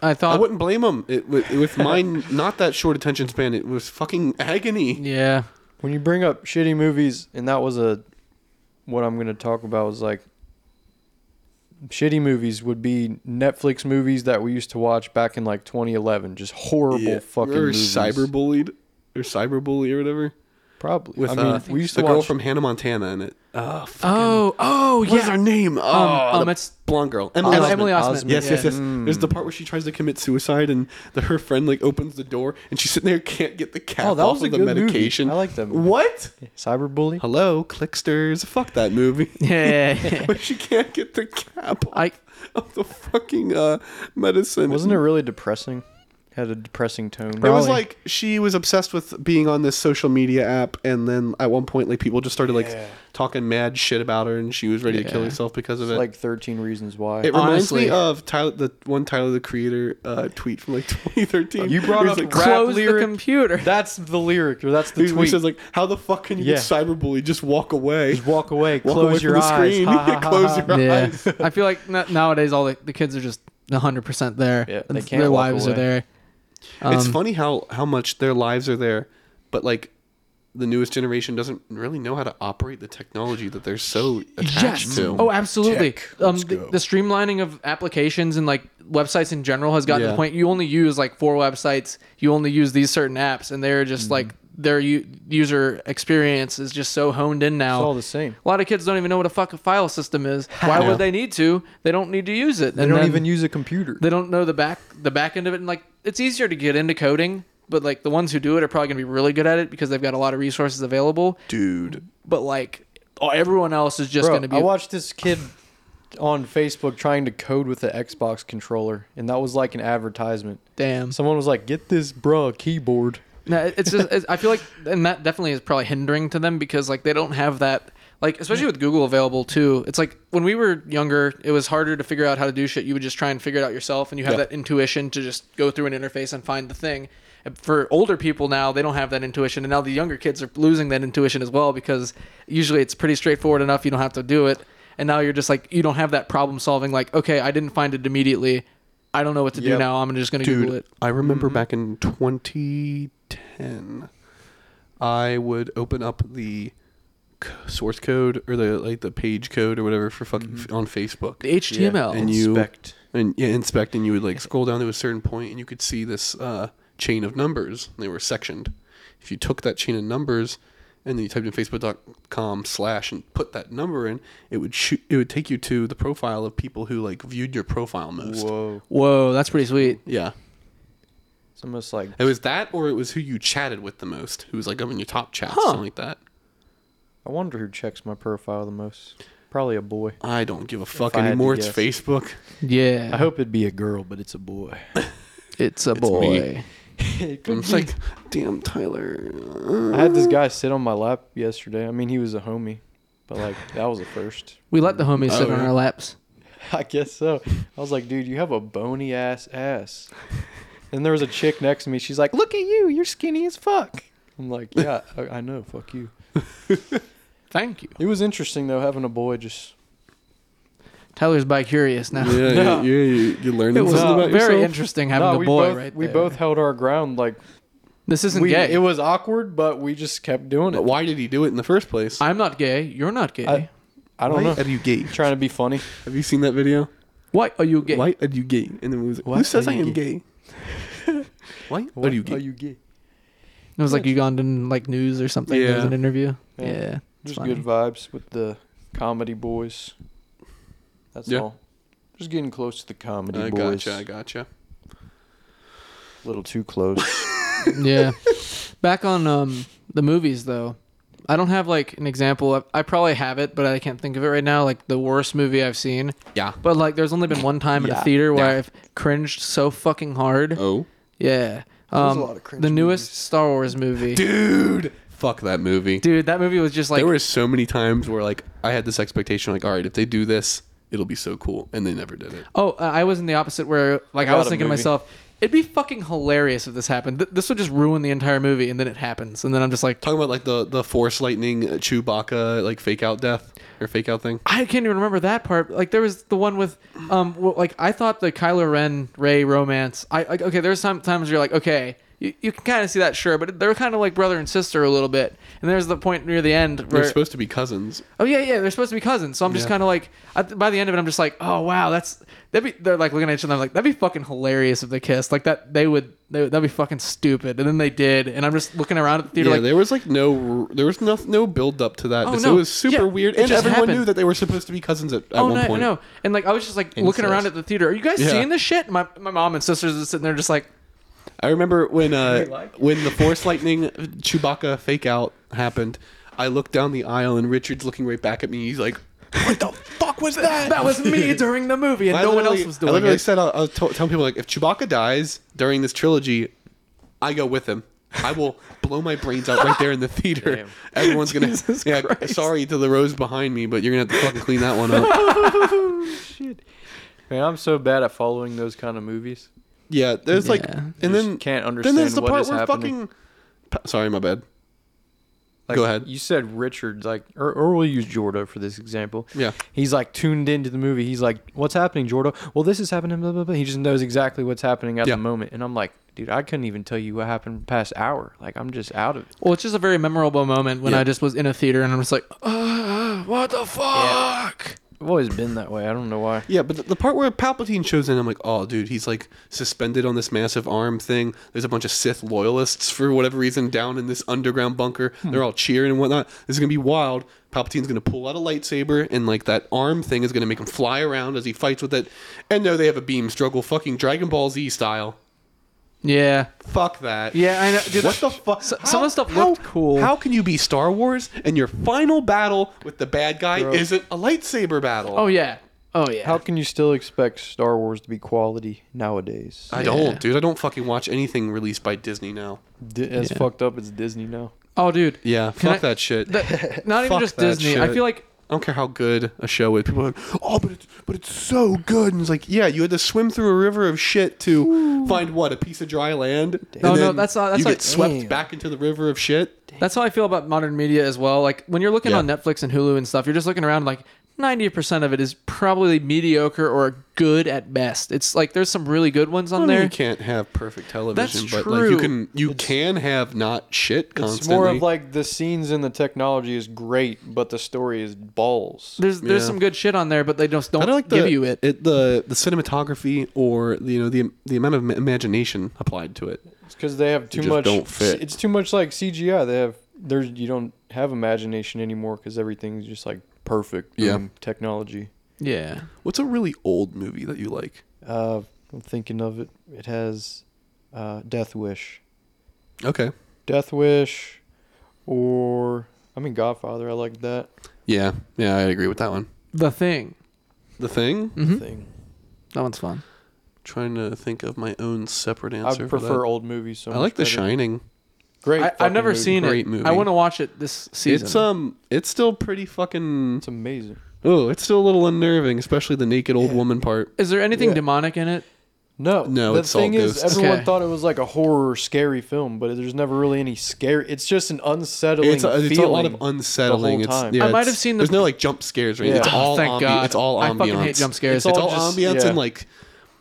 S3: I
S1: I
S2: Uh,
S3: thought.
S1: wouldn't blame him. It, with,
S2: *laughs*
S1: with mine, not that short attention span. It was fucking agony.
S3: yeah.
S2: When you bring up shitty movies, and that was a what I'm gonna talk about was like shitty movies would be Netflix movies that we used to watch back in like 2011. Just horrible fucking
S1: or
S2: movies.
S1: cyberbullied or cyberbully or whatever.
S2: Probably.
S1: With
S2: I
S1: uh,
S2: mean, we used
S1: the
S2: to
S1: girl
S2: watch
S1: from Hannah Montana in it. Oh, fucking,
S3: Oh. Oh.
S1: what is
S3: Yeah.
S1: her name? Oh,
S3: um,
S1: the
S3: it's-
S1: blonde girl.
S3: Emily Osment. Emily Osment.
S1: Yes, yes,
S3: Yeah.
S1: yes. There's
S2: Mm.
S1: the part where she tries to commit suicide and the, her friend like opens the door and she's sitting there can't get the cap
S2: Oh, that
S1: off
S2: was a
S1: of the
S2: good movie.
S1: medication.
S2: I like
S1: *laughs*
S2: that movie.
S1: What?
S2: cyberbully.
S1: Hello, clicksters. Fuck that
S2: *laughs*
S1: movie.
S3: *laughs*
S1: *laughs*
S3: Yeah.
S1: but she can't get the cap off *laughs*
S3: I-
S1: of the fucking uh, medicine.
S2: Wasn't it really depressing? Had a depressing tone.
S1: It was
S3: Probably.
S1: like she was obsessed with being on this social media app, and then at one point, like people just started like talking mad shit about her, and she was ready to kill
S3: Yeah.
S1: herself because of it.
S2: like 13 Reasons Why.
S1: it reminds
S3: Honestly.
S1: me of Tyler, the one Tyler the Creator uh, tweet from like *laughs* 2013.
S2: You
S1: He
S2: brought
S1: was
S2: up
S1: like,
S2: rap
S3: Close the
S2: lyric.
S1: *laughs*
S3: computer.
S2: That's the lyric, or that's the
S1: he he
S2: tweet.
S1: says like, "How the fuck can you
S2: Yeah.
S1: get cyberbully? Just walk away.
S2: Just walk away,
S1: Walk
S2: close
S1: away from
S2: your
S1: the
S2: eyes.
S1: screen.
S2: Ha, ha,
S1: *laughs*
S2: ha,
S1: close
S2: ha.
S1: your
S3: yeah.
S1: eyes."
S3: I feel like n- nowadays all the, the kids are just 100% there.
S2: Yeah,
S3: And
S2: they can't
S3: their
S2: walk
S3: lives
S2: away.
S3: are there.
S1: it's
S3: Um,
S1: funny how how much their lives are there, but like the newest generation doesn't really know how to operate the technology that they're so attached
S3: Yes.
S1: to.
S3: Oh, absolutely.
S2: Tech.
S3: Um,
S2: Let's
S3: the,
S2: go.
S3: the streamlining of applications and like websites in general has gotten to
S1: Yeah.
S3: the point you only use like four websites. You only use these certain apps, and they're just
S2: Mm-hmm.
S3: like their u- user experience is just so honed in now.
S2: It's all the same.
S3: A lot of kids don't even know what a fuck a file system is. Why
S2: *laughs*
S1: Yeah.
S3: would they need to? They don't need to use it.
S2: They don't even use a computer.
S3: They don't know the back the back end of it, and like it's easier to get into coding. But like the ones who do it are probably gonna be really good at it because they've got a lot of resources available.
S1: dude.
S3: But like oh, everyone else is just
S2: Bro,
S3: gonna be.
S2: I watched this kid on Facebook trying to code with the Xbox controller, and that was like an advertisement.
S1: Hmm.
S3: Damn.
S2: Someone was like, "Get this, bruh, keyboard."
S3: No, it- it's just it's, I feel like, and that definitely is probably hindering to them because like they don't have that like especially with Google available too. It's like when we were younger, it was harder to figure out how to do shit. You would just try and figure it out yourself, and you have
S1: Yeah.
S3: that intuition to just go through an interface and find the thing. And For older people now, they don't have that intuition, and now the younger kids are losing that intuition as well because usually it's pretty straightforward enough. You don't have to do it, and now you're just like you don't have that problem solving. Like okay, I didn't find it immediately. I don't know what to do
S2: Yep.
S3: now. I'm just gonna Google
S1: Dude, Mm-hmm.
S3: it.
S1: I remember back in 2010, I would open up the c- source code or the like the page code or whatever for fucking f on Facebook.
S3: The HTML.
S1: And you-
S5: Inspect.
S1: and yeah, inspect and you would like scroll down to a certain point and you could see this uh, chain of numbers and they were sectioned if you took that chain of numbers and then you typed in facebook.com slash and put that number in it would shoot it would take you to the profile of people who like viewed your profile most
S2: Whoa.
S3: Whoa, that's pretty sweet.
S1: yeah
S2: It's almost like
S1: it was that or it was who you chatted with the most who was like up in your top chat
S3: Huh.
S1: something like that
S2: I wonder who checks my profile the most. Probably a boy.
S1: i don't give a fuck
S2: I had to
S1: anymore it's
S2: guess.
S3: *laughs*
S1: facebook
S3: Yeah.
S5: I hope it'd be a girl, but it's a
S2: *laughs*
S5: boy.
S3: it's a boy.
S1: i'm just like damn tyler
S2: I had this guy sit on my lap yesterday. I mean, he was a homie, but like that was a first.
S3: We let the homies sit
S1: Oh,
S3: on
S1: yeah.
S3: our laps.
S2: *laughs* I guess so. I was like, dude, you have a bony ass ass. And there was a chick next to me. She's like, look at you. You're skinny as fuck. I'm like, *laughs* yeah, I, I know. Fuck you.
S3: Thank you.
S2: It was interesting though having a boy just.
S3: Tyler's bi curious now. *laughs*
S2: No.
S1: *laughs* yeah, you, you learning
S3: It was
S2: Something
S3: very
S2: about
S3: interesting having
S2: No,
S3: the
S2: we
S3: boy
S2: both,
S3: right
S2: we
S3: there.
S2: both held our ground. Like
S3: This isn't
S2: we,
S3: gay.
S2: it was awkward, but we just kept doing
S1: but
S2: it.
S1: why did he do it in the first place
S3: I'm not gay. You're not gay.
S2: I- I don't know.
S1: Are you gay?
S2: Trying to be funny.
S1: Have you seen that video?
S3: Why are you gay?
S1: Why are you gay? And then it was like,
S5: Why
S1: who says
S5: are
S1: I
S5: you
S1: am gay?
S2: *laughs*
S1: Why are you
S2: Are
S1: gay?
S2: you gay?
S3: It was like Ugandan like news or something. It was
S1: Yeah.
S3: an interview.
S2: Yeah.
S3: Yeah.
S2: Just
S3: funny.
S2: good vibes with the comedy boys. That's
S1: Yeah.
S2: all. Just getting close to the comedy
S1: I
S2: boys.
S1: gotcha. I gotcha.
S2: A little
S1: *laughs*
S2: too close.
S3: yeah. Back on um the movies though. I don't have like an example. Of, I probably have it, but I can't think of it right now. Like the worst movie I've seen.
S1: Yeah.
S3: But like, there's only been one time in a theater where
S1: Yeah.
S3: I've cringed so fucking hard.
S1: Oh,
S3: Yeah.
S5: There's
S3: Um,
S5: a lot of cringe
S3: the newest
S5: movies.
S3: Star Wars movie. Dude.
S1: dude, fuck that movie.
S3: that movie was just like
S1: there were so many times where like I had this expectation, like, all right, if they do this, it'll be so cool, and they never did it.
S3: Oh, uh, I was in the opposite where like I,
S2: got
S3: was
S2: a
S3: thinking to
S2: movie.
S3: myself, it'd be fucking hilarious if this happened. Th- this would just ruin the entire movie, and then it happens, and then I'm just like,
S1: Talking about like the the force lightning uh, Chewbacca like fake out death or fake out thing.
S3: I can't even remember that part. Like there was the one with, um, w- like I thought the Kylo Ren Ray romance. I like okay, there's some times you're like okay. You, you can kind of see that, sure, but they're kind of like brother and sister a little bit. And there's the point near the end
S1: They're
S3: where
S1: supposed to be cousins.
S3: Oh yeah, yeah. They're supposed to be cousins, so I'm just
S1: Yeah.
S3: kind of like, I, by the end of it, I'm just like, oh wow, that's that. would be They're like looking at each other, I'm like that'd be fucking hilarious if they kissed. Like that, they would. They, would- that'd be fucking stupid. And then they did, and I'm just looking around at the theater
S1: yeah,
S3: like,
S1: there was like no, there was no, no build up to that.
S3: Oh,
S1: so
S3: no.
S1: it was super
S3: Yeah,
S1: weird,
S3: it
S1: and
S3: just
S1: everyone knew
S3: happened.
S1: that they were supposed to be cousins at, at
S3: oh
S1: one
S3: no,
S1: point.
S3: no. And like I was just like looking around at the theater. Are you guys
S1: Yeah.
S3: seeing this shit? My my mom and sisters are sitting there just like,
S1: I remember when uh,
S3: like?
S1: when the Force Lightning uh, Chewbacca fake out happened. I looked down the aisle and Richard's looking right back at me. He's like, "What the fuck was that?"
S3: that was
S1: *laughs*
S3: me during the movie, and
S1: I
S3: no one
S1: literally-
S3: else was
S1: I
S3: doing
S1: literally
S3: it.
S1: said, I I was t- telling people like, if Chewbacca dies during this trilogy, I go with him. I
S3: *laughs*
S1: will blow my brains out right there in the theater. Everyone's gonna.
S3: Jesus
S1: yeah,
S3: Christ.
S1: sorry to the rows behind me, but you're gonna have to fucking clean that one
S3: *laughs*
S1: up.
S2: Man, I'm so bad at following those kind of movies.
S1: yeah, there's like,
S3: Yeah.
S1: and
S2: Just
S1: then
S2: can't
S1: then
S2: understand
S1: there's the
S2: what
S1: part
S2: is
S1: where
S2: happening.
S1: fucking. Sorry, my bad.
S2: Like,
S1: go ahead.
S2: You said Richard, like, or, or we'll use Jordo for this example.
S1: Yeah.
S2: He's like tuned into the movie. He's like, "What's happening, Jordo? Well, this is happening." Blah blah blah. He just knows exactly what's happening at
S1: Yeah.
S2: the moment. And I'm like, dude, I couldn't even tell you what happened past hour. Like, I'm just out of it.
S3: Well, it's just a very memorable moment when
S1: Yeah.
S3: I just was in a theater, and I'm just like, "Ugh, what the fuck.
S2: I've always been that way. I don't know why.
S1: Yeah, but the, the part where Palpatine shows in, I'm like, oh, dude, he's like suspended on this massive arm thing. There's a bunch of Sith loyalists for whatever reason down in this underground bunker.
S3: Hmm.
S1: They're all cheering and whatnot. This is gonna be wild. Palpatine's gonna pull out a lightsaber, and like that arm thing is gonna make him fly around as he fights with it. And no, they have a beam struggle, fucking Dragon Ball Z style.
S3: Yeah.
S1: Fuck that.
S3: Yeah, I know. Dude,
S1: what the fuck?
S3: so- some of the stuff looked cool.
S1: How can you be Star Wars and your final battle with the bad guy isn't a lightsaber battle?
S3: Oh yeah. Oh yeah.
S2: How can you still expect Star Wars to be quality nowadays?
S1: I
S3: Yeah.
S1: don't, dude. I don't fucking watch anything released by Disney now.
S2: D- as fucked up as Disney now.
S3: oh dude.
S1: Yeah,
S3: Can
S1: fuck
S3: I-
S1: that shit.
S3: That- not even
S1: Fuck
S3: just
S1: that
S3: Disney. I
S1: shit.
S3: feel like
S1: I don't care how good a show is. People are like, oh, but it's, but it's so good. And it's like, yeah, you had to swim through a river of shit to find what a piece of dry land.
S3: No,
S1: And
S3: no,
S1: then
S3: that's not- that's
S1: you
S3: not-
S1: get swept
S2: Damn.
S1: back into the river of shit.
S3: that's how I feel about modern media as well. Like when you're looking
S1: Yeah.
S3: on Netflix and Hulu and stuff, you're just looking around like, ninety percent of it is probably mediocre or good at best. It's like there's some really good ones on
S1: I mean,
S3: there.
S1: you can't have perfect television,
S3: That's
S1: but like you
S3: true.
S1: can you can have not shit constantly.
S2: It's more of like the scenes and the technology is great, but the story is balls.
S3: There's there's
S1: Yeah.
S3: some good shit on there, but they just don't
S1: I don't like the,
S3: give you it.
S1: the the cinematography or you know the the amount of imagination applied to it.
S2: It's because they have too
S1: just
S2: much.
S1: don't fit.
S2: It's too much like CGI. They have there's you don't have imagination anymore because everything's just like perfect.
S1: Yeah.
S2: and technology.
S3: Yeah.
S1: What's a really old movie that you like?
S2: Uh, I'm thinking of it. It has uh, Death Wish,
S1: Okay,
S2: Death Wish, or I mean Godfather. I like that
S1: yeah, yeah, I agree with that one.
S3: The thing.
S1: The thing.
S2: thing.
S3: That one's fun.
S1: Trying to think of my own separate
S2: I
S1: answer. for that.
S2: prefer old movies. So
S1: I
S2: much
S1: like The
S2: better.
S1: Shining.
S2: Great.
S3: I, I've
S2: fucking
S3: never
S2: movie.
S3: seen
S1: Great
S3: it.
S1: movie.
S3: I want to watch it this season.
S1: It's um, it's still pretty fucking.
S2: It's amazing.
S1: Oh, it's still a little unnerving, especially the naked old woman part.
S3: Is there anything
S2: yeah.
S3: demonic in it?
S2: No,
S1: No,
S2: The
S1: it's all
S2: thing is,
S1: ghosts.
S2: everyone
S3: Okay.
S2: thought it was like a horror, scary film, but there's never really any scary. It's just an unsettling
S1: It's a, it's a lot
S2: feeling.
S1: of unsettling.
S2: the whole
S1: It's,
S2: time.
S1: yeah,
S3: I might
S1: it's-
S3: have seen the-
S1: There's no like jump scares. Right?
S2: Yeah.
S1: It's
S2: Oh,
S1: all
S3: thank
S1: ambi-
S3: God.
S1: It's all
S3: I
S1: ambiance.
S3: fucking hate jump scares.
S1: It's,
S2: It's
S1: all
S2: all just-
S1: ambiance
S2: yeah.
S1: and like,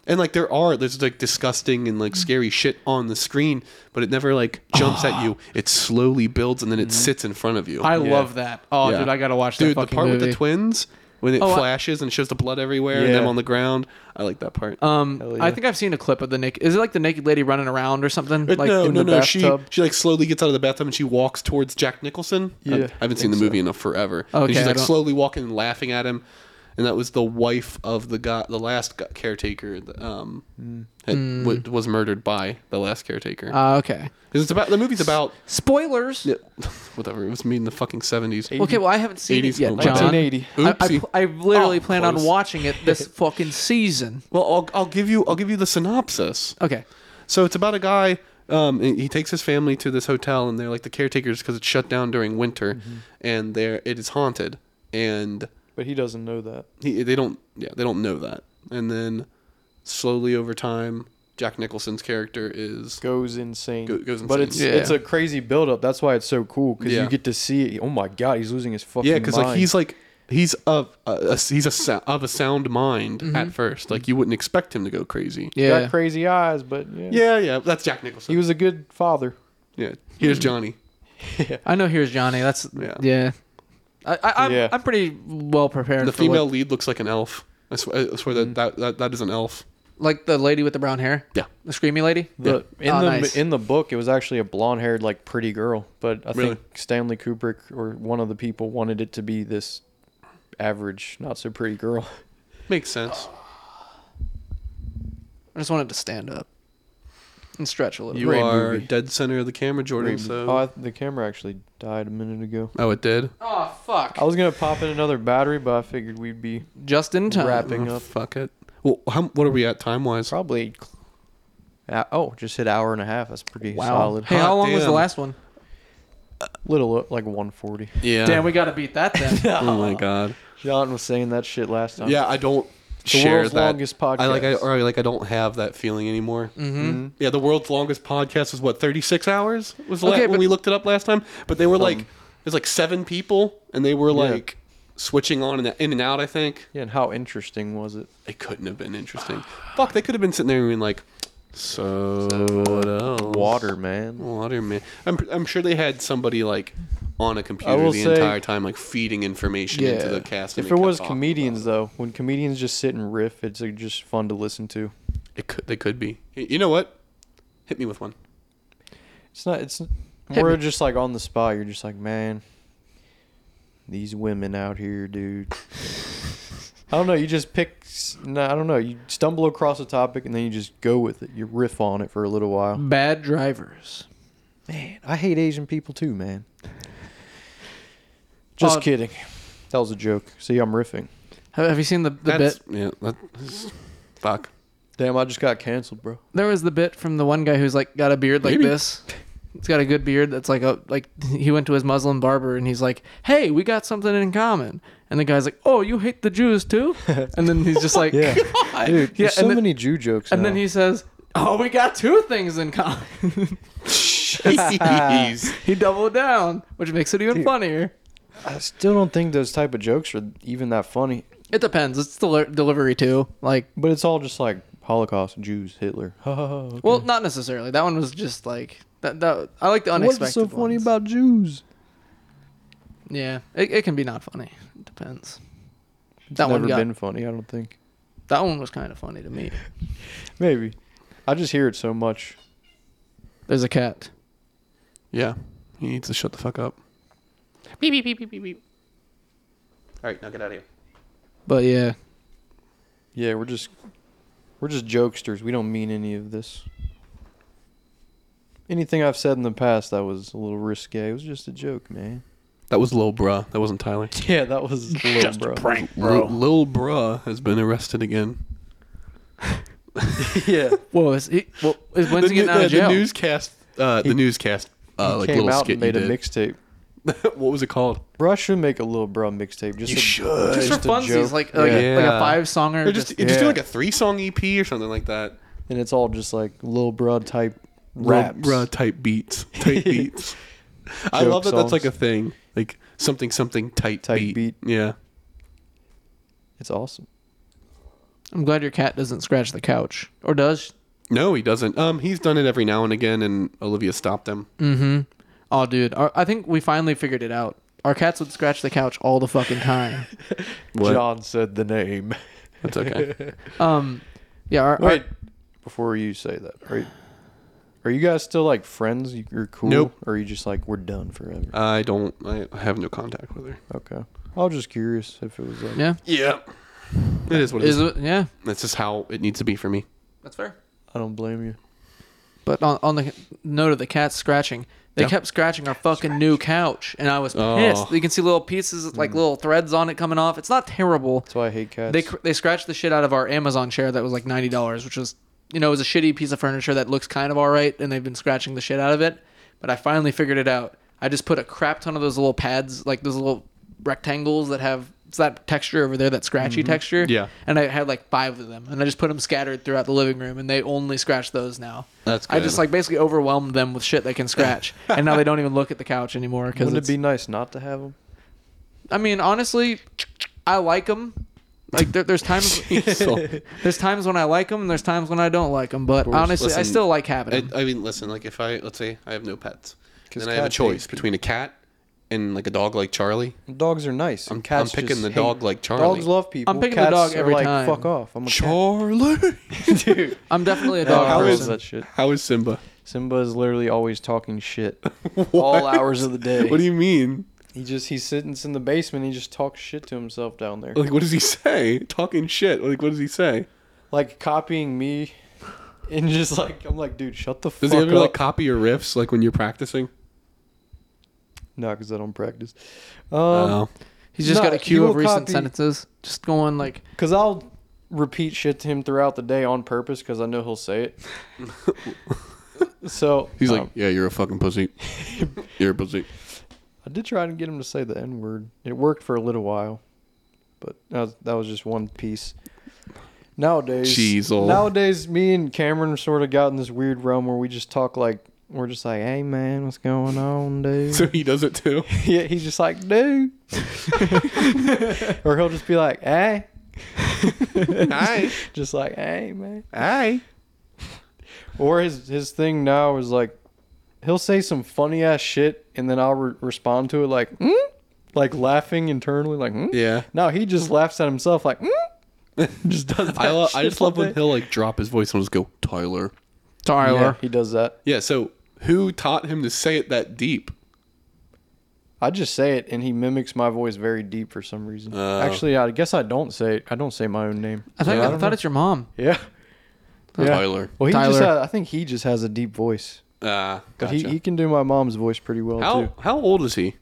S1: and like there are there's like disgusting and like scary shit on the screen, but it never like jumps at you. It slowly builds and then it sits in front of you.
S3: Ah. Mm-hmm. I
S2: Yeah.
S3: love that. Oh,
S1: Yeah.
S3: dude, I gotta watch that
S1: Dude, the
S3: fucking
S1: part with
S3: movie.
S1: the twins when it
S3: Oh, I-
S1: flashes and shows the blood everywhere and
S2: Yeah.
S1: them on the ground. I like that part.
S3: um,
S2: Hell
S3: I
S2: yeah.
S3: think I've seen a clip of the naked. Is it like the naked lady running around or something?
S1: But
S3: Like
S1: Uh, no,
S2: in
S1: no,
S2: the
S1: no. She
S2: bathtub?
S1: she like slowly gets out of the bathtub and she walks towards Jack Nicholson. I-
S2: Yeah,
S1: I, haven't seen the movie in a forever.
S3: Okay,
S1: and she's
S3: I
S1: like
S3: don't-
S1: slowly walking and laughing at him, and that was the wife of the guy, the last gu- caretaker that um
S3: Mm.
S1: had, wa- was murdered by the last caretaker.
S3: Ah, okay.
S1: 'Cause it's about the movie's about
S3: Spoilers.
S1: yeah, *laughs* whatever it was made in the fucking seventies.
S3: Okay, well, I haven't seen
S1: 80s
S3: it yet,
S1: film.
S3: John.
S2: 1980.
S3: I, I,
S1: Oopsie.
S3: pl- I literally
S1: Oh,
S3: plan on
S1: close.
S3: watching it
S1: *laughs*
S3: this fucking season.
S1: Well, I'll I'll give you I'll give you the synopsis.
S3: Okay.
S1: So it's about a guy. Um, and he takes his family to this hotel, and they're like the caretakers because it's shut down during winter, and there it is haunted. And
S2: But he doesn't know that.
S1: he, they don't yeah they don't know that and then slowly over time jack nicholson's character is
S2: Goes insane.
S1: Go- goes
S2: But it's
S1: insane.
S3: Yeah.
S2: it's a crazy buildup. That's why it's so cool because
S1: Yeah.
S2: you get to see. It. Oh my god, he's losing his fucking.
S1: yeah because like
S2: mind.
S1: he's like he's of a, a- he's a sou- of a sound mind at first like you wouldn't expect him to go crazy
S3: Yeah.
S2: got crazy eyes, but yeah.
S1: yeah yeah that's jack nicholson
S2: He was a good father.
S1: yeah here's johnny
S3: I know here's Johnny. That's yeah.
S1: Yeah.
S3: I, I, I'm,
S2: Yeah.
S3: I'm pretty well prepared.
S1: the
S3: for what-
S1: female lead looks like an elf i swear, I swear that, that, that that is an elf
S3: like the lady with the brown hair,
S1: yeah
S3: the screamy lady.
S2: The, in
S3: Oh,
S2: the
S3: nice.
S2: in the book, it was actually a blonde haired, like pretty girl. But I
S1: Really?
S2: think Stanley Kubrick or one of the people wanted it to be this average, not so pretty girl.
S1: makes sense
S3: I just wanted to stand up and stretch a little.
S1: you
S3: bit.
S1: are
S2: movie.
S1: dead center of the camera
S2: *laughs*
S1: jordan so
S2: Oh, I, the camera actually died a minute ago.
S1: oh it did
S3: Oh fuck!
S2: I was gonna pop in another battery, but I figured we'd be
S3: just in time.
S2: wrapping
S1: Oh,
S2: up.
S1: fuck it well how, what are we at time wise
S2: Probably. Uh, oh, just hit hour and a half. That's pretty
S3: Wow.
S2: solid.
S3: Hey, how
S1: Hot
S3: long was the
S1: damn.
S3: last one?
S2: Little uh, like 140.
S1: yeah
S3: Damn, we gotta beat
S1: *laughs*
S3: that then.
S1: oh my god
S2: John was saying that shit last time.
S1: Yeah, I don't
S2: the
S1: share
S2: world's
S1: that.
S2: longest podcast.
S1: I like I or like I don't have that feeling anymore. Mm-hmm. Yeah, the world's longest podcast was what thirty six hours was the la-
S3: Okay,
S1: when
S3: but-
S1: we looked it up last time. But they were like there's like seven people and they were like switching on and in and out. I think
S2: yeah, and how interesting was it?
S1: it couldn't have been interesting. Fuck, they could have been sitting there and being like, so what else?
S2: uh, Water, man.
S1: Water man. I'm I'm sure they had somebody like on a computer
S2: I will
S1: the
S2: say-
S1: entire time, like feeding information into the cast. and
S2: If
S1: they
S2: it
S1: kept
S2: was
S1: talking
S2: comedians
S1: about
S2: though, when comedians just sit and riff, it's like, just fun to listen to.
S1: it. it could they could be. You know what? Hit me with one.
S2: It's not. It's
S3: Hit
S2: more
S3: me.
S2: just like on the spot. You're just like, man, these women out here, dude. I don't know. You just pick. s- No, I don't know. You stumble across a topic and then you just go with it. You riff on it for a little while.
S3: Bad drivers.
S2: Man, I hate Asian people too, man. Just
S3: Uh,
S2: kidding. That was a joke. See, I'm riffing.
S3: Have, have you seen the, the bit?
S1: That's, yeah, that's fuck.
S2: Damn, I just got canceled, bro.
S3: There was the bit from the one guy who's like got a beard like
S1: Maybe.
S3: this. He's got a good beard that's like a like he went to his Muslim barber and he's like, "Hey, we got something in common." And the guy's like, "Oh, you hate the
S2: *laughs*
S3: Jews too?" And then he's just like, *laughs*
S2: Yeah, dude. There's
S3: Yeah,
S2: so
S3: and then-
S2: many Jew jokes.
S3: And
S2: now.
S3: then he says, "Oh, we got two things in common." *laughs*
S1: Jeez.
S2: *laughs*
S3: he doubled down, which makes it even funnier.
S2: I still don't think those type of jokes are even that funny.
S3: It depends. It's deli- delivery too. Like,
S2: But it's all just like Holocaust, Jews, Hitler. *laughs* Ha, ha, ha, okay.
S3: well, not necessarily. That one was just like that. that I like the unexpected.
S2: what's so funny
S3: ones.
S2: about Jews?
S3: Yeah, it, it can be not funny. It depends.
S2: It's
S3: That one
S2: never
S3: got-
S2: been funny, I don't think.
S3: That one was kind of funny to me.
S2: Maybe. I just hear it so much.
S3: There's a cat.
S1: Yeah, he needs to shut the fuck up.
S3: Beep beep beep beep beep. beep.
S1: All right, now get out of here.
S3: But yeah,
S2: Yeah, we're just we're just jokesters. We don't mean any of this. Anything I've said in the past that was a little risque. It was just a joke, man.
S1: That was Lil Bruh. That wasn't Tyler.
S2: *laughs* Yeah, that was little bro.
S5: prank,
S1: Lil, Lil Bruh has been arrested again.
S2: *laughs* *laughs* yeah,
S3: whoa, is he? Well, is when's he
S1: new-
S3: getting out of
S1: the
S3: jail?
S1: newscast, uh, the newscast, uh, like
S2: came
S1: little
S2: out
S1: skit
S2: and made
S1: you
S2: a
S1: did.
S2: mixtape.
S1: *laughs* what was it called?
S2: Bro, I should make a little bro mixtape. Just
S1: You
S2: a,
S1: should.
S3: just for
S2: just a
S3: funsies,
S2: joke.
S3: like oh, like, a,
S1: Yeah.
S3: like a five songer.
S1: Or
S3: just,
S1: just, just do
S2: yeah.
S1: like a three song EP or something like that.
S2: and it's all just like little bro type raps.
S1: Lil Bruh type beats, *laughs* type beats. I
S2: Joke
S1: love that. That's like a
S2: songs.
S1: thing, like something something tight
S2: Tight beat.
S1: Yeah,
S2: It's awesome.
S3: I'm glad your cat doesn't scratch the couch, or does?
S1: no, he doesn't. Um, he's done it every now and again, and Olivia stopped him.
S3: Mm-hmm. Oh, dude, our, I think we finally figured it out. Our cats would scratch the couch all the fucking *laughs* time.
S1: What?
S2: John said the name.
S1: That's
S2: *laughs*
S1: okay.
S3: Um, yeah. Our, our-
S2: Wait, before you say that, are you, are you guys still like friends? You- You're cool,
S1: Nope.
S2: or are you just like we're done forever?
S1: I don't. I I have no contact with her.
S2: okay, I was just curious if it was like
S3: yeah.
S1: Yeah, it is what it is.
S3: Is it? Yeah.
S1: That's just how it needs to be for me.
S3: That's fair.
S2: I don't blame you.
S3: But on, on the note of the cats scratching, they
S1: Yeah.
S3: kept scratching our fucking new couch, and I was
S1: Oh. Hmm.
S3: pissed. You can see little pieces, like little threads on it coming off. It's not terrible.
S2: That's why I hate cats.
S3: They cr- they scratched the shit out of our Amazon chair that was like ninety dollars, which was you know it was a shitty piece of furniture that looks kind of all right, and they've been scratching the shit out of it. But I finally figured it out. I just put a crap ton of those little pads, like those little rectangles that have it's that texture over there, that scratchy texture.
S1: Mm-hmm. Yeah.
S3: And I had like five of them, and I just put them scattered throughout the living room, and they only scratch those now.
S1: That's
S3: I just like basically overwhelmed them with shit they can scratch, and now they don't even look at the couch anymore because
S2: Wouldn't it be nice not to have them?
S3: I mean, honestly, I like them. Like there, there's times *laughs* there's times when I like them and there's times when I don't like them. But honestly, I
S1: Listen,
S3: still like having
S1: I,
S3: them.
S1: I mean, listen. Like, if I let's say I have no pets,
S2: 'Cause
S1: then I have a
S2: cats
S1: choice
S2: hate people.
S1: between a cat and like a dog like Charlie.
S2: Dogs are nice.
S1: I'm-
S2: and cats
S1: I'm picking
S2: just
S1: the
S2: hate-
S1: dog like Charlie.
S2: Dogs love people.
S3: picking the
S2: cats
S3: dog
S2: are
S3: every
S2: like,
S3: time.
S2: Fuck off. I'm a
S1: Charlie. *laughs*
S2: cat.
S3: *laughs*
S2: dude. *laughs*
S3: I'm definitely a
S2: Dog
S3: dog
S1: How is-
S3: person.
S2: that shit.
S1: How is Simba?
S2: Simba is literally always talking *laughs* shit all hours of the day.
S1: What do you mean?
S2: He just he sits in the basement. He just talks shit to himself down there,
S1: Like, what does he say? Talking shit. Like, what does he say?
S2: like copying me, *laughs* and just like I'm like, dude, shut the
S1: Does
S2: fuck
S1: he ever
S2: up.
S1: like copy your riffs like when you're practicing?
S2: no, because I don't practice. Um,
S1: Oh.
S3: He's just
S2: No,
S3: got a
S2: he
S3: queue
S2: will
S3: of recent
S2: copy-
S3: sentences, just going like,
S2: because I'll repeat shit to him throughout the day on purpose because I know he'll say
S1: *laughs*
S2: it. so
S1: He's like,
S2: um,
S1: yeah, you're a fucking *laughs* pussy. you're a pussy.
S2: I did try to get him to say the N word. It worked for a little while, but that was, that was just one piece. Nowadays,
S1: Jeez-el.
S2: nowadays, me and Cameron sort of got in this weird realm where we just talk like we're just like, "Hey man, what's going on,
S1: *laughs* So
S2: dude?"
S1: he does it too.
S2: yeah, he's just like, "Dude," *laughs* or he'll just be like, "Hey,"
S1: Hi.
S2: just like, "Hey man."
S1: Hi.
S2: Or his his thing now is like, he'll say some funny ass shit, and then I'll re- respond to it like, "Hmm," like laughing internally, like, "Hmm."
S1: Yeah.
S2: No, he just laughs at himself like, "Mm." just does that.
S1: I, lo- I
S2: shit
S1: just love
S2: all
S1: when
S2: day.
S1: he'll like drop his voice and just go, Tyler.
S2: Yeah,
S3: Tyler.
S2: he does that.
S1: Yeah, so who taught him to say it that deep?
S2: I just say it, and he mimics my voice very deep for some reason.
S1: Oh.
S2: Actually, I guess I don't say it. I don't say my
S1: *laughs*
S2: own name.
S3: I, think,
S1: Yeah, I
S3: I,
S1: don't
S3: thought it's your mom.
S2: Yeah. Yeah.
S1: Tyler.
S2: Well, he just
S3: Tyler.
S2: has, I think he just has a deep voice,
S1: Ah,
S2: but
S1: gotcha.
S2: he, he can do my mom's voice pretty well
S1: how
S2: too.
S1: how old is he?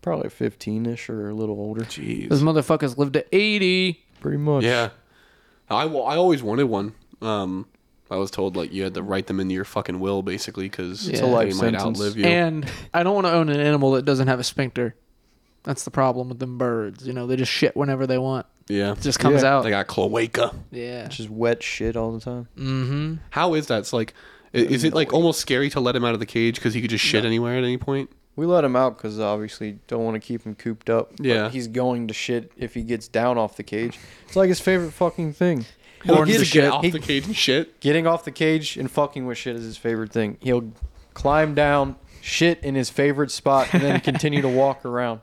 S2: Probably fifteen ish or a little older,
S1: Jeez.
S3: Those motherfuckers lived to eighty.
S2: pretty much.
S1: Yeah, I, wa- I always wanted one. Um, I was told like you had to write them into your fucking will basically because
S3: It's a
S1: they
S2: life
S1: might
S2: sentence.
S1: outlive you.
S3: And I don't want to own an animal that doesn't have a sphincter. That's the problem with them birds. You know, they just shit whenever they want.
S1: yeah,
S3: It just comes
S2: Yeah.
S3: out.
S1: they got cloaca.
S3: yeah.
S2: Just wet shit all the time.
S3: Mm-hmm.
S1: How is that? It's like, i- is it like almost scary to let him out of the cage because he could just shit anywhere at any point?
S2: We let him out because obviously don't want to keep him cooped up. but
S1: Yeah.
S2: he's going to shit if he gets down off the cage. It's like his favorite fucking thing.
S1: Or
S2: He'll
S1: just
S2: get-
S1: get off
S2: he-
S1: the cage and shit.
S2: Getting off the cage and fucking with shit is his favorite thing. He'll climb down, shit in his favorite spot, and then continue to walk around.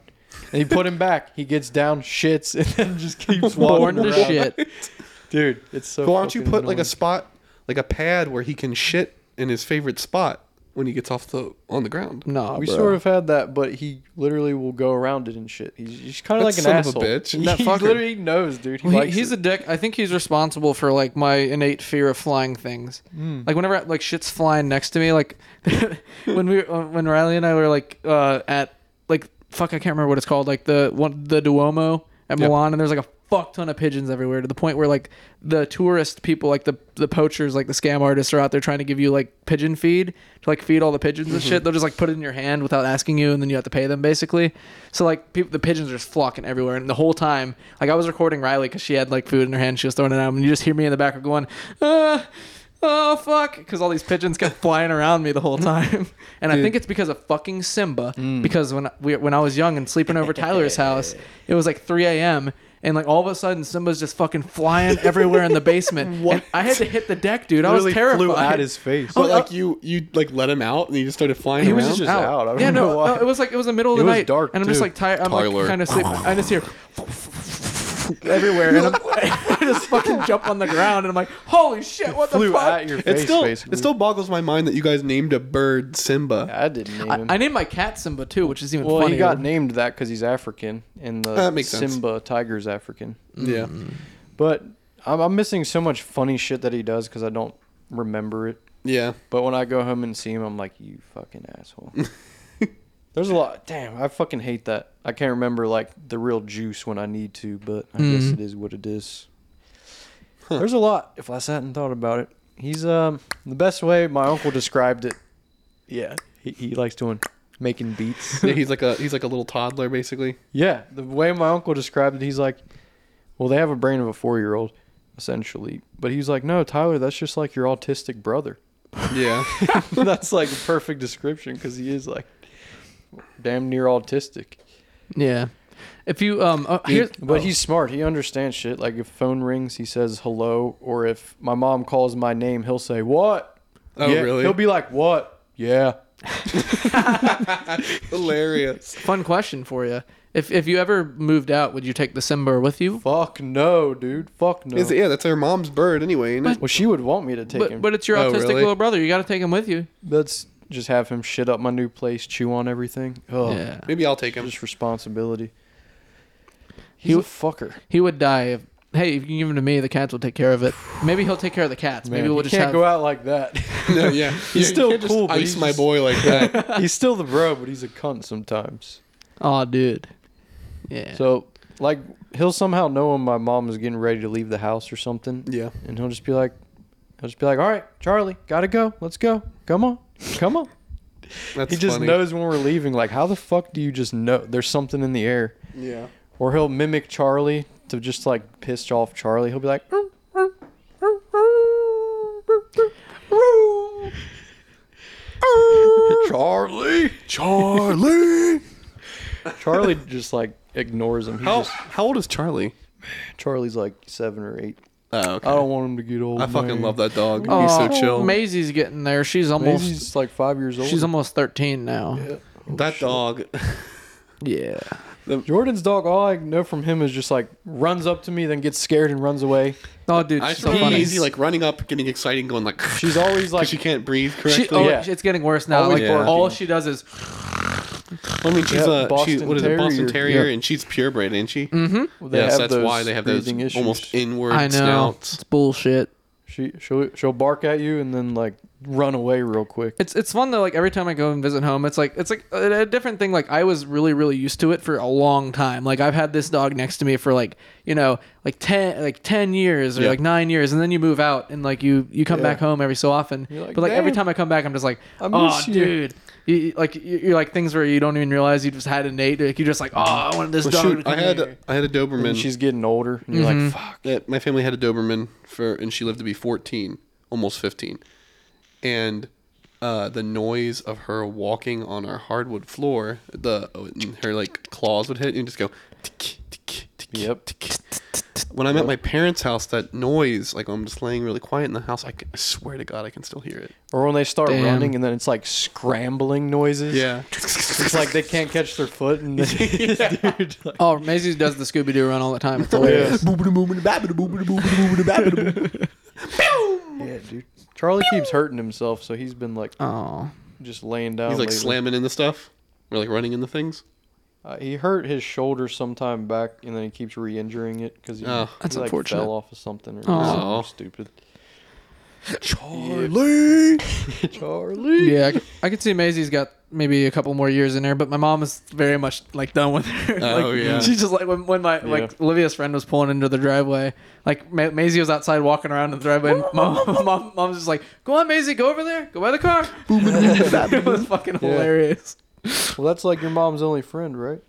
S2: And you put him back. He gets down, shits, and
S1: *laughs*
S2: then just keeps walking
S3: Born to
S2: around. *laughs*
S3: shit.
S2: dude. It's so.
S1: Why don't you
S2: fucking
S1: put like a
S2: annoying.
S1: spot, like a pad where he can shit in his favorite spot when he gets off the on the ground?
S3: No,
S2: We
S3: bro.
S2: sort of had that, but he literally will go around it and shit. He's, he's kind of
S1: That
S2: like an
S1: son of a
S2: asshole.
S1: bitch. *laughs*
S2: He,
S1: That
S2: he
S1: fucker.
S2: literally knows, dude. He
S3: Well, he-
S2: likes
S3: he's
S2: it.
S3: a dick. I think he's responsible for like my innate fear of flying things.
S2: Mm.
S3: Like whenever like shit's flying next to me, like *laughs* when we uh, when Riley and I were like uh, at like fuck I can't remember what it's called like the one the Duomo at
S1: Yep.
S3: Milan and there's like a fuck ton of pigeons everywhere to the point where like the tourist people like the the poachers like the scam artists are out there trying to give you like pigeon feed to like feed all the pigeons
S2: Mm-hmm.
S3: and shit they'll just like put it in your hand without asking you and then you have to pay them basically so like people the pigeons are just flocking everywhere and the whole time like i was recording riley because she had like food in her hand she was throwing it out and you just hear me in the background going uh, oh fuck because all these pigeons kept *laughs* flying around me the whole time *laughs* and i think it's because of fucking simba
S2: Mm.
S3: because when we, when i was young and sleeping over tyler's house it was like 3 a.m and like all of a sudden simba's just fucking flying everywhere in the
S2: *laughs*
S3: basement what? i had to hit the deck dude i was
S2: Literally
S3: terrified
S2: Flew at his face.
S1: But
S3: Oh,
S1: like you, you like let him out and he just started flying
S2: He
S1: around.
S2: was just
S3: Ow.
S2: out. I don't
S3: yeah,
S2: know
S3: no,
S2: why.
S3: no, it was like it was the middle of
S2: It
S3: the
S2: was
S3: night,
S2: dark,
S3: and I'm just
S2: too.
S3: like tired. I'm
S1: Tyler.
S3: like kind of sleep. I just hear *laughs* everywhere, and I'm, *laughs* I just fucking jump on the ground, and I'm like, holy shit, what the
S2: flew
S3: fuck?
S2: at your face.
S1: It still,
S2: basically.
S1: it still boggles my mind that you guys named a bird Simba.
S2: I didn't name him.
S3: I, I named my cat Simba too, which is even
S2: well,
S3: funnier.
S2: he got named that because he's African, and the
S1: That makes sense.
S2: Simba tiger's African.
S1: Yeah, Mm.
S2: But I'm, I'm missing so much funny shit that he does because I don't remember it.
S1: yeah.
S2: But when I go home and see him, I'm like, you fucking asshole. There's a lot. Damn, I fucking hate that. I can't remember like the real juice when I need to, but I guess it is what it is. There's a lot. If I sat and thought about it, he's um the best way my uncle described it. Yeah, he, he likes doing
S1: *laughs*
S2: making beats.
S1: yeah. He's like a he's like a little toddler basically.
S2: Yeah, the way my uncle described it, he's like, "Well, they have a brain of a four-year-old, essentially." But he's like, "No, Tyler, that's just like your autistic brother."
S1: *laughs* Yeah,
S2: *laughs* that's like a perfect description because he is like damn near autistic. Oh.
S3: yeah. If you um, uh, here's,
S2: but he's smart. He understands shit. Like if phone rings, he says hello, or if my mom calls my name, he'll say what.
S1: Oh,
S2: Yeah.
S1: really?
S2: He'll be like what? Yeah.
S1: hilarious.
S3: fun question for you. If if you ever moved out, would you take the Simba with you?
S2: Fuck no, dude. Fuck no.
S1: Is it- yeah, that's our mom's bird anyway. Ain't it?
S2: well, she would want me to take him.
S3: But, but it's your
S1: Oh,
S3: autistic
S1: really?
S3: little brother. You got to take him with you.
S2: Let's just have him shit up my new place, chew on everything. Oh,
S3: Yeah.
S1: Maybe I'll take
S2: *laughs*
S1: him.
S2: just responsibility.
S3: He
S2: He's a
S3: w-
S2: fucker.
S3: He would die if. Hey, if you can give him to me, the cats will take care of it. Maybe he'll take care of the cats. Maybe
S2: Man,
S3: we'll
S2: he
S3: just
S2: can't
S3: have.
S2: go out like
S3: *laughs*
S2: that.
S1: No, yeah, *laughs*
S2: He's
S1: You
S2: still
S1: can't just
S2: cool, but
S1: Ice
S2: he's
S1: my
S2: just-
S1: boy like that.
S2: *laughs* he's still the bro, but he's a cunt sometimes.
S3: Oh, dude. Yeah.
S2: So, like, he'll somehow know when my mom is getting ready to leave the house or something,
S1: yeah,
S2: and he'll just be like, he'll just be like, "All right, Charlie, gotta go. Let's go. Come on, come on."
S1: *laughs* that's
S2: he just
S1: funny.
S2: knows when we're leaving. Like, how the fuck do you just know? There's something in the air.
S1: Yeah.
S2: Or he'll mimic Charlie to just like piss off Charlie. He'll be like, "Mm, mm, mm, mm, mm, mm, mm." Charlie.
S1: Charlie. *laughs*
S2: Charlie just like ignores him. He
S1: How
S2: just,
S1: how old is Charlie?
S2: Charlie's like seven or eight.
S1: Oh, okay.
S2: I don't want him to get old.
S1: I fucking
S2: man.
S1: love that dog.
S3: oh,
S1: He's so chill.
S3: Maisie's getting there. She's
S2: Maybe
S3: almost.
S2: he's like five years old.
S3: she's almost thirteen now.
S1: that dog.
S3: Yeah.
S2: Jordan's dog. All I know from him is just like runs up to me, then gets scared and runs away.
S3: Oh, dude,
S1: *laughs* I
S3: it's
S1: just
S3: so
S1: remember
S3: funny.
S1: Maisie like running up, getting excited, going like. *laughs*
S2: She's always like,
S1: she can't breathe
S3: She,
S1: correctly.
S3: oh,
S2: Yeah.
S3: it's getting worse now.
S2: Always
S3: Like
S1: barking.
S3: all she does is
S1: I mean, she's
S2: Yeah,
S1: a she,
S2: Boston
S1: what is it, Boston
S2: Terrier.
S1: Terrier, and she's purebred, isn't she? Mm-hmm.
S2: they
S1: yes,
S2: have
S1: that's
S2: those
S1: why they have those
S2: breathing issues.
S1: almost inward
S3: I know
S1: snouts.
S3: it's bullshit.
S2: she she'll she'll bark at you and then like run away real quick.
S3: It's it's fun though. Like every time I go and visit home, it's like it's like a, a different thing. Like I was really really used to it for a long time. Like I've had this dog next to me for like you know like ten like ten years or
S1: Yeah.
S3: like nine years, and then you move out and like you you come
S2: Yeah.
S3: back home every so often.
S2: You're like,
S3: but like every
S2: "Damn.
S3: time I come back, I'm just like,
S2: I
S3: oh
S2: miss you."
S3: dude, you, you- like you- you're like things where you don't even realize you just had a Nate. Like you're just like, oh, I wanted this
S1: Well,
S3: dog. to
S1: shoot,
S3: come
S1: I had
S3: here."
S1: I had a Doberman.
S2: And she's getting older, and you're
S3: Mm-hmm.
S2: like, fuck.
S1: Yeah, my family had a Doberman for, and she lived to be 14, almost 15. And uh, the noise of her walking on our hardwood floor, the and her like claws would hit and just go. tick, tick, tick,
S2: Yep.
S1: tick. When I'm at my parents' house, that noise, like I'm just laying really quiet in the house, I, can, I swear to God, I can still hear it.
S2: Or when they start
S3: Damn.
S2: running and then it's like scrambling noises.
S1: Yeah.
S2: It's like they can't catch their foot *laughs*
S3: *laughs*
S2: and they, dude, like,
S3: Oh, Maisie does the Scooby Doo run all
S2: *laughs*
S3: the time. It's hilarious.
S2: yeah, dude. Charlie keeps hurting himself, so he's been like
S3: Oh,
S2: just laying down.
S1: He's like
S2: lately.
S1: slamming into stuff. Or like running into things.
S2: Uh, he hurt his shoulder sometime back, and then he keeps re-injuring it because he,
S1: Oh.
S2: he,
S3: That's
S2: like,
S3: unfortunate.
S2: fell off of something or
S1: Oh.
S2: something stupid. Charlie, Charlie.
S3: yeah. I c- I could see Maisie's got maybe a couple more years in there, but my mom is very much like done with her. *laughs* like,
S1: Oh, yeah.
S3: She's just like when, when my like Olivia's friend was pulling into the driveway, like Ma- Maisie was outside walking around in the driveway. And mom, *laughs* mom, mom's just like, "Go on, Maisie, go over there, go by
S2: *laughs*
S3: the car." *laughs* it was fucking hilarious.
S2: Well, that's like your mom's only friend, right?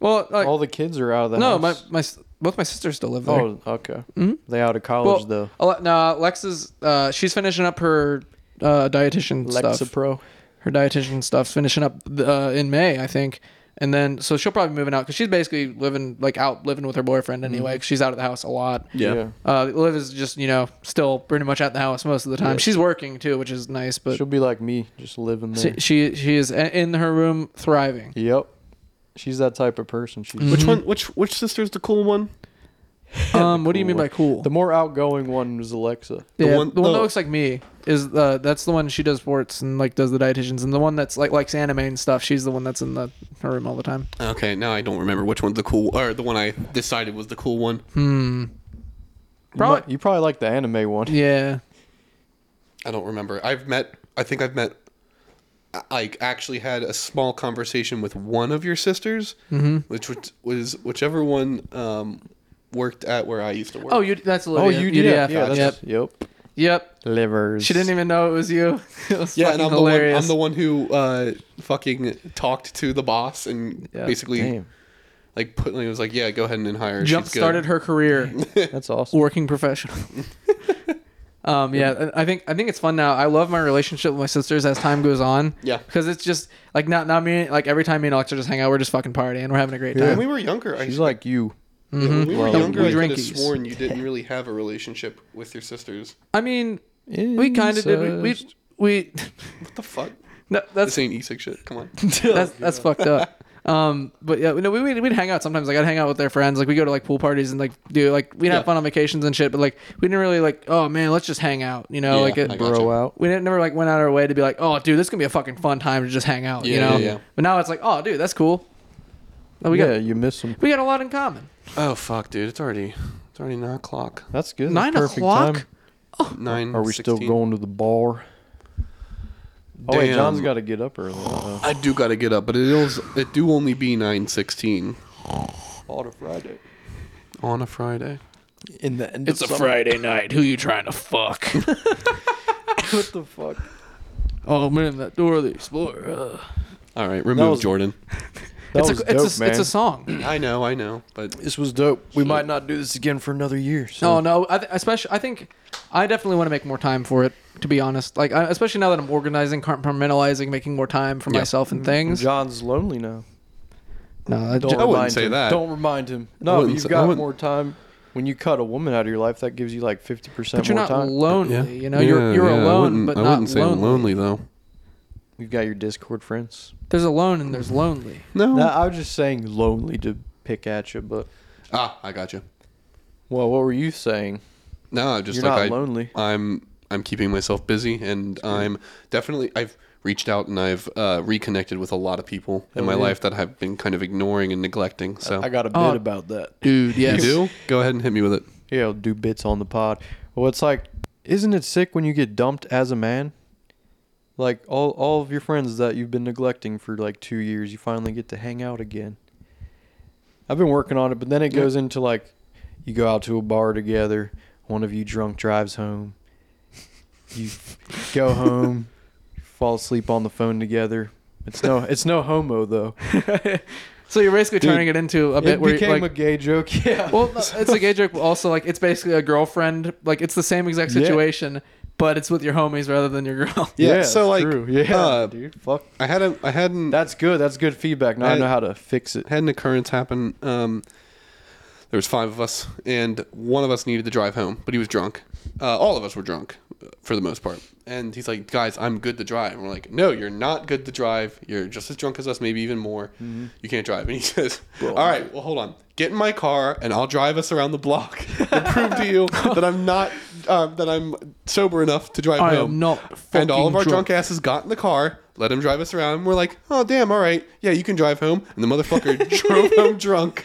S3: Well, like,
S2: All the kids are out of the
S3: no, my
S2: house.
S3: my s- both my sisters still live there. Hmm?
S2: Oh, okay. They out of college though.
S3: Ale- no, Alexa's uh, she's finishing up her uh, dietitian stuff.
S2: Lexapro.
S3: Her dietitian stuff's finishing up uh, in May, I think. And then so she'll probably be moving out because she's basically living like out living with her boyfriend anyway. 'cause she's out of the house a lot.
S1: yeah.
S3: Uh, Liv is just you know still pretty much at the house most of the time. She's working too, which is nice. But
S2: She'll be like me, just living there.
S3: she, she she is a- in her room thriving.
S2: yep. She's that type of person. She's
S3: Hmm.
S1: Which one? Which which sister's the cool one?
S3: Um, what do you mean by cool?
S2: the more outgoing one was Alexa.
S1: The
S3: yeah,
S1: one-
S3: the one that
S1: no.
S3: looks like me is uh, that's the one she does sports and like does the dietitians, and the one that's like likes anime and stuff. She's the one that's in the her room all the time.
S1: Okay, now I don't remember which one's the cool or the one I decided was the cool one.
S2: Probably, you,
S3: Probably,
S2: probably like the anime one.
S3: yeah.
S1: I don't remember. I've met. I think I've met. I- I actually had a small conversation with one of your sisters,
S3: Mm-hmm.
S1: which was- was whichever one um, worked at where I used to work.
S3: Oh, you that's Olivia. UDF.
S2: Yeah,
S3: yep,
S2: that's, yep.
S3: yep.
S2: Livers.
S3: She didn't even know it was you. *laughs* It was
S1: yeah,
S3: fucking
S1: and I'm the, one,
S3: hilarious.
S1: I'm the one who uh, fucking talked to the boss and
S3: Yeah.
S1: basically
S2: Damn,
S1: like put. It was like, yeah, go ahead and hire. her.
S3: jump
S1: She's good."
S3: started her
S1: *laughs*
S3: career.
S2: that's
S3: *laughs*
S2: awesome.
S3: working professional. um, yeah, I I think I think it's fun now. I love my relationship with my sisters as time goes on.
S1: Yeah.
S3: because it's just like not not me. Like every time me and Alexa just hang out, we're just fucking partying. We're having a great time. Mm-hmm.
S1: When we were younger, I
S2: She's like you.
S1: yeah, when we were
S2: Well,
S1: younger, I
S3: we
S1: could have
S3: drinkies.
S1: sworn you
S3: *laughs*
S1: didn't really have a relationship with your sisters.
S3: I mean, we kind of did. We we, we *laughs*
S1: What the fuck?
S3: no, that's
S1: This ain't e-cig shit. Come on.
S3: *laughs* that's that's fucked up. Um, but yeah, no, we we'd, we'd hang out sometimes. Like I'd hang out with their friends. Like we go to like pool parties and like do like we'd
S1: Yeah.
S3: have fun on vacations and shit. But like we didn't really like. Oh man, let's just hang out. You know,
S1: Yeah,
S3: like
S1: I
S3: it,
S1: got Gotcha.
S2: Bro out.
S3: we didn't never like went out of our way to be like, oh, dude, this is gonna be a fucking fun time to just hang out, you
S1: Yeah,
S3: know.
S1: yeah, yeah.
S3: But now it's like, oh, dude, that's cool. Oh, we
S2: yeah,
S3: got
S2: you miss them.
S3: we got a lot in common.
S1: Oh fuck, dude! It's already it's already nine o'clock.
S2: That's good.
S3: Nine
S2: that's perfect
S3: o'clock.
S2: Time.
S1: Nine.
S2: Are we still
S1: 16.
S2: going to the bar? Oh wait,
S1: Damn.
S2: John's got to get up early. Uh,
S1: I do gotta get up, but it is it do only be nine sixteen
S2: on a Friday.
S1: on a Friday.
S2: In the end of summer.
S3: Friday night. Who you trying to fuck?
S2: What the fuck?
S3: *laughs* oh man, that door of the explorer. Ugh.
S1: All right, remove
S2: was- *clears throat*
S1: Jordan.
S2: That
S3: it's
S2: was
S3: a
S2: dope,
S3: it's a,
S2: man.
S3: it's a song.
S1: I know, I know, but
S2: this was dope. We might not do this again for another year. So.
S3: No, no. I th- especially, I think I definitely want to make more time for it. To be honest, like I, especially now that I'm organizing, compartmentalizing, making more time for
S1: Yeah.
S3: myself and things.
S2: John's lonely now.
S3: No, I
S2: Don't
S1: I
S3: don't.
S1: wouldn't
S2: remind
S1: say
S2: him.
S1: that.
S2: Don't remind him.
S1: I
S2: No,
S1: wouldn't
S2: you've
S1: say- I
S2: got
S1: wouldn't-
S2: more time. When you cut a woman out of your life, that gives you like fifty percent
S3: But you're
S2: more
S3: not
S2: time.
S3: lonely. You know, you're you're alone, but
S1: I
S3: not
S1: wouldn't say I'm lonely
S3: lonely.
S1: though.
S2: You've got your Discord friends.
S3: There's alone and there's lonely.
S1: No.
S2: No, I was just saying lonely to pick at you, but
S1: Ah, I got you.
S2: well, what were you saying?
S1: No, I'm just
S2: You're
S1: like
S2: not
S1: I,
S2: lonely.
S1: I'm I'm keeping myself busy, and I'm definitely I've reached out and I've uh, reconnected with a lot of people in
S2: Oh,
S1: my
S2: yeah.
S1: life that I've been kind of ignoring and neglecting. So
S2: I got a bit
S3: Oh.
S2: about that.
S3: Dude, yes.
S1: you do go ahead and hit me with it.
S2: Yeah, I'll do bits on the pod. Well, it's like, isn't it sick when you get dumped as a man? Like all all of your friends that you've been neglecting for like two years, you finally get to hang out again. I've been working on it, but then it
S1: Yeah.
S2: goes into like, you go out to a bar together. One of you drunk drives home. *laughs* You go home, fall asleep on the phone together. It's no it's no homo though.
S3: So you're basically
S2: Dude,
S3: turning it into a bit
S2: it
S3: where you,
S2: became
S3: like
S2: a gay joke. *laughs* Yeah.
S3: *laughs* Well, no, it's a gay joke. But also, like, it's basically a girlfriend. Like, it's the same exact
S2: Yeah.
S3: situation, but it's with your homies rather than your girl.
S1: Yeah,
S2: it's
S1: so, like,
S2: true. yeah,
S1: uh,
S2: dude, fuck.
S1: I had a I had an
S2: That's good. That's good feedback. Now I,
S1: I-
S2: know how to fix it.
S1: had an occurrence happen. Um, there was five of us, and one of us needed to drive home, but he was drunk. Uh, all of us were drunk, uh, for the most part. And he's like, "Guys, I'm good to drive." And we're like, "No, you're not good to drive. You're just as drunk as us, maybe even more.
S3: Mm-hmm.
S1: You can't drive." And he *laughs* says, "All right, well, hold on. Get in my car, and I'll drive us around the block and prove to
S3: *laughs*
S1: you that I'm not um, that I'm sober enough to drive
S3: *laughs* I am
S1: home."
S3: not
S1: And all of
S3: fucking
S1: our
S3: drunk.
S1: drunk asses got in the car, let him drive us around. And we're like, oh, damn, all right. Yeah, you can drive home. And the motherfucker drove home drunk.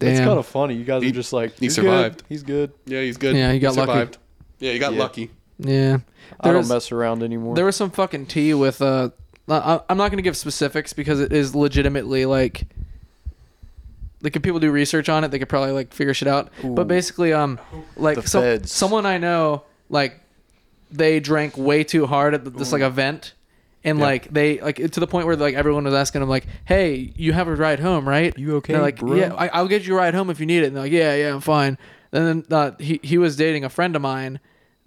S2: It's
S3: Damn.
S2: kind of funny. You guys
S1: He-
S2: are just like
S1: he
S2: "He's good.
S1: survived.
S2: He's good.
S1: Yeah, he's good.
S3: Yeah, he got lucky.
S1: Yeah, he got
S2: Yeah.
S1: lucky.
S3: Yeah,
S2: I
S3: There
S2: don't
S3: is-
S2: mess around anymore.
S3: There was some fucking tea with uh, I, I'm not gonna give specifics because it is legitimately like, like if people do research on it, they could probably like figure shit out.
S2: Ooh.
S3: But basically, um, like
S2: The
S3: so,
S2: feds.
S3: someone I know, like, they drank way too hard at this like event. And
S1: Yeah.
S3: like they like to the point where like everyone was asking them like, "Hey, you have a ride home, right?
S2: You okay,
S3: They're like,
S2: bro?
S3: yeah, I, I'll get you a ride home if you need it. And they're like, yeah, yeah, I'm fine. And then uh, he he was dating a friend of mine,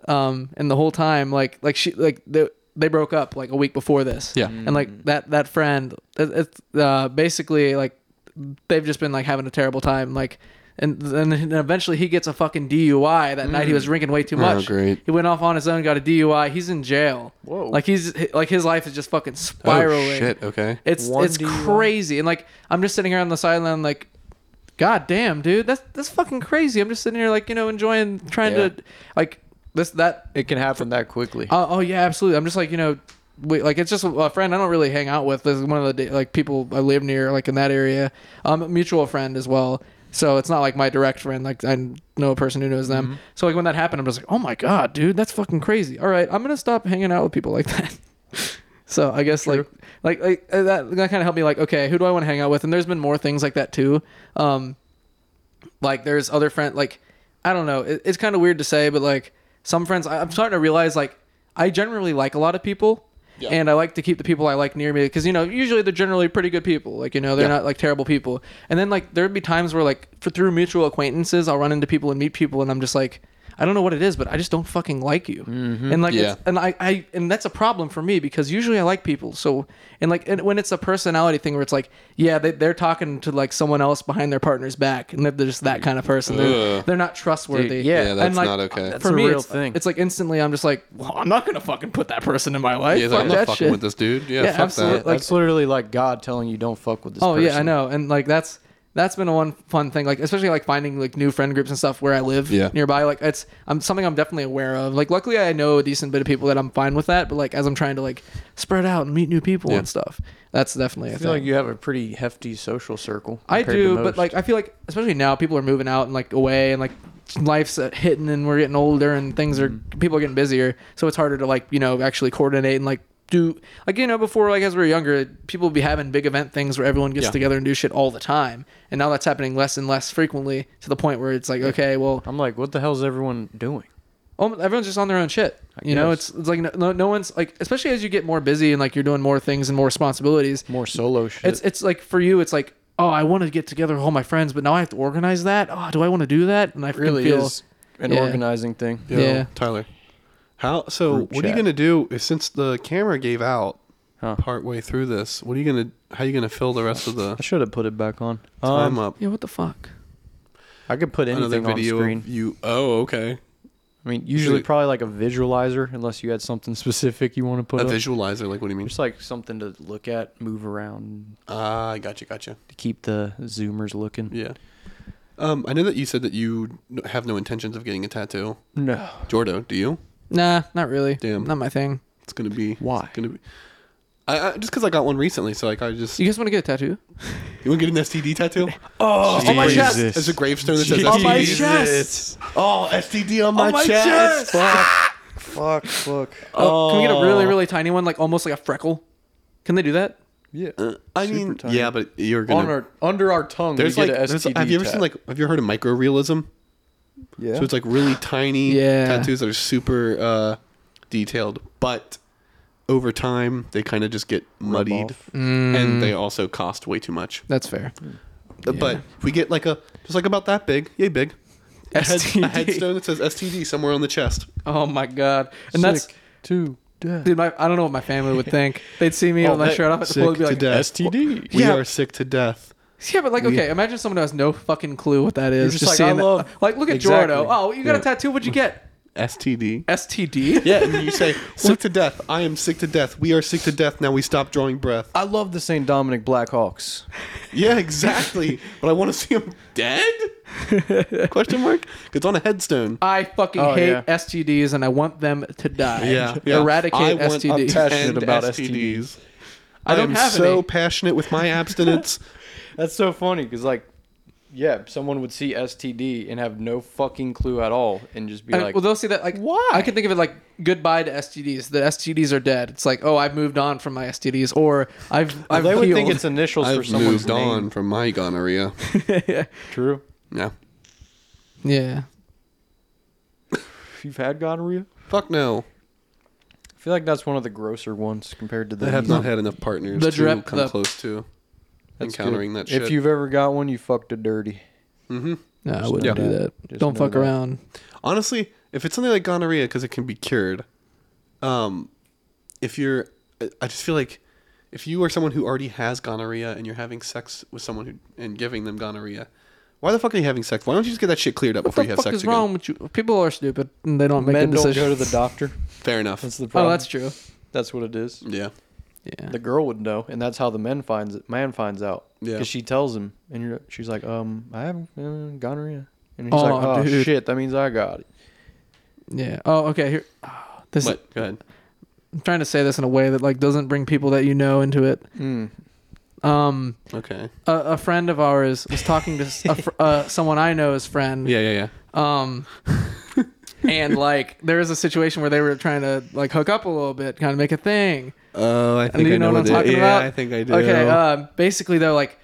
S3: um, and the whole time, like like she like they they broke up like a week before this.
S1: Yeah.
S3: and like that that friend, it, it's uh, basically like they've just been like having a terrible time, like. And then and eventually he gets a fucking DUI that night. He was drinking way too much.
S1: Mm. Oh, great.
S3: He went off on his own, got a DUI. He's in jail.
S2: Whoa.
S3: Like he's like his life is just
S1: Oh,
S3: fucking spiraling.
S1: okay.
S3: It's
S2: One
S3: it's
S2: DUI.
S3: crazy. And like I'm just sitting here on the sideline like God damn, dude, that's that's fucking crazy. I'm just sitting here like, you know, enjoying trying
S2: Yeah.
S3: to like this that
S2: it can happen that quickly.
S3: uh, oh yeah, absolutely. I'm just like, you know, we, like it's just a friend I don't really hang out with. This is one of the da- like people I live near like in that area. Um a mutual friend as well. So it's not like my direct friend. Like I know a person who knows them. So like when that happened, I'm just like, oh my god, dude, that's fucking crazy. All right, I'm gonna stop hanging out with people like *laughs* that. So I guess like like like uh, that that kind of helped me like okay who do I want to hang out with and there's been more things like that too, um, like there's other friend like I don't know it, it's kind of weird to say but like some friends I, I'm starting to realize like I generally like a lot of people
S1: Yeah.
S3: and I like to keep the people I like near me because you know usually they're generally pretty good people like you know they're
S1: Yeah.
S3: not like terrible people and then like there'd be times where like for through mutual acquaintances I'll run into people and meet people and I'm just like. I don't know what it is, but I just don't fucking like you. And like,
S1: Mm-hmm. Yeah.
S3: it's, and I, I and that's a problem for me because usually I like people. So and like and when it's a personality thing where it's like, yeah, they, they're talking to like someone else behind their partner's back, and they're just that kind of person. They're,
S1: Ugh.
S3: they're not trustworthy.
S2: Dude, yeah. uh,
S1: Yeah, that's
S3: And, like,
S1: not okay.
S2: that's
S3: for
S2: a
S3: me,
S2: real
S3: it's,
S2: thing.
S3: It's like instantly, I'm just like, well, I'm not gonna fucking put that person in my life.
S1: Yeah, he's
S3: Fuck
S1: like, I'm not
S3: that
S1: fucking
S3: shit.
S1: with this dude. Yeah,
S3: Yeah,
S1: fuck
S3: absolutely.
S1: that.
S3: like-
S2: That's literally like God telling you don't fuck with this.
S3: Oh yeah, I
S2: person.
S3: know, and like that's that's been a one fun thing, like especially like finding like new friend groups and stuff where I live
S1: Yeah.
S3: nearby. Like it's I'm something I'm definitely aware of. Like luckily I know a decent bit of people that I'm fine with that, but like as I'm trying to like spread out and meet new people
S1: Yeah.
S3: and stuff, that's definitely a
S2: I
S3: thing.
S2: feel like you have a pretty hefty social circle.
S3: I
S2: compared
S3: do,
S2: to
S3: but
S2: most.
S3: like I feel like especially now people are moving out and like away and like life's uh, hitting and we're getting older and things are
S2: Mm-hmm.
S3: people are getting busier, so it's harder to like you know actually coordinate and like do like you know before like as we were younger people would be having big event things where everyone gets
S1: Yeah.
S3: together and do shit all the time and now that's happening less and less frequently to the point where it's like okay well
S2: I'm like, what the hell's everyone doing?
S3: Oh, everyone's just on their own shit.
S2: I
S3: You know,
S2: guess.
S3: it's, it's like no, no one's like, especially as you get more busy and like you're doing more things and more responsibilities.
S2: More solo shit.
S3: It's it's like for you, it's like oh, I want to get together with all my friends, but now I have to organize that. Oh, do I want to do that? And I fucking
S2: really
S3: feel,
S2: is an
S3: yeah.
S2: organizing thing.
S1: Yo,
S3: yeah.
S1: Tyler. How so
S2: Group
S1: what are
S2: chat.
S1: you gonna do if since the camera gave out
S2: Huh.
S1: partway through this, what are you gonna how are you gonna fill the rest of the
S2: I should have put it back on.
S1: time
S2: Um,
S1: up?
S3: Yeah, what the fuck?
S2: I could put
S1: Another
S2: anything on
S1: video
S2: screen.
S1: of you oh, okay.
S2: I mean, usually
S1: So-
S2: probably like a visualizer, unless you had something *laughs* specific you want to put
S1: A
S2: up.
S1: visualizer, like what do you mean?
S2: Just like something to look at, move around,
S1: Ah, gotcha, gotcha.
S2: to keep the zoomers looking.
S1: Yeah. Um, I know that you said that you n- have no intentions of getting a tattoo.
S2: No.
S1: Jordo, do you?
S3: Nah, not really.
S1: Damn.
S3: not my thing.
S1: It's gonna be
S2: Why?
S1: It's gonna be. I, I just because I got one recently, so like I just
S3: You
S1: you,
S3: guys want to get a tattoo?
S1: want to get an STD tattoo?
S3: Oh,
S2: on my chest. *laughs* Jesus.
S1: There's a gravestone that says
S3: On my
S1: STD.
S3: chest.
S1: Oh, STD on my,
S3: my
S1: chest.
S2: Fuck, fuck.
S3: Oh, can we get a really really tiny one, like almost like a freckle? Can they do that?
S2: Yeah.
S1: uh, I
S2: Super
S1: mean,
S2: tiny.
S1: yeah, but you're
S2: on
S1: gonna.
S2: our under our tongue.
S1: there's
S2: we
S1: like,
S2: get a
S1: there's,
S2: STD
S1: have you ever
S2: tat.
S1: seen like, have you heard of microrealism?
S2: Yeah.
S1: So it's like really tiny
S3: Yeah.
S1: tattoos that are super uh, detailed, but over time they kind of just get muddied,
S2: off.
S3: Mm-hmm.
S1: and they also cost way too much.
S3: Mm. That's fair.
S1: But we get like a just like about that big, yay big, a, head- a
S3: STD.
S1: headstone that says STD somewhere on the chest.
S3: Oh my god! And that's
S2: Sick to death.
S3: dude. My, I don't know what my family would *laughs* think. They'd see me
S1: Oh,
S3: with my
S1: that-
S3: shirt off at the
S1: sick
S3: pool and be
S1: to
S3: like,
S1: death.
S2: STD.
S1: We
S3: Yeah.
S1: are sick to death.
S3: *laughs* Yeah, but like, okay, imagine someone who has no fucking clue what that is.
S2: just
S3: just
S2: like, I
S3: seeing that-
S2: love-
S3: like, look at
S2: Exactly.
S3: Jordo. Oh, you got a
S2: Yeah.
S3: tattoo? What'd you get?
S1: STD.
S3: *laughs* STD.
S1: Yeah, and you say *laughs* sick to death. I am sick to death. We are sick to death. Now we stop drawing
S3: *laughs*
S1: breath.
S2: I love the St. Dominic Blackhawks.
S1: Yeah, exactly. but I want to see him
S3: *laughs*
S1: dead? Question mark? It's on a headstone.
S3: I fucking
S2: Oh,
S3: hate
S2: yeah.
S3: STDs and I want them to die.
S2: *laughs*
S1: Yeah, yeah. I
S3: Eradicate
S1: want- I'm
S3: STDs.
S2: telling-
S1: And
S2: Passionate about
S1: I,
S3: don't
S1: am
S3: have
S1: so
S3: any.
S1: passionate with my
S3: *laughs*
S1: abstinence.
S2: *laughs* That's so funny because, like, yeah, someone would see STD and have no fucking clue at all and just be
S3: And-
S2: like,
S3: well, they'll see that like why I can think of it like goodbye to STDs. The STDs are dead. It's like oh, I've moved on from my STDs, or I've I've
S2: they would think
S3: healed.
S2: it's initials for
S1: I've
S2: someone's
S1: moved
S2: name.
S1: on from my gonorrhea.
S2: True.
S1: yeah.
S3: *laughs* yeah.
S2: If you've had gonorrhea,
S1: Fuck no.
S2: I feel like that's one of the grosser ones compared to the.
S1: I have not had enough partners
S3: The
S1: to
S3: drep-
S1: come
S3: the-
S1: close to
S2: That's good.
S1: encountering that shit. Mm-hmm.
S2: If you've ever got one, you fucked it dirty.
S3: No, I wouldn't
S1: know
S3: do
S2: that.
S3: that.
S2: Just
S3: don't
S2: know
S3: fuck
S2: that.
S3: around.
S1: honestly, if it's something like gonorrhea, because it can be cured, um, if you're, I- I just feel like if you are someone who already has gonorrhea and you're having sex with someone who and giving them gonorrhea, why the fuck are you having sex? Why don't you just get that shit cleared up
S3: What
S1: before you
S3: the
S1: have
S3: fuck
S1: sex
S3: is
S1: again?
S3: wrong with you? People are stupid and they don't make
S2: Men
S3: good
S2: don't
S3: decisions.
S2: go to the doctor.
S1: Fair enough.
S2: That's the problem.
S3: oh, that's true.
S2: that's what it is.
S1: Yeah.
S3: Yeah.
S2: The girl would know, and that's how the men finds it. Man finds out
S1: Yeah.
S2: because she tells him, and you're, she's like, "Um, I have uh, gonorrhea," and he's
S3: Oh,
S2: like, "Oh
S3: dude.
S2: shit, that means I got it."
S3: Yeah. Oh, okay. Here, Ah, this. is-
S1: But go ahead.
S3: I'm trying to say this in a way that like doesn't bring people that you know into it. Um,
S1: Okay.
S3: a, a friend of ours was talking to s- a fr-
S1: *laughs*
S3: uh, someone I know's friend.
S1: Yeah, yeah, yeah.
S3: Um, and like there was a situation where they were trying to like hook up a little bit, kind of make a thing.
S1: Oh, I
S3: And
S1: think
S3: do
S1: I
S3: you know,
S1: know,
S3: what I'm
S1: it is.
S3: talking
S1: yeah,
S3: about?
S1: I think I do.
S3: Okay. Um, basically, though, like,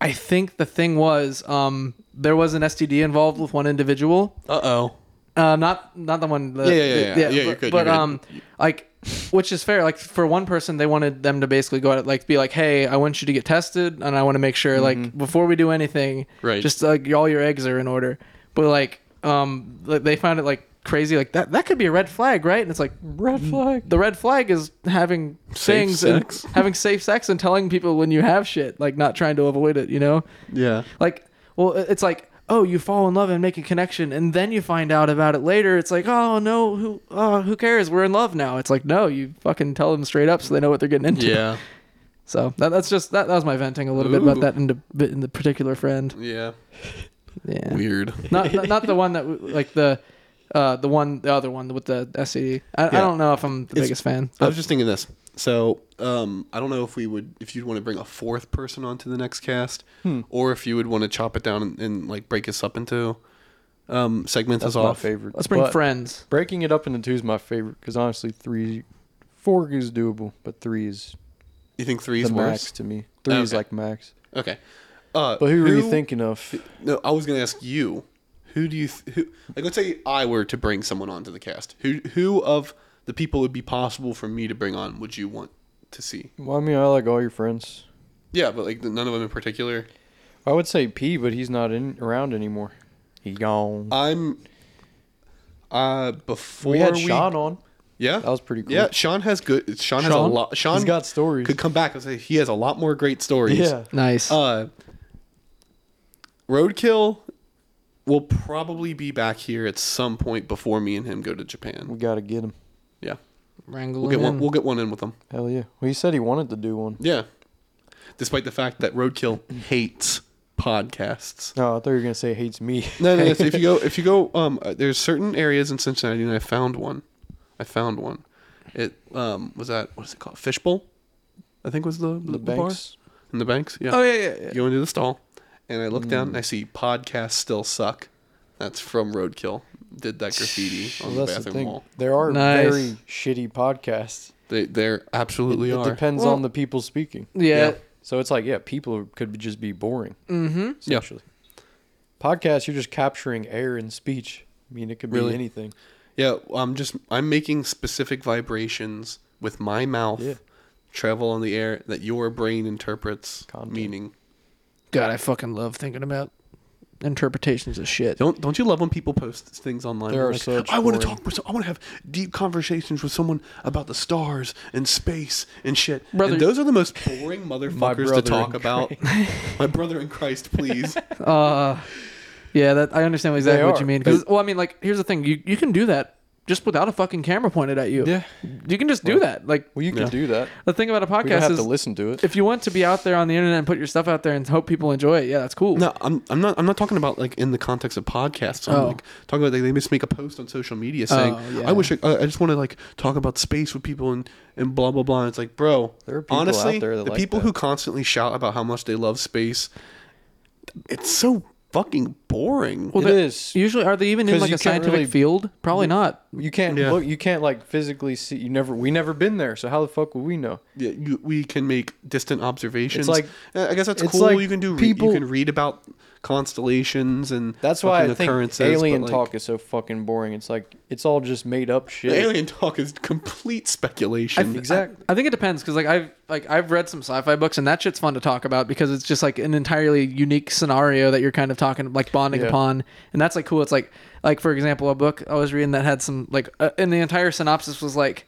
S3: I think the thing was um, there was an STD involved with one individual.
S1: Uh oh.
S3: Uh, not not the one. The,
S1: Yeah, yeah,
S3: the-
S1: yeah, yeah. Yeah, you're
S3: but,
S1: good,
S3: But
S1: you're good.
S3: um, like, which is fair. Like for one person, they wanted them to basically go out like be like, hey, I want you to get tested, and I want to make sure like before we do anything,
S1: Mm-hmm. Right.
S3: Just like all your eggs are in order. But like um, like, they found it like crazy. Like that that could be a red flag, right? And it's like red flag. The red flag is having
S1: Mm-hmm. Safe
S3: things and-
S1: sex.
S3: having safe sex and telling people when you have shit, like not trying to avoid it. You know
S1: Yeah.
S3: like well it- it's like oh you fall in love and make a connection and then you find out about it later it's like oh no who oh, who cares we're in love now it's like no you fucking tell them straight up so they know what they're getting into
S1: Yeah.
S3: so that, that's just that, that was my venting a little bit
S1: Ooh.
S3: about that in the, bit in the particular friend
S1: Yeah.
S3: yeah
S1: Weird.
S3: not, not not the one that w- like the uh, the one, the other one with the STD. I, I
S1: Yeah.
S3: don't know if I'm the
S1: It's-
S3: biggest fan.
S1: I was just thinking this. So um, I don't know if we would, if you'd want to bring a fourth person onto the next cast, or if you would want to chop it down and, and like break us up into um, segments
S2: That's
S1: us
S2: my
S1: off.
S2: favorite.
S3: Let's bring
S2: But
S3: friends.
S2: Breaking it up into two is my favorite because honestly, three, four is doable, but three is
S1: You think three is
S2: the max
S1: worse?
S2: to me. Three is
S1: Okay.
S2: like max.
S1: Okay. Uh,
S2: But who, are you thinking of?
S1: No, I was gonna ask you. Who do you th- who like? Let's say I were to bring someone onto the cast. Who who of the people would be possible for me to bring on? Would you want to see?
S2: Well, I mean, I like all your friends.
S1: Yeah, but like none of them in particular.
S2: I would say P, but he's not in around anymore. He gone.
S1: I'm. Uh, before
S2: we had Sean on.
S1: Yeah,
S2: That was pretty cool.
S1: Yeah, Sean has good. Sean, has a
S2: Sean?
S1: lot. Sean
S2: He's got stories.
S1: Could come back and say he has a lot more great stories.
S2: Yeah.
S3: Nice.
S1: Uh, Roadkill will probably be back here at some point before me and him go to
S2: We
S1: Japan.
S2: gotta get him.
S1: Yeah,
S3: Wrangle
S1: we'll get
S3: him
S1: one.
S3: in.
S1: We'll get one in with him.
S2: Hell yeah. Well, he said he wanted to do one.
S1: Yeah. Despite the fact that Roadkill hates podcasts.
S2: No, Oh, I thought you were gonna say hates *laughs* me.
S1: No, no. if *laughs* you go, if you go, um, uh, there's certain areas in Cincinnati, and I found one. I found one. It um was that what is it called? Fishbowl, I think was the the,
S2: the
S1: the bar?
S2: banks.
S1: in the banks. Yeah. Mm.
S3: oh yeah, yeah, yeah.
S1: You go into the stall, and I look down and I see podcasts still suck. That's from Roadkill. Did that graffiti on
S2: Well,
S1: the
S2: that's the
S1: bathroom
S2: thing.
S1: wall.
S2: There are
S3: Nice.
S2: very shitty podcasts.
S1: They there absolutely
S2: it
S1: are.
S2: depends
S3: Well-
S2: on the people speaking.
S3: yeah.
S1: Yeah.
S2: So it's like, yeah, people could be- just be boring.
S3: Mm-hmm.
S1: Yeah.
S2: Essentially. Podcasts, you're just capturing air and speech. I mean, it could be
S1: Really?
S2: anything.
S1: Yeah, I'm just I'm making specific vibrations with my mouth
S2: Yeah.
S1: travel on the air that your brain interprets
S2: Content.
S1: meaning.
S3: God, I fucking love thinking about interpretations of shit.
S1: Don't don't you love when people post things online?
S2: There
S1: They're
S2: are
S1: like,
S2: such
S1: I want to
S2: boring-
S1: talk. With, so- I want to have deep conversations with someone about the stars and space and shit.
S3: Brother-
S1: and those are the
S2: *laughs*
S1: most boring motherfuckers
S2: brother
S1: to
S2: in
S1: talk about. *laughs* my brother in Christ, please.
S3: Uh, yeah, that I understand exactly
S2: They
S3: what you
S2: are,
S3: mean. 'Cause- well, I mean, like, here's the thing: you you can do that just without a fucking camera pointed at you.
S2: Yeah.
S3: you can just do that. Like,
S2: Well, you can
S1: Yeah.
S2: do that.
S3: the thing about a
S2: We don't
S3: podcast
S2: have
S3: is
S2: to listen to it.
S3: if you want to be out there on the internet and put your stuff out there and hope people enjoy it, yeah, that's cool.
S1: No, I'm, I'm not. I'm not talking about like in the context of podcasts. I'm
S3: Oh.
S1: like talking about they, they just make a post on social media saying,
S3: Oh, yeah.
S1: "I wish I, I just want to like talk about space with people and and blah blah blah." And it's like, bro,
S2: There are people out
S1: honestly,
S2: there that
S1: the
S2: like
S1: people
S2: that.
S1: who constantly shout about how much they love space, it's so fucking boring.
S3: well,
S2: It
S3: they're-
S2: is.
S3: Usually, are they even in
S2: 'Cause
S3: like
S2: you
S3: a
S2: can't
S3: scientific
S2: really-
S3: field? Probably not.
S2: You can't
S1: Yeah.
S2: look. You can't like physically see. You never. We never been there. So how the fuck would we know?
S1: yeah, you, we can make distant observations.
S2: like-
S1: Uh, I guess that's
S2: it's
S1: cool.
S2: like
S1: you can do. Re-
S2: people-
S1: you can read about constellations and
S2: That's why
S1: fucking
S2: I think
S1: occurrences, but,
S2: alien
S1: like,
S2: talk is so fucking boring. It's like it's all just made up shit.
S1: Alien talk is complete speculation.
S2: exactly.
S3: I think it depends because like I've like I've read some sci-fi books and that shit's fun to talk about because it's just like an entirely unique scenario that you're kind of talking like bonding
S2: Yeah.
S3: upon and that's like cool. It's like like for example a book I was reading that had some like uh, and the entire synopsis was like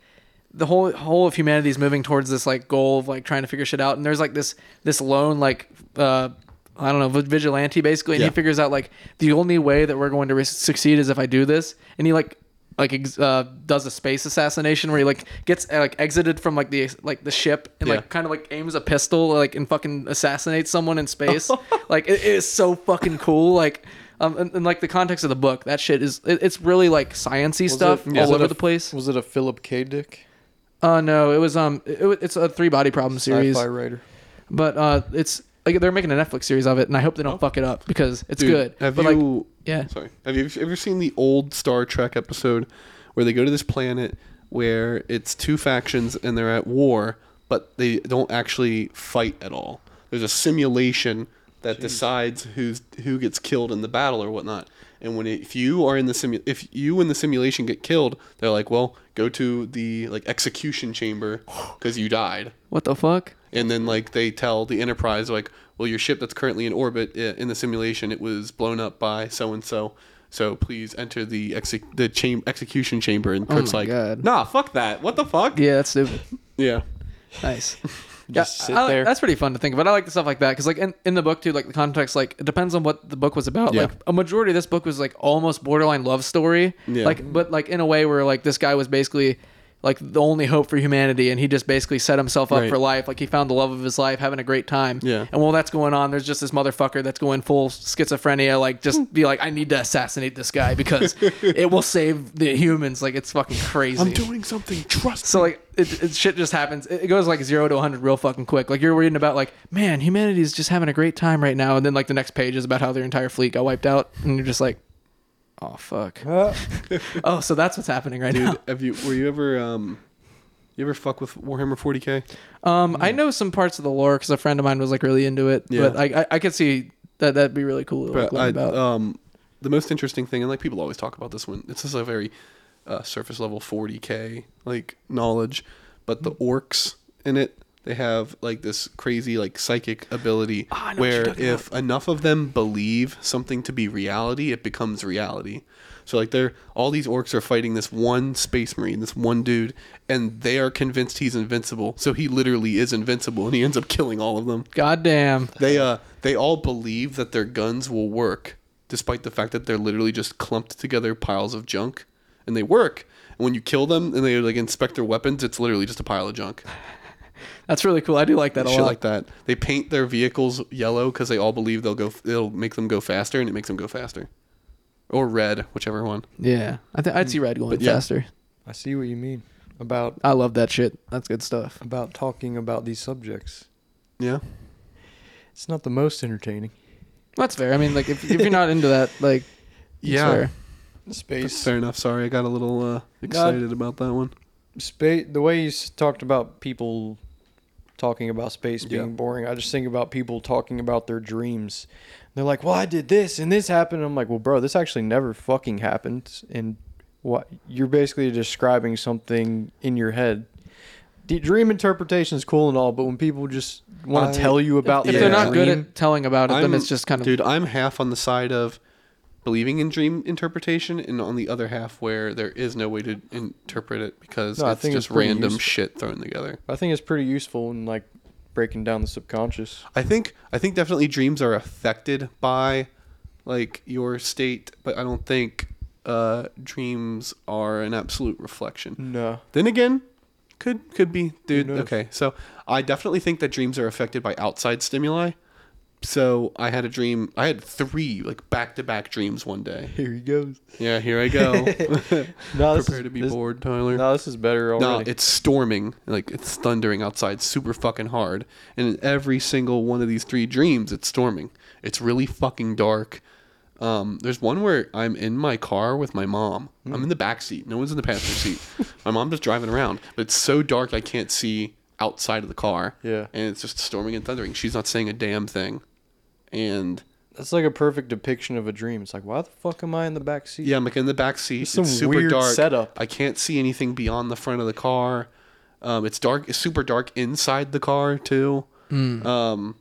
S3: the whole whole of humanity is moving towards this like goal of like trying to figure shit out and there's like this this lone like uh I don't know vi- vigilante basically and
S1: Yeah.
S3: he figures out like the only way that we're going to re- succeed is if I do this and he like like ex- uh, does a space assassination where he like gets uh, like exited from like the like the ship and
S1: Yeah.
S3: like kind of like aims a pistol like and fucking assassinates someone in
S1: *laughs*
S3: space. like it is so fucking cool. Like um and, and, like the context of the book, that shit is it, it's really like sciency
S2: Was
S3: stuff
S2: it- was
S3: all
S2: it
S3: over
S2: a-
S3: the place.
S2: Was it a Philip K. Dick
S3: Uh no, it was um it, wa- it's a three body problem series,
S2: sci-fi writer?
S3: but uh it's like they're making a Netflix series of it and I hope they don't fuck it up because it's
S1: Oh. Dude,
S3: good.
S1: Have
S3: but like
S1: you?
S3: yeah.
S1: Sorry. Have you ever seen the old Star Trek episode where they go to this planet where it's two factions and they're at war, but they don't actually fight at all? There's a simulation that decides who's who gets killed in the battle or whatnot. And when if you are in the simu- if you in the simulation get killed, they're like, well, go to the like execution chamber because you died
S3: what the fuck?
S1: and then like they tell the enterprise like well your ship that's currently in orbit i- in the simulation it was blown up by so and so so please enter the exec- the cham- execution chamber and Kirk's
S3: my
S1: like
S3: God.
S1: nah fuck that what the fuck
S3: Yeah, that's stupid.
S1: yeah *laughs*
S3: Nice.
S2: Just sit
S3: I like-
S2: there.
S3: That's pretty fun to think about. I like the stuff like that because, like, in, in the book too, like the context, like it depends on what the book was about.
S1: Yeah.
S3: Like a majority of this book was like almost borderline love story.
S1: Yeah.
S3: Like, but like in a way where like this guy was basically like the only hope for humanity, and he just basically set himself up
S1: Right.
S3: for life. Like he found the love of his life, having a great time.
S1: Yeah.
S3: And while that's going on, there's just this motherfucker that's going full schizophrenia. Like, just be like, I need to assassinate this
S1: *laughs*
S3: guy because it will save the humans. Like, it's fucking crazy.
S1: i'm doing something trust
S3: So like it, it shit just happens. It, it goes like zero to 100 real fucking quick. Like you're reading about like man, humanity is just having a great time right now, and then like the next page is about how their entire fleet got wiped out, and you're just like, oh fuck.
S1: Uh.
S3: *laughs* oh, so that's what's happening
S1: *laughs*
S3: right
S1: dude have you were you ever um you ever fuck with warhammer 40k
S3: now. Um, I know some parts of the lore because a friend of mine was like really into it,
S1: Yeah.
S3: but I, I I could see that that'd be really cool to like,
S1: But
S3: learn
S1: I,
S3: about.
S1: um, the most interesting thing, and like people always talk about this one, it's just a very uh, surface level 40k like knowledge, but
S3: Mm-hmm.
S1: the orcs in it, they have like this crazy like psychic ability
S3: Ah, I know what you're
S1: where
S3: talking
S1: if enough of them believe something to be reality, it becomes reality. So like they're all these orcs are fighting this one space marine, this one dude, and they are convinced he's invincible. So he literally is invincible, and he ends up killing all of them
S3: Goddamn.
S1: they uh they all believe that their guns will work despite the fact that they're literally just clumped together piles of junk and they work and when you kill them and they like inspect their weapons it's literally just a pile of junk
S3: That's really cool. I do like that a
S1: shit
S3: lot.
S1: like that they paint their vehicles yellow because they all believe they'll go it'll make them go faster and it makes them go faster or red whichever one
S3: Yeah, I think I'd see Red going
S1: But yeah.
S3: faster.
S2: I see what you mean about
S3: I love that shit. That's good stuff.
S2: about talking about these subjects.
S1: yeah
S2: It's not the most entertaining.
S3: That's fair. I mean, like if, if you're not into that, like it's
S1: Yeah.
S3: fair.
S2: Space,
S1: fair enough sorry i got a little uh, excited about that one
S2: space. The way you s- talked about people talking about space
S1: Yeah.
S2: being boring, I just think about people talking about their dreams. They're like, "Well, I did this and this happened." I'm like, "Well, bro, this actually never fucking happened." And what you're basically describing something in your head. the dream interpretation is cool and all, but when people just want
S1: I-
S2: to tell you about
S3: If
S2: their
S3: they're not good
S2: dream-
S3: at telling about it, then
S1: I'm-
S3: it's just kind of
S1: dude. I'm half on the side of believing in dream interpretation, and on the other half where there is no way to interpret it because
S2: No, I
S1: it's
S2: think
S1: just
S2: it's pretty
S1: random
S2: useful.
S1: shit thrown together.
S2: I think it's pretty useful in like breaking down the subconscious.
S1: I think I think definitely dreams are affected by like your state, but I don't think uh, dreams are an absolute reflection.
S2: No.
S1: Then again, could could be, dude.
S2: knows?
S1: Okay, so I definitely think that dreams are affected by outside stimuli. So I had a dream. I had three like back to back dreams one day.
S2: Here he goes.
S1: Yeah, here I *laughs* go.
S2: No, this
S1: Prepare
S2: is,
S1: to be
S2: this-
S1: bored, Tyler.
S2: No, this is better
S1: No,
S2: already.
S1: it's storming, like it's thundering outside, super fucking hard. And in every single one of these three dreams, it's storming. It's really fucking dark. Um, there's one where I'm in my car with my mom.
S2: Hmm.
S1: I'm in the back seat. No one's in the passenger
S2: *laughs*
S1: seat. My mom's just driving around, but it's so dark I can't see outside of the car.
S2: Yeah.
S1: and it's just storming and thundering. She's not saying a damn thing. And
S2: That's like a perfect depiction of a dream. It's like, why the fuck am I in the back seat?
S1: Yeah, I'm like in the back seat.
S2: That's some
S1: it's super
S2: weird
S1: dark.
S2: setup.
S1: I can't see anything beyond the front of the car. Um, it's dark. It's super dark inside the car too.
S2: Hmm.
S1: Um,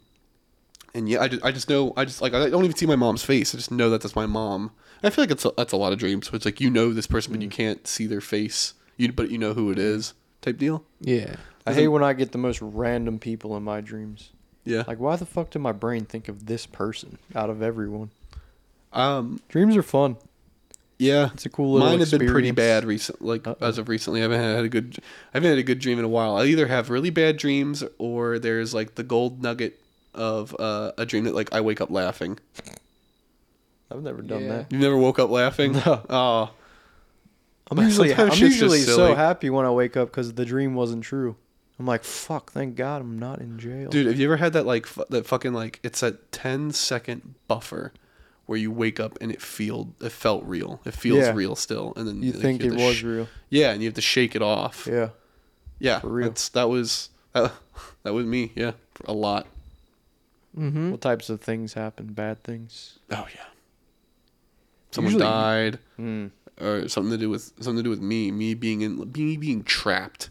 S1: and yeah, I just, I just know. I just like I don't even see my mom's face. I just know that that's my mom. I feel like it's a, that's a lot of dreams. Where it's like you know this person,
S2: Hmm.
S1: but you can't see their face. You but you know who it is. Type deal.
S3: yeah.
S2: I hate when I get the most random people in my dreams.
S1: Yeah.
S2: Like, why the fuck did my brain think of this person out of everyone?
S1: Um.
S2: Dreams are fun.
S1: Yeah.
S2: It's a cool little.
S1: Mine have been pretty
S2: experience.
S1: bad recent, like
S2: Uh-oh.
S1: as of recently. I haven't had a good, I haven't had a good dream in a while. I either have really bad dreams or there's like the gold nugget of uh, a dream that like I wake up laughing.
S2: I've never done
S3: Yeah.
S2: that.
S1: You never woke up laughing?
S2: *laughs* No.
S1: Oh,
S2: I'm *laughs* usually
S1: Sometimes
S2: I'm
S1: shit's just
S2: usually
S1: silly.
S2: so happy when I wake up because the dream wasn't true. I'm like, fuck, thank God I'm not in jail.
S1: dude, have you ever had that like f- that fucking like it's that 10 second buffer where you wake up and it feel it felt real. It feels
S2: Yeah.
S1: real still, and then
S2: you
S1: like,
S2: think
S1: have
S2: it
S1: to
S2: was
S1: sh-
S2: real?
S1: yeah, and you have to shake it off. Yeah,
S2: Yeah. for real.
S1: that's- that was *laughs* that, that was me. Yeah, for a lot.
S3: Mm-hmm.
S2: What types of things happen? Bad things.
S1: Oh yeah. Someone
S2: Usually-
S1: died.
S2: Mm.
S1: or something to do with something to do with me, me being in me being trapped.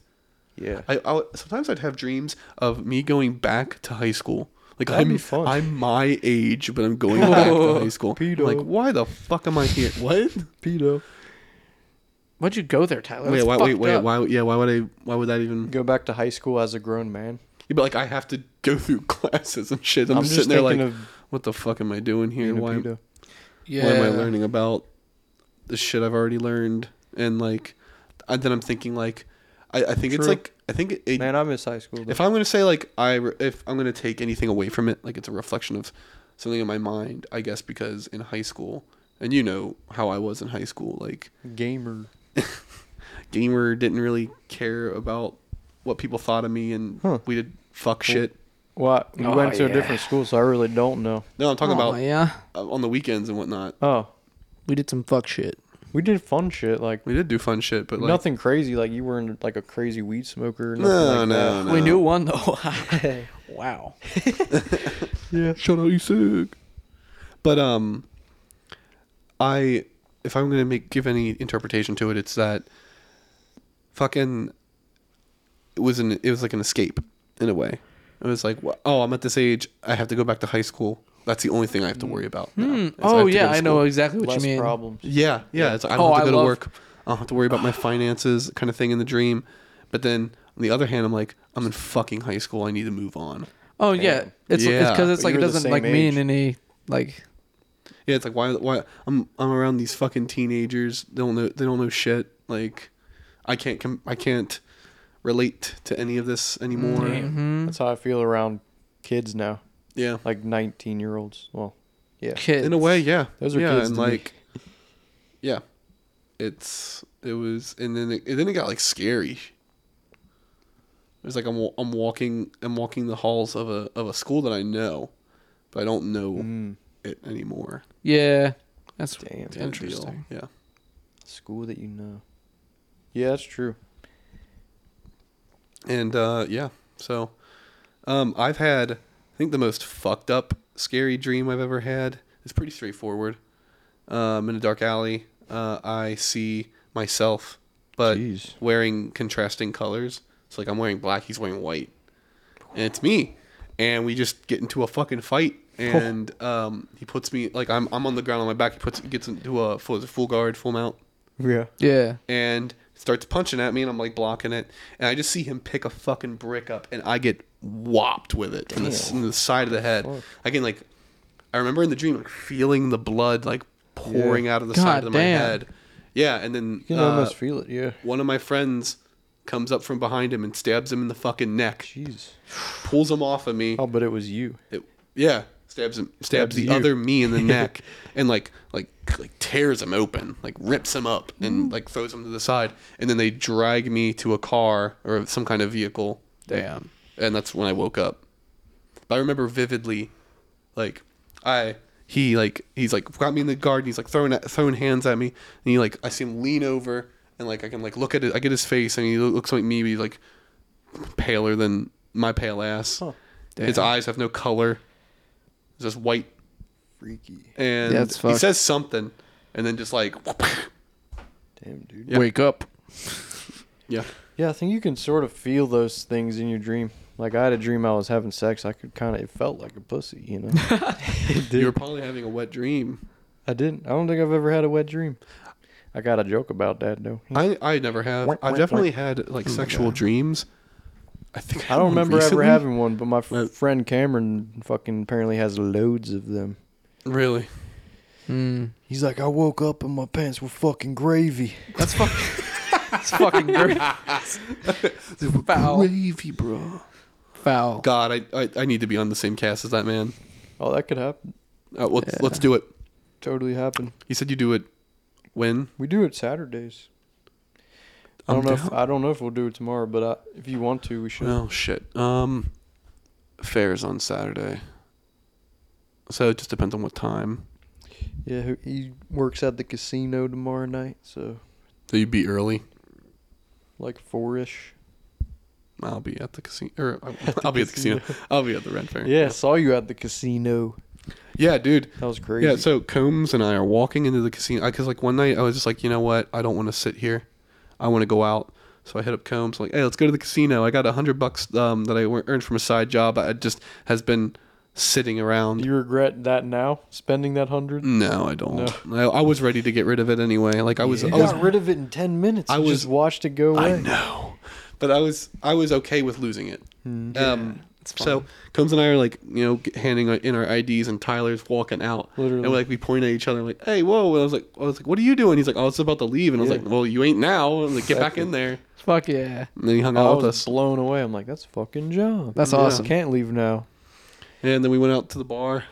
S2: Yeah.
S1: I I'll, sometimes I'd have dreams of me going back to high school. Like
S2: That'd
S1: I'm
S2: be fun.
S1: I'm my age, but I'm
S2: *laughs*
S1: going back to high school. I'm
S2: Pedo.
S1: like why the fuck am I
S2: *laughs*
S1: here? What?
S2: Pedo.
S3: Why'd you go there, Tyler?
S1: wait,
S3: That's
S1: why, wait,
S3: fucked
S1: wait,
S3: up.
S1: why? Yeah, why would I? Why would that even?
S2: Go back to high school as a grown man.
S1: Yeah, but like I have to go through *laughs* classes and shit. I'm,
S2: I'm
S1: just
S2: just
S1: sitting there like,
S2: thinking of
S1: what the fuck am I doing here?
S2: Being a
S1: Why?
S2: pedo.
S3: Yeah.
S1: What am I learning about the shit I've already learned? And like, and then I'm thinking like, I, I think it's
S2: True.
S1: like I think it, it
S2: Man, I miss high school. Though.
S1: If I'm gonna say like I, re- if I'm gonna take anything away from it, like it's a reflection of something in my mind, I guess, because in high school, and you know how I was in high school, like *laughs*
S2: Gamer.
S1: gamer didn't really care about what people thought of me, and
S2: Huh.
S1: we did fuck shit.
S2: Well, you
S3: Oh,
S2: went to a
S3: yeah.
S2: different school, so I really don't know.
S1: No, I'm talking
S3: Oh,
S1: about
S3: yeah.
S1: uh, on the weekends and whatnot.
S2: Oh,
S3: We did some fuck shit.
S2: we did fun shit like,
S1: We did do fun shit, but like,
S2: nothing crazy. Like you weren't like a crazy weed smoker. Or nothing
S1: No,
S2: like
S1: no, no.
S3: We knew one though. *laughs* wow.
S1: yeah, shut up, you suck. But um, I if I'm gonna make give any interpretation to it, it's that fucking it was an it was like an escape in a way. It was like, wh- oh, I'm at this age, I have to go back to high school. That's the only thing I have to worry about. now,
S3: Hmm.
S1: is I
S3: Oh
S1: have to go
S3: yeah,
S1: to
S3: I
S1: school.
S3: know exactly
S2: *laughs*
S3: what
S2: Less
S3: you mean.
S2: problems.
S1: Yeah, yeah. It's, I don't
S3: Oh,
S1: have to
S3: I
S1: go to
S3: love-
S1: work. I don't have to worry about my finances, kind of thing in the dream. But then on the other hand, I'm like, I'm in fucking high school. I need to move on.
S3: Oh yeah, it's
S1: Yeah.
S3: because it's
S2: But
S3: like
S2: you're
S3: it
S2: the
S3: doesn't
S2: same
S3: like mean
S2: age.
S3: any like
S1: Yeah, it's like why why I'm I'm around these fucking teenagers. They don't know they don't know shit. Like I can't com- I can't relate to any of this anymore.
S3: mhm,
S2: That's how I feel around kids now,
S1: Yeah.
S2: like 19 year olds. Well, yeah,
S3: kids
S1: In a way, yeah.
S2: Those are
S1: yeah,
S2: kids
S1: and
S2: to me.
S1: like Yeah. It's it was and then it, and then it got like scary. It was like I'm wa- I'm walking I'm walking the halls of a of a school that I know, but I don't know
S2: Mm,
S1: it anymore.
S3: Yeah, that's
S2: damn,
S1: Kinda deal.
S3: Interesting.
S1: Yeah.
S2: school that you know. Yeah, that's true.
S1: And uh, yeah, so um, I've had, I think the most fucked up, scary dream I've ever had. It's pretty straightforward. Um, in a dark alley, uh, I see myself, but
S2: Jeez.
S1: wearing contrasting colors. So like I'm wearing black, he's wearing white, and it's me. And we just get into a fucking fight, and um, he puts me like I'm I'm on the ground on my back. He puts gets into a full, full guard, full mount,
S2: Yeah.
S3: Yeah.
S1: and starts punching at me, and I'm like blocking it, and I just see him pick a fucking brick up, and I get whopped with it in the, in the side of the head. I can like, I remember in the dream like feeling the blood like pouring out of the side
S3: God
S1: of
S3: damn.
S1: my head. Yeah, and then
S2: You can
S1: uh,
S2: almost feel it. Yeah.
S1: one of my friends comes up from behind him and stabs him in the fucking neck,
S2: Jeez.
S1: pulls him off of me.
S2: Oh, but it was you.
S1: It- yeah, stabs him, stabs,
S2: Stabs
S1: the
S2: you.
S1: other me
S2: *laughs*
S1: in the neck, and like like like tears him open, like rips him up,
S2: Mm.
S1: and like throws him to the side, and then they drag me to a car or some kind of vehicle,
S3: Damn.
S1: and that's when I woke up. But I remember vividly, like I he like he's like got me in the garden. He's like throwing at, throwing hands at me, and he like I see him lean over and like I can like look at it. I get his face, and he lo- looks like me. But he's like paler than my pale ass. His eyes have no color. It's just white,
S5: Freaky.
S1: and
S3: Yeah, it's
S1: he
S3: fucked.
S1: says something, and then just like *laughs*
S5: Damn, dude.
S1: Yeah.
S3: Wake up.
S1: yeah.
S2: Yeah, I think you can sort of feel those things in your dream. Like I had a dream I was having sex. I could kind of. It felt like a pussy. You know. it
S1: You were
S2: did.
S1: probably having a wet dream.
S2: I didn't. I don't think I've ever had a wet dream. I got a joke about that though.
S1: I I never have.
S2: Wink,
S1: I
S2: wink,
S1: definitely
S2: wink.
S1: had like sexual dreams. I think had *laughs*
S2: I don't
S1: one
S2: remember
S1: recently.
S2: ever having one, but my f-
S1: Uh,
S2: friend Cameron fucking apparently has loads of them.
S1: really.
S3: Mm.
S5: He's like, I woke up and my pants were fucking gravy.
S3: That's fucking.
S1: *laughs*
S3: That's fucking great. Foul.
S1: Wavy, bro.
S3: Foul.
S1: God, I, I I need to be on the same cast as that man.
S2: Oh, that could happen.
S1: Uh, let's
S3: Yeah.
S1: let's do it.
S2: Totally happen.
S1: You said you do it when?
S2: We do it Saturdays.
S1: I'm
S2: I don't know. If,
S1: down.
S2: I don't know if we'll do it tomorrow, but I, if you want to, we should.
S1: Oh shit. Um, fair's on Saturday. So it just depends on what time.
S2: Yeah, he- he works at the casino tomorrow night, so
S1: So you'd be early.
S2: like four ish.
S1: I'll be at the casino. Or I'll, I'll be at the casino. I'll be at the rent fair.
S2: Yeah, saw you at the casino.
S1: Yeah, dude.
S2: That was crazy.
S1: Yeah, so Combs and I are walking into the casino because like one night I was just like, you know what, I don't want to sit here, I want to go out. So I hit up Combs like, hey, let's go to the casino. I got a hundred bucks um, that I wa- earned from a side job. I just has been sitting
S2: Do
S1: around.
S2: you regret that now? Spending that hundred?
S1: no, I don't. I, I was ready to get rid of it anyway. Like I was,
S2: You
S1: I was
S2: got rid of it in ten minutes.
S1: I
S2: I was,
S1: was-
S2: just watched it go away.
S1: I know, but I was I was okay with losing it.
S2: Hmm.
S1: um,
S3: fine.
S1: so Combs and I are like you know g- handing our- in our IDs and Tyler's walking out.
S2: Literally.
S1: and like we point at each other like, "Hey, whoa!" And I was like, "I was like, what are you doing?" He's like, "Oh, it's about to leave," and I was
S2: Yeah.
S1: like, "Well, you ain't now." I was like, "Get back
S2: Exactly.
S1: in there."
S3: Fuck yeah.
S1: And then he hung
S2: I
S1: out
S2: was
S1: with us,
S2: blown away. I'm like, that's fucking John.
S3: That's
S1: Yeah.
S3: awesome.
S2: Can't leave now.
S1: and then we went out to the bar.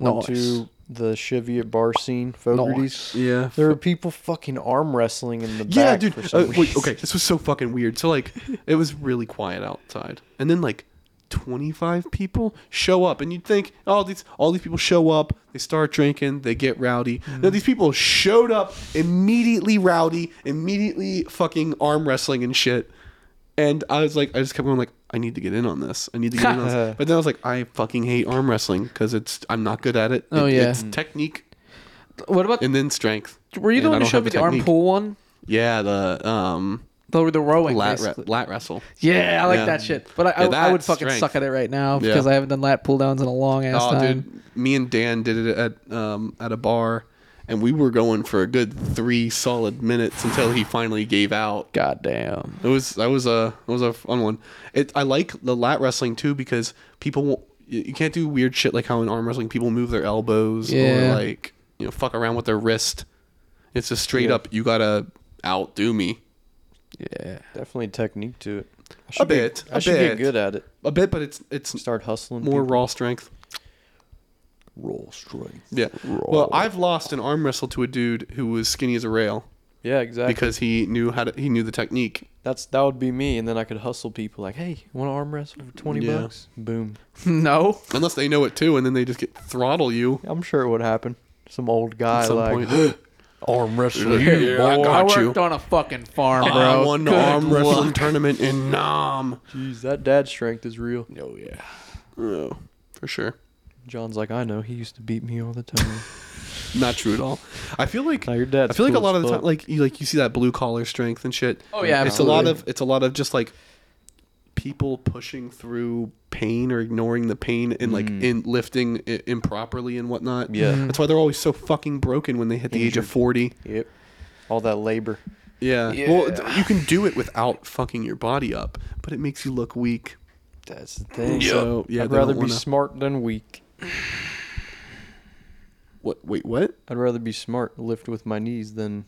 S2: Went
S3: Nice.
S2: to the Cheviot bar scene, Fogarty's.
S1: Yeah.
S2: There were people fucking arm wrestling in the
S1: Yeah,
S2: back
S1: dude.
S2: for
S1: Uh,
S2: some
S1: wait,
S2: reason.
S1: okay, this was so fucking weird. So like, it was really quiet outside, and then like, twenty five people show up, and you'd think all these all these people show up, they start drinking, they get rowdy.
S3: Mm-hmm.
S1: No, these people showed up immediately rowdy, immediately fucking arm wrestling and shit. And I was like, I just kept going like, I need to get in on this. I need to get in on
S3: *laughs*
S1: this. But then I was like, I fucking hate arm wrestling because it's I'm not good at it.
S3: Oh,
S1: It-
S3: yeah.
S1: it's technique
S3: What about?
S1: and then strength.
S3: were you the
S1: And
S3: one
S1: I don't
S3: who showed
S1: have
S3: me the arm
S1: technique.
S3: pull one?
S1: Yeah, the um
S3: The, the rowing.
S1: lat, re-
S3: basically.
S1: lat wrestle.
S3: yeah, I like
S1: Yeah.
S3: that shit. But I,
S1: Yeah,
S3: I, I would
S1: that's
S3: fucking
S1: strength.
S3: suck at it right now
S1: Yeah.
S3: because I haven't done lat pull downs in a long ass
S1: Oh,
S3: time.
S1: dude, me and Dan did it at um, at a bar, and we were going for a good three solid minutes until he finally gave out.
S3: God damn.
S1: It was that was a it was a fun one. It I like the lat wrestling too because people won't, you you can't do weird shit like how in arm wrestling people move their elbows
S3: Yeah.
S1: or like you know fuck around with their wrist. It's just straight up. You gotta outdo me
S3: Yeah. *laughs*
S2: Definitely technique to it. I
S1: a
S2: should get-
S1: bit.
S2: I
S1: a
S2: should
S1: bit.
S2: get good at it.
S1: A bit, but it's it's
S2: Start hustling.
S1: more
S2: More
S1: raw strength.
S5: Roll strength.
S1: Yeah. Well, I've lost an arm wrestle to a dude who was skinny as a rail
S2: Yeah, exactly.
S1: because he knew how to he knew the technique.
S2: That's that would be me, and then I could hustle people like, hey, want to arm wrestle for twenty
S1: Yeah.
S2: bucks? Boom.
S3: No.
S1: Unless they know it too, and then they just get throttle you
S2: I'm sure it would happen. Some old
S1: at
S2: guy
S1: some
S2: like
S1: *gasps* point.
S2: arm wrestling.
S1: Yeah, I
S3: Boy,
S1: got you.
S3: worked on a fucking farm, bro.
S1: I won the
S3: Good
S1: arm wrestling
S3: luck.
S1: tournament in Nam.
S2: Jeez, that dad strength is real.
S1: Oh yeah. Oh, for sure.
S2: John's like, I know. He used to beat me all the *laughs* time.
S1: Not true at all. I feel like
S2: No, your dad's
S1: I feel like a
S2: cool
S1: lot
S2: as
S1: of the
S2: fuck.
S1: time, like you like you see that blue collar strength and shit.
S3: Oh, yeah,
S1: it's a lot
S3: absolutely.
S1: of it's a lot of just like people pushing through pain or ignoring the pain and like
S3: Mm.
S1: in lifting i- improperly and whatnot.
S5: Yeah.
S2: Mm-hmm.
S1: That's why they're always so fucking broken when they hit the age of 40.
S5: Yep.
S2: All that labor.
S1: Yeah. Well, d- you can do it without fucking your body up, but it makes you look weak.
S5: That's the thing.
S1: So, yeah,
S2: I'd
S1: they
S2: rather
S1: don't
S2: be
S1: wanna-
S2: smart than weak.
S1: What wait, what?
S2: I'd rather be smart, lift with my knees, than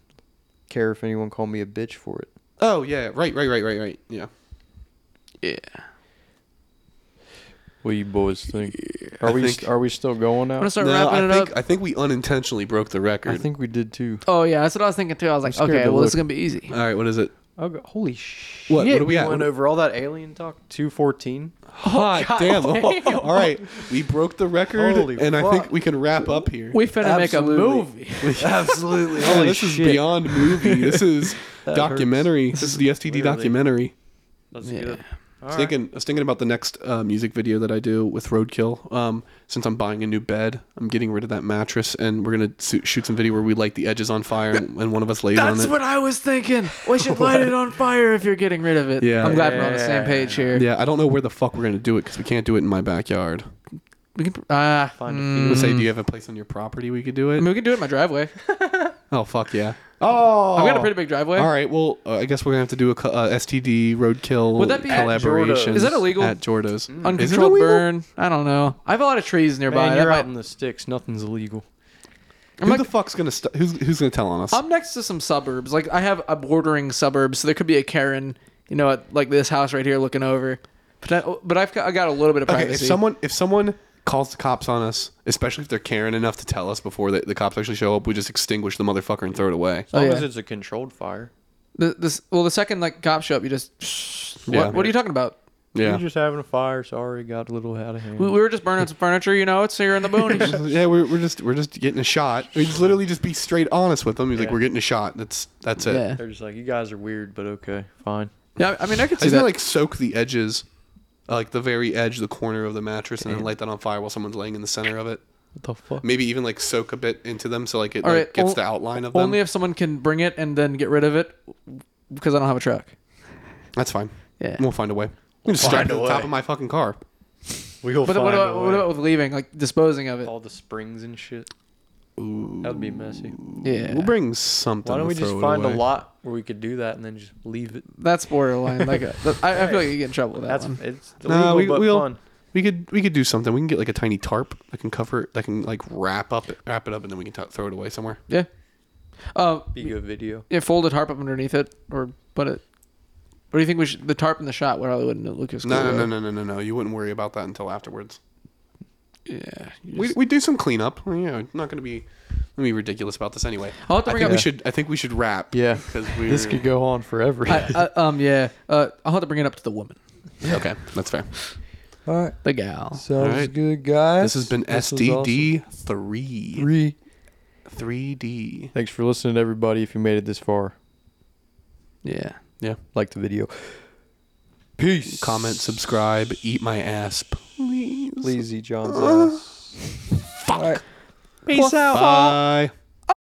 S2: care if anyone called me a bitch for it.
S1: Oh, yeah. Right, right, right, right, right. Yeah.
S3: Yeah.
S2: What do you boys think?
S1: I
S2: Are we
S1: think-
S2: are we still going
S3: I'm gonna
S2: out?
S3: start
S1: No,
S3: wrapping
S1: I
S3: it
S1: think
S3: up.
S1: I think we unintentionally broke the record.
S2: I think we did too.
S3: Oh yeah, that's what I was thinking too. I was like,
S2: scared
S3: okay,
S2: to
S3: well this
S2: look.
S3: is gonna be easy.
S1: All right, what is it?
S2: Oh, go- holy shit!
S1: What are we at?
S2: went
S1: What-
S2: over all that alien talk. Two
S1: *laughs*
S2: fourteen.
S1: Hot damn. *laughs* All right. We broke the record
S2: Holy
S1: and I think
S2: fuck.
S1: we can wrap up here.
S3: We finna make a
S2: Absolutely.
S3: movie.
S5: Absolutely.
S1: Yeah,
S2: Holy
S1: this
S2: shit.
S1: is beyond movie. This is
S2: That
S1: documentary. This is the STD
S2: Literally.
S1: documentary.
S2: That's
S3: Yeah.
S2: good.
S1: I was thinking, I was thinking about the next uh, music video that I do with Roadkill. Um, since I'm buying a new bed, I'm getting rid of that mattress, and we're gonna su- shoot some video where we light the edges on fire, and, and one of us lays on
S3: That's
S1: it.
S3: what I was *laughs* thinking.
S1: *laughs*
S3: We should light it on fire if you're getting rid of it.
S1: Yeah.
S3: I'm glad we're on the same
S2: Yeah.
S3: page here.
S1: yeah, I don't know where the fuck we're gonna do it because we can't do it in my backyard.
S3: We can uh,
S2: Find a
S1: I would
S3: mm,
S1: say, do you have a place on your property we could do
S3: I mean,
S1: it?
S3: we can do it in my driveway.
S1: Oh fuck yeah! Oh,
S3: I've got a pretty big driveway.
S1: All right, well, uh, I guess we're gonna have to do a co- uh, STD Roadkill
S3: Would that be at
S1: collaboration.
S3: Jordo's? Is that illegal? Mm.
S1: at Jordo's? Is it
S3: Uncontrolled
S1: illegal?
S3: burn. I don't know. I have a lot of trees nearby.
S2: Man,
S3: That
S2: you're out
S3: might-
S2: in the sticks. Nothing's illegal.
S1: Oh,
S3: I'm,
S1: who
S3: like,
S1: the fuck's gonna st- who's who's gonna tell on us?
S3: I'm next to some suburbs. Like I have a bordering suburb, so there could be a Karen, you know, at like this house right here looking over. But I, but I've got, I got a little bit of
S1: okay,
S3: privacy.
S1: if someone if someone calls the cops on us, especially if they're caring enough to tell us before the, the cops actually show up, we just extinguish the motherfucker and throw it away.
S2: As long
S3: Oh,
S2: as
S3: yeah.
S2: it's a controlled fire.
S3: the, this, well, the second like cops show up, you just what,
S1: Yeah.
S3: what are you talking about?
S1: Yeah,
S2: You're just having a fire. Sorry, got a little out of hand.
S3: We, we were just burning some furniture, you know. It's here in the boonies.
S1: yeah, we're, we're just we're just getting a shot. We just literally just be straight honest with them. He's like,
S2: Yeah.
S1: we're getting a shot. That's *laughs* that's it.
S3: yeah,
S2: They're just like, you guys are weird, but okay, fine.
S3: yeah. I mean, I could
S1: I just
S3: see that.
S1: gonna like soak the edges, uh, like the very edge, the corner of the mattress, and then light that on fire while someone's laying in the center of it.
S2: What the fuck?
S1: Maybe even like soak a bit into them so like it
S3: All
S1: like,
S3: right,
S1: gets
S3: on-
S1: the outline of them.
S3: Only if someone can bring it and then get rid of it, because I don't have a truck.
S1: that's fine.
S3: Yeah.
S1: We'll find a way. we just strap
S2: find
S1: it to
S2: a
S1: the top
S2: way.
S1: of my fucking car.
S2: We'll
S3: But then
S2: find
S3: what about,
S2: a
S3: what
S2: way.
S3: about with leaving, like disposing of it?
S2: all the springs and shit? That would be messy.
S3: Yeah,
S1: We'll bring something.
S2: Why don't
S1: to
S2: we just
S1: throw it
S2: find a
S1: away.
S2: lot where we could do that and then just leave it?
S3: that's
S2: *laughs*
S3: borderline. Like, a, I, I feel like you get in trouble with that
S2: That's
S3: one.
S2: it's illegal
S1: No, we,
S2: but
S1: we'll
S2: fun.
S1: we could we could do something. We can get like a tiny tarp that can cover it, that can like wrap up it, wrap it up, and then we can t- throw it away somewhere.
S3: Yeah. Uh,
S2: Be a good video.
S3: yeah, folded harp up underneath it, or put it. What do you think we should? The tarp in the shot would probably wouldn't look as cool.
S1: No, no, no,
S3: though.
S1: no, no, no, no. You wouldn't worry about that until afterwards.
S3: Yeah. you
S1: We
S3: just-
S1: we do some cleanup. Well, yeah, not going to be gonna be ridiculous about this anyway.
S3: I'll have to
S1: I
S3: bring
S1: think
S3: up.
S1: we should. I think we should wrap.
S2: Yeah.
S1: because we
S2: This could go on forever. *laughs*
S3: I, I, um. Yeah. Uh. I'll have to bring it up to the woman,
S1: Okay, that's fair.
S5: All right.
S3: the gal.
S5: Sounds
S1: right.
S5: good, guys.
S1: This has been
S5: This was
S1: SDD three
S5: Three.
S1: three D.
S2: Thanks for listening, everybody. If you made it this far,
S3: Yeah.
S1: Yeah.
S2: like the video. Peace.
S1: Comment, subscribe, eat my ass, please.
S2: *sighs* Please eat John's E ass.
S1: Fuck.
S5: All right.
S1: Peace out. Bye.